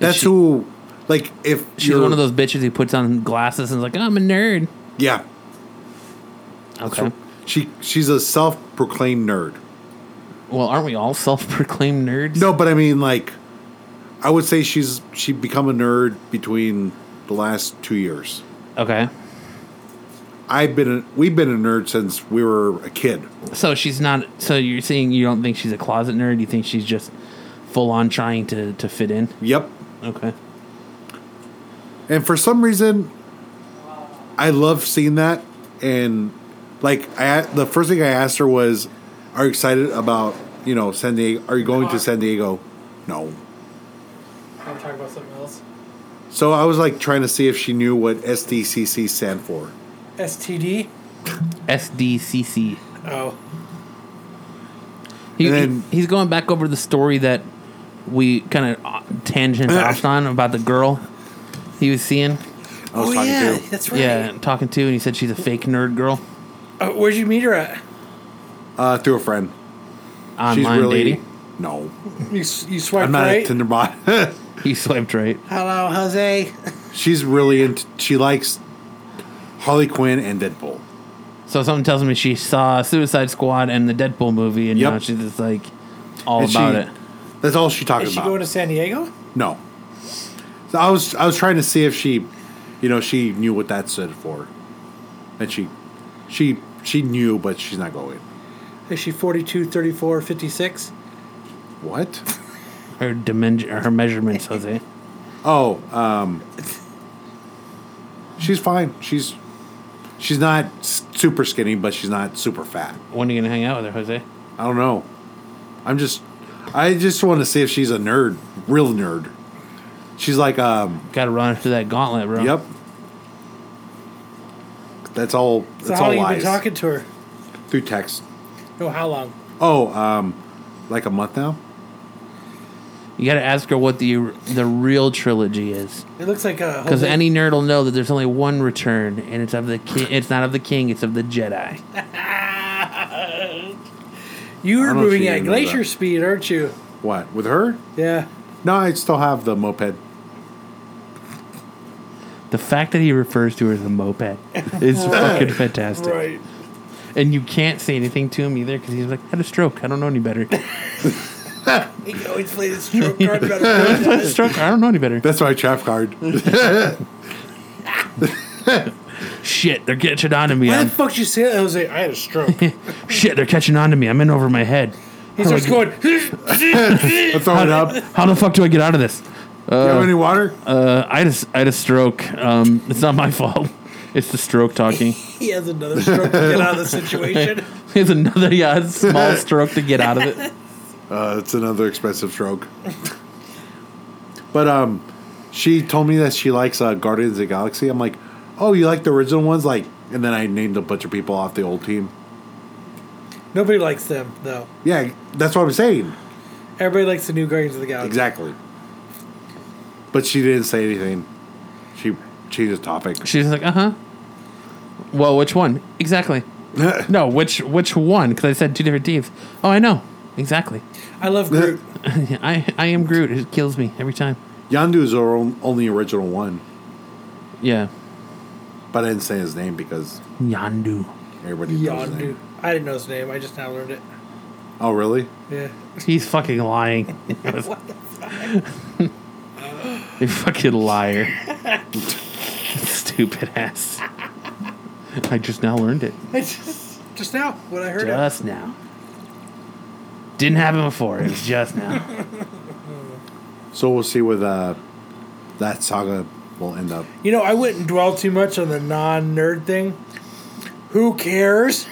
Speaker 3: that's
Speaker 1: she-
Speaker 3: who. Like if
Speaker 1: She's
Speaker 3: you're-
Speaker 1: one of those bitches who puts on glasses and is like, I'm a nerd.
Speaker 3: yeah,
Speaker 1: Okay.
Speaker 3: she she's a self-proclaimed nerd.
Speaker 1: Well, aren't we all self proclaimed nerds?
Speaker 3: No, but I mean like, I would say she's she become a nerd between the last two years.
Speaker 1: Okay.
Speaker 3: I've been a, we've been a nerd since we were a kid.
Speaker 1: So she's not. So you're saying you don't think she's a closet nerd? You think she's just full on trying to, to fit in?
Speaker 3: Yep.
Speaker 1: Okay.
Speaker 3: And for some reason, I love seeing that. And like, I the first thing I asked her was, "Are you excited about you know San Diego? Are you going to San Diego?" No.
Speaker 2: I'm talking about something else.
Speaker 3: So I was like trying to see if she knew what SDCC stand for.
Speaker 2: STD.
Speaker 1: SDCC.
Speaker 2: Oh.
Speaker 1: He,
Speaker 3: And then-
Speaker 1: he- he's going back over the story that we kind of
Speaker 3: [COUGHS]
Speaker 1: tangent off on about the girl he was seeing.
Speaker 3: I was
Speaker 2: oh
Speaker 3: talking
Speaker 2: yeah,
Speaker 3: to.
Speaker 2: that's right.
Speaker 1: Yeah, talking to, and he said she's a fake nerd girl.
Speaker 2: Uh, where'd you meet her at?
Speaker 3: Uh, through a friend.
Speaker 1: Online dating. [LAUGHS]
Speaker 3: No,
Speaker 2: You, s- you swiped
Speaker 3: I'm not
Speaker 2: right.
Speaker 3: a Tinder mod.
Speaker 1: He swiped right.
Speaker 2: Hello, Jose.
Speaker 3: [LAUGHS] She's really into. She likes Harley Quinn and Deadpool.
Speaker 1: So something tells me she saw Suicide Squad and the Deadpool movie, and
Speaker 3: Yep.
Speaker 1: now she's just like all
Speaker 3: And she-
Speaker 1: about it.
Speaker 3: That's all she talks
Speaker 2: Is she
Speaker 3: about.
Speaker 2: going to San Diego?
Speaker 3: No. So I was I was trying to see if she, you know, she knew what that stood for, and she, she she knew, but she's not going.
Speaker 2: Is she 42, 34, 56?
Speaker 3: What?
Speaker 1: Her dimension, her measurements, Jose.
Speaker 3: Oh, um, she's fine. She's she's not s- super skinny, but she's not super fat.
Speaker 1: When are you gonna hang out with her, Jose?
Speaker 3: I don't know. I'm just I just want to see if she's a nerd, real nerd. She's like, um,
Speaker 1: Got to run through that gauntlet, bro.
Speaker 3: yep. That's all. That's
Speaker 2: So how
Speaker 3: all
Speaker 2: long you
Speaker 3: lies
Speaker 2: been talking to her?
Speaker 3: through text.
Speaker 2: No, how long?
Speaker 3: Oh, um, like a month now.
Speaker 1: You got to ask her what the the real trilogy is,
Speaker 2: It looks like a
Speaker 1: because
Speaker 2: Jose-
Speaker 1: any nerd will know that there's only one return, and it's of the ki- it's not of the king, it's of the Jedi.
Speaker 2: you
Speaker 3: I
Speaker 2: were
Speaker 3: don't know if
Speaker 2: moving
Speaker 3: she
Speaker 2: at
Speaker 3: even knows
Speaker 2: glacier
Speaker 3: that.
Speaker 2: speed, aren't you?
Speaker 3: What with her?
Speaker 2: Yeah.
Speaker 3: No, I still have the moped.
Speaker 1: The fact that he refers to her as a moped is
Speaker 3: [LAUGHS]
Speaker 1: fucking fantastic, and you can't say anything to him either because he's like had a stroke. I don't know any better. [LAUGHS]
Speaker 2: He can always play the stroke card
Speaker 3: [LAUGHS]
Speaker 2: better.
Speaker 1: had a stroke. I don't know any better.
Speaker 3: That's my trap card.
Speaker 1: Shit, they're catching on to me.
Speaker 2: Why
Speaker 1: I'm,
Speaker 2: the fuck did you say that, Jose? I had
Speaker 1: [LAUGHS]
Speaker 2: a stroke. He
Speaker 1: shit, they're catching on to me. I'm in over my head.
Speaker 2: starts going, [LAUGHS]
Speaker 3: I throw it up. You
Speaker 1: How the fuck do I get out of this?
Speaker 3: have any water?
Speaker 1: Uh, I just I had a stroke. Um, it's not my [LAUGHS] fault. It's the stroke talking. [LAUGHS]
Speaker 2: he has another stroke to get out of the situation.
Speaker 1: Here's another yeah, it's a small stroke to get out of it.
Speaker 3: Uh, it's another expensive stroke. [LAUGHS] But um, she told me that she likes uh, Guardians of the Galaxy. I'm like, oh, you like the original ones, like, and then I named a bunch of people off the old team.
Speaker 2: Nobody likes them though.
Speaker 3: Yeah, that's what I'm saying.
Speaker 2: Everybody likes the new Guardians of the Galaxy.
Speaker 3: Exactly. But she didn't say anything. She changed the topic. [LAUGHS]
Speaker 1: She's like, uh huh. Well, which one? Exactly. no, which which one? Because I said two different teams. Oh, I know. Exactly. [LAUGHS]
Speaker 2: I love
Speaker 3: [LAUGHS]
Speaker 2: Groot.
Speaker 1: I, I am Groot. It kills me every time.
Speaker 3: Yandu is our on- only original one,
Speaker 1: Yeah.
Speaker 3: but I didn't say his name because
Speaker 1: Yandu.
Speaker 3: everybody knows his
Speaker 2: Yondu.
Speaker 3: name.
Speaker 2: I didn't know his name. I just now learned it.
Speaker 3: Oh, really?
Speaker 2: Yeah.
Speaker 1: He's fucking [LAUGHS] lying. you fucking liar. [LAUGHS] Stupid ass. I just now learned it.
Speaker 2: [LAUGHS] I just just now when I heard it.
Speaker 1: Just now. Didn't happen before. It was just now.
Speaker 3: So we'll see where the, that saga will end up.
Speaker 2: You know, I wouldn't dwell too much on the non-nerd thing. Who cares?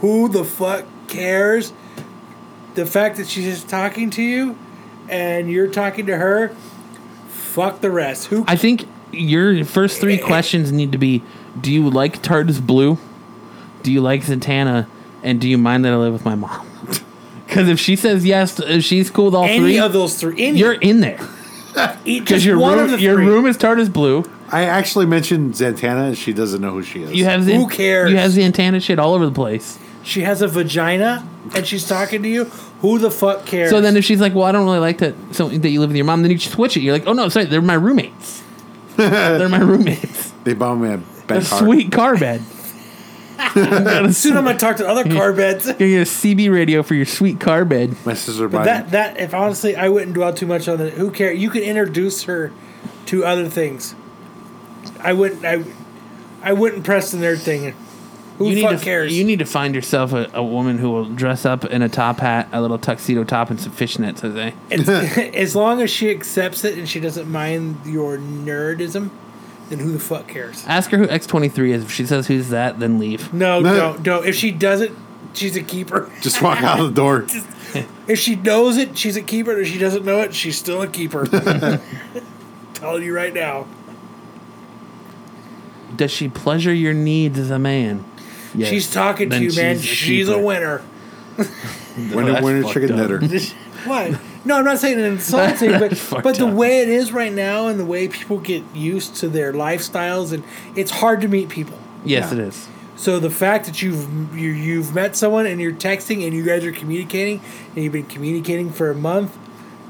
Speaker 2: Who the fuck cares? The fact that she's just talking to you and you're talking to her, fuck the rest. Who
Speaker 1: [LAUGHS] I think your first three questions need to be Do you like TARDIS Blue? Do you like Zatanna? And do you mind that I live with my mom? [LAUGHS] Because if she says yes, if she's cool with all
Speaker 2: any
Speaker 1: three,
Speaker 2: of those three? Any e,
Speaker 1: you're in there. Because
Speaker 2: because
Speaker 1: your room, your room is TARDIS Blue.
Speaker 3: I actually mentioned Zantana, and she doesn't know who she is.
Speaker 1: You have the,
Speaker 2: Who cares?
Speaker 1: You have the antenna shit all over the place.
Speaker 2: She has a vagina and she's talking to you. Who the fuck cares?
Speaker 1: So then, if she's like, "Well, I don't really like that so, that you live with your mom," then you switch it. You're like, "Oh no, sorry, they're my [LAUGHS] roommates. they're my roommates.
Speaker 3: they bought me a
Speaker 1: A
Speaker 3: bed car.
Speaker 1: sweet car bed. I'm gonna
Speaker 2: soon I'm gonna talk
Speaker 1: [LAUGHS]
Speaker 2: to other car beds.
Speaker 1: You're gonna get a CB radio for your sweet car bed.
Speaker 3: My sister bought
Speaker 2: That that if honestly I wouldn't dwell too much on that. Who cares? You can introduce her to other things. I wouldn't I I wouldn't press the nerd thing. Who
Speaker 1: you
Speaker 2: the fuck
Speaker 1: need to,
Speaker 2: cares?
Speaker 1: You need to find yourself a, a woman who will dress up in a top hat, a little tuxedo top, and some fishnets today.
Speaker 2: [LAUGHS] as,
Speaker 1: [LAUGHS]
Speaker 2: as long as she accepts it and she doesn't mind your nerdism, then who the fuck cares?
Speaker 1: Ask her who X twenty three is. If she says who's that, then leave.
Speaker 2: No,
Speaker 3: No.
Speaker 2: don't don't. If she doesn't, she's a keeper.
Speaker 3: Just walk out
Speaker 1: [LAUGHS]
Speaker 3: the door.
Speaker 2: If she knows it, she's a keeper. And if she doesn't know it, she's still a
Speaker 1: [LAUGHS]
Speaker 2: keeper. [LAUGHS] Telling you right now.
Speaker 1: Does she pleasure your needs as a man? Yes.
Speaker 2: She's talking
Speaker 1: Then
Speaker 2: to you, man.
Speaker 1: she's a
Speaker 2: She's, a
Speaker 1: keeper.
Speaker 2: winner.
Speaker 3: Winner,
Speaker 1: that's
Speaker 3: winner,
Speaker 1: fucked
Speaker 3: chicken
Speaker 1: up.
Speaker 3: dinner.
Speaker 2: What? No, I'm not saying an insulting,
Speaker 1: That's
Speaker 2: but
Speaker 1: fucked
Speaker 2: but the
Speaker 1: up.
Speaker 2: way it is right now and the way people get used to their lifestyles and it's hard to meet people.
Speaker 1: Yes,
Speaker 3: Yeah.
Speaker 1: it is.
Speaker 2: So the fact that you've you, you've met someone and you're texting and you guys are communicating and you've been communicating for a month,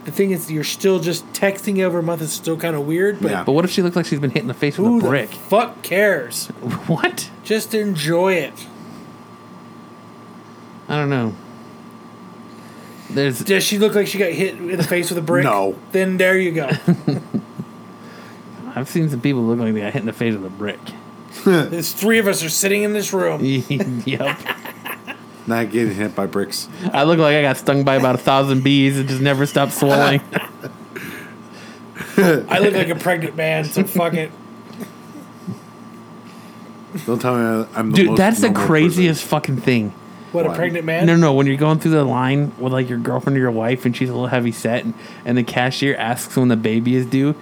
Speaker 2: the thing is you're still just texting over a month is still kind of weird. But
Speaker 3: Yeah.
Speaker 1: But what if she looks like she's been hit in the face with
Speaker 2: who
Speaker 1: a brick? [LAUGHS]
Speaker 2: the fuck cares?
Speaker 1: what?
Speaker 2: Just enjoy it.
Speaker 1: I don't know. There's
Speaker 2: Does she look like she got hit in the face with a brick?
Speaker 3: No.
Speaker 2: Then there you go.
Speaker 1: I've seen some people look like they got hit in the face with a brick.
Speaker 2: There's three of us are sitting in this room.
Speaker 1: yep.
Speaker 3: Not getting hit by bricks.
Speaker 1: I look like I got stung by about a thousand bees and just never stopped swelling.
Speaker 2: I look like a pregnant man, so fuck it.
Speaker 3: Don't tell me I'm the
Speaker 1: Dude,
Speaker 3: most
Speaker 1: that's the
Speaker 3: normal
Speaker 1: craziest fucking thing.
Speaker 2: What, a
Speaker 3: What?
Speaker 2: pregnant man?
Speaker 1: No, no, when you're going through the line with like your girlfriend or your wife and she's a little heavy set and, and the cashier asks when the baby is due.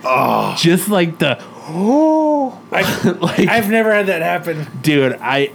Speaker 1: Just like the [LAUGHS] oh
Speaker 2: I've,
Speaker 1: like
Speaker 2: I've never had that happen.
Speaker 1: dude i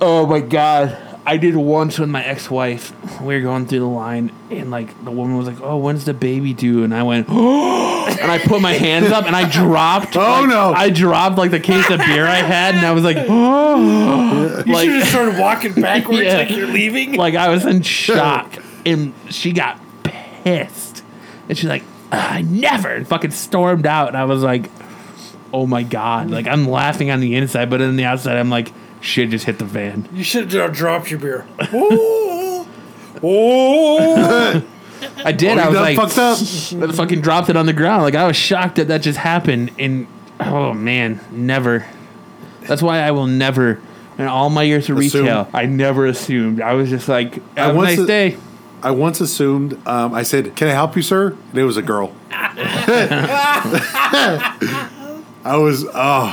Speaker 1: oh my god i did once with my ex-wife we were going through the line and like the woman was like oh when's the baby due and i went [GASPS] oh and i put my hands up and i dropped
Speaker 3: [LAUGHS] Oh,
Speaker 1: like-
Speaker 3: no.
Speaker 1: i dropped like the case of beer i had and i was like [GASPS] oh
Speaker 2: You should have
Speaker 1: like [LAUGHS]
Speaker 2: started walking backwards
Speaker 1: Yeah.
Speaker 2: like you're leaving.
Speaker 1: like i
Speaker 3: [LAUGHS]
Speaker 1: was in shock and she got pissed and she's like i never and fucking stormed out and i was like oh my god like i'm laughing on the inside but on the outside i'm like shit just hit the van
Speaker 2: you should have dropped your beer. Ooh. Ooh.
Speaker 1: I did. I
Speaker 3: Oh, you
Speaker 1: was
Speaker 3: done
Speaker 1: like,
Speaker 3: fucked up?
Speaker 1: I fucking dropped it on the ground. Like I was shocked that that just happened. And oh man, never. That's why I will never. In all my years of
Speaker 3: Assume.
Speaker 1: retail, I never assumed. I was just like,
Speaker 3: I
Speaker 1: have a
Speaker 3: once
Speaker 1: nice
Speaker 3: a- [LAUGHS]
Speaker 1: day.
Speaker 3: I once assumed, um, I said, Can I help you, sir? And it was
Speaker 1: [LAUGHS]
Speaker 3: a girl. [LAUGHS] I was, oh,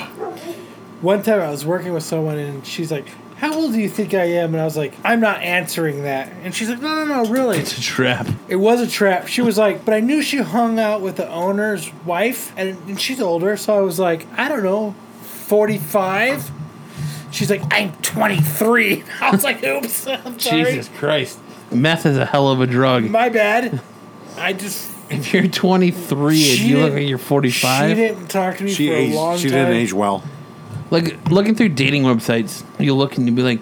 Speaker 2: One time I was working with someone and she's like, how old do you think I am? And I was like, I'm not answering that. And she's like, no, no, no, really.
Speaker 1: It's a trap.
Speaker 2: It was a trap. She was like, but I knew she hung out with the owner's wife, and, and she's older, so I was like, I don't know, 45? She's like, I'm 23. [LAUGHS] I was like, oops, I'm sorry.
Speaker 1: Jesus Christ. Meth is a hell of a drug.
Speaker 2: My bad. I just.
Speaker 1: if you're 23 and
Speaker 2: She
Speaker 1: you look
Speaker 2: didn't-
Speaker 1: like you're
Speaker 2: She
Speaker 1: 45,
Speaker 2: didn't talk to me
Speaker 3: She
Speaker 2: for a long
Speaker 3: aged, she
Speaker 2: time.
Speaker 3: didn't age well.
Speaker 1: like looking through dating websites, you'll look and you'll be like,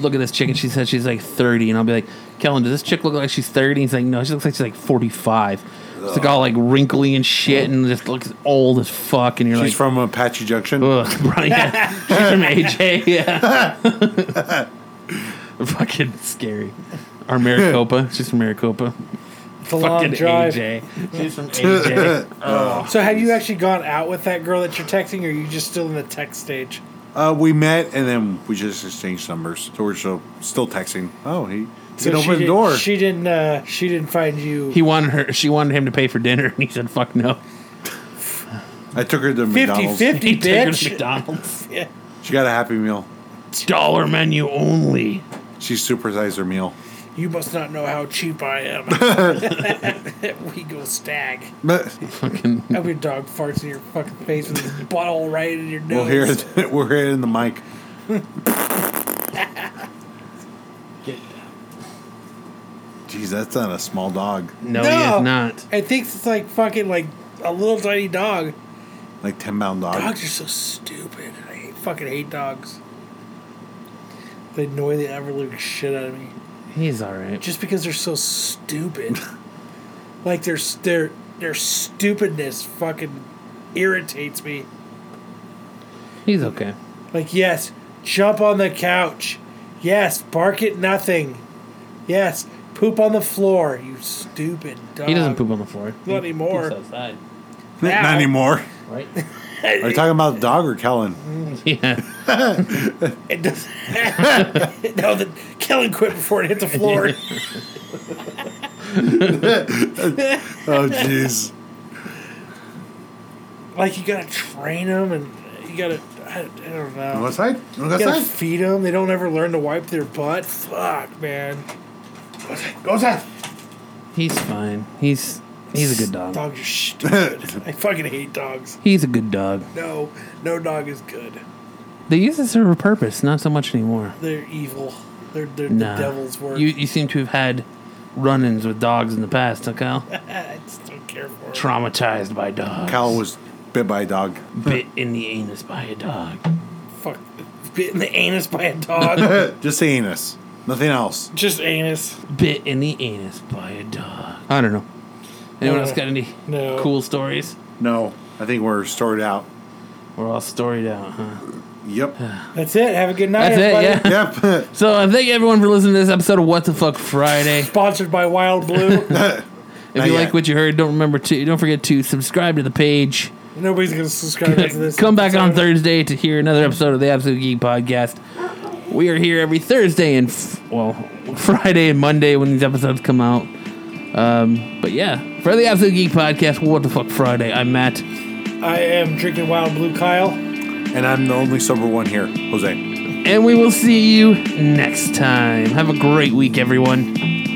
Speaker 1: look at this chick and she said she's like 30. And I'll be like, Kellen, does this chick look like she's 30? And he's like, no, she looks like she's like 45. She's like all like wrinkly and shit and just looks old as fuck. And you're
Speaker 3: She's
Speaker 1: like,
Speaker 3: from uh, Apache Junction. [LAUGHS]
Speaker 1: Ugh, [LAUGHS] right, yeah. She's from AJ, yeah. [LAUGHS] Fucking scary. Or Maricopa. She's from Maricopa.
Speaker 2: It's a long
Speaker 1: Fucking
Speaker 2: drive.
Speaker 1: AJ. She's from AJ.
Speaker 3: Uh, eh?
Speaker 2: So, have you actually gone out with that girl that you're texting, or are you just still in the text stage?
Speaker 3: Uh, we met and then we just exchanged numbers. So we're still, still texting. Oh, he, he
Speaker 2: So she
Speaker 3: opened the
Speaker 2: did-
Speaker 3: door.
Speaker 2: She didn't. Uh, she didn't find you.
Speaker 1: He wanted her. She wanted him to pay for dinner, and he said, "Fuck no."
Speaker 3: I took her
Speaker 2: 50
Speaker 3: to McDonald's.
Speaker 2: 50,
Speaker 1: He took her to
Speaker 2: bitch.
Speaker 1: McDonald's.
Speaker 2: Yeah.
Speaker 3: She got a Happy Meal.
Speaker 1: Dollar menu only.
Speaker 3: She supersized her meal.
Speaker 2: [LAUGHS] You must not know how cheap I
Speaker 3: [LAUGHS]
Speaker 2: am. [LAUGHS] we go stag.
Speaker 3: But
Speaker 1: Fucking
Speaker 2: I hope your dog farts in your fucking face with his butthole right in your nose.
Speaker 3: we'll hear it. [LAUGHS] We're here in the mic. Jeez, that's not a small dog.
Speaker 1: no, he is not.
Speaker 2: It thinks it's like fucking like a little tiny dog.
Speaker 3: Like ten pound dog.
Speaker 2: Dogs are so stupid. I hate, fucking hate dogs. They annoy the ever shit out of me.
Speaker 1: He's all right.
Speaker 2: just because they're so stupid. like their their their stupidness fucking irritates me.
Speaker 1: He's okay.
Speaker 2: Like yes, jump on the couch. Yes, bark at nothing. Yes, poop on the floor. You stupid dog.
Speaker 1: He
Speaker 2: [LAUGHS]
Speaker 1: doesn't poop on the floor. He
Speaker 2: Uh, Not anymore.
Speaker 1: poops outside,
Speaker 3: Not
Speaker 2: Ow.
Speaker 3: anymore.
Speaker 1: right? [LAUGHS]
Speaker 3: Are you talking about the dog or Kellen?
Speaker 1: yeah.
Speaker 2: It doesn't. [LAUGHS] no, the Kellen quit before it hit the floor.
Speaker 3: Oh, jeez.
Speaker 2: like you gotta train them, and you gotta. I, I don't know.
Speaker 3: What side? What
Speaker 2: You gotta
Speaker 3: side?
Speaker 2: feed them. They don't ever learn to wipe their butt. Fuck, man.
Speaker 3: Go side.
Speaker 1: He's fine. He's he's a good dog. [LAUGHS]
Speaker 2: Dogs are stupid. I fucking hate dogs.
Speaker 1: He's a good dog.
Speaker 2: No, no dog is good.
Speaker 1: They use it to serve a purpose, not so much anymore.
Speaker 2: They're evil. They're, they're
Speaker 1: Nah.
Speaker 2: the devil's work.
Speaker 1: You you seem to have had run-ins with dogs in the past, huh,
Speaker 2: [LAUGHS]
Speaker 1: Kyle?
Speaker 2: [LAUGHS] I just don't care for 'em.
Speaker 1: Traumatized by dogs.
Speaker 3: Kyle was bit by a dog.
Speaker 1: bit in the anus by a dog.
Speaker 2: Fuck. Bit in the anus by a
Speaker 1: [LAUGHS]
Speaker 2: dog.
Speaker 3: Just the anus. Nothing else.
Speaker 2: just anus.
Speaker 1: Bit in the anus by a dog. I don't know. Anyone
Speaker 2: No.
Speaker 1: else got any
Speaker 2: Uh, No.
Speaker 1: cool stories?
Speaker 3: No, I think we're sorted out.
Speaker 1: We're all storied out, huh?
Speaker 3: Yep.
Speaker 2: That's it. Have a good night,
Speaker 1: That's it,
Speaker 2: everybody.
Speaker 1: yeah.
Speaker 3: [SIGHS] yep.
Speaker 1: [LAUGHS] So uh, thank everyone for listening to this episode of What the Fuck Friday.
Speaker 2: Sponsored by Wild
Speaker 1: [LAUGHS]
Speaker 2: Blue.
Speaker 1: If you
Speaker 3: yet.
Speaker 1: like what you heard, don't remember to don't forget to subscribe to the page.
Speaker 2: Nobody's gonna subscribe to this.
Speaker 1: Come back on
Speaker 2: episode.
Speaker 1: Thursday to hear another episode of the Absolute Geek Podcast. We are here every Thursday and f- well [LAUGHS] Friday and Monday when these episodes come out. Um, but yeah, for the Absolute Geek Podcast, What the Fuck Friday. I'm Matt.
Speaker 2: I am drinking Wild Blue, Kyle.
Speaker 3: [LAUGHS] And I'm the only sober one here, Jose.
Speaker 1: and we will see you next time. Have a great week, everyone.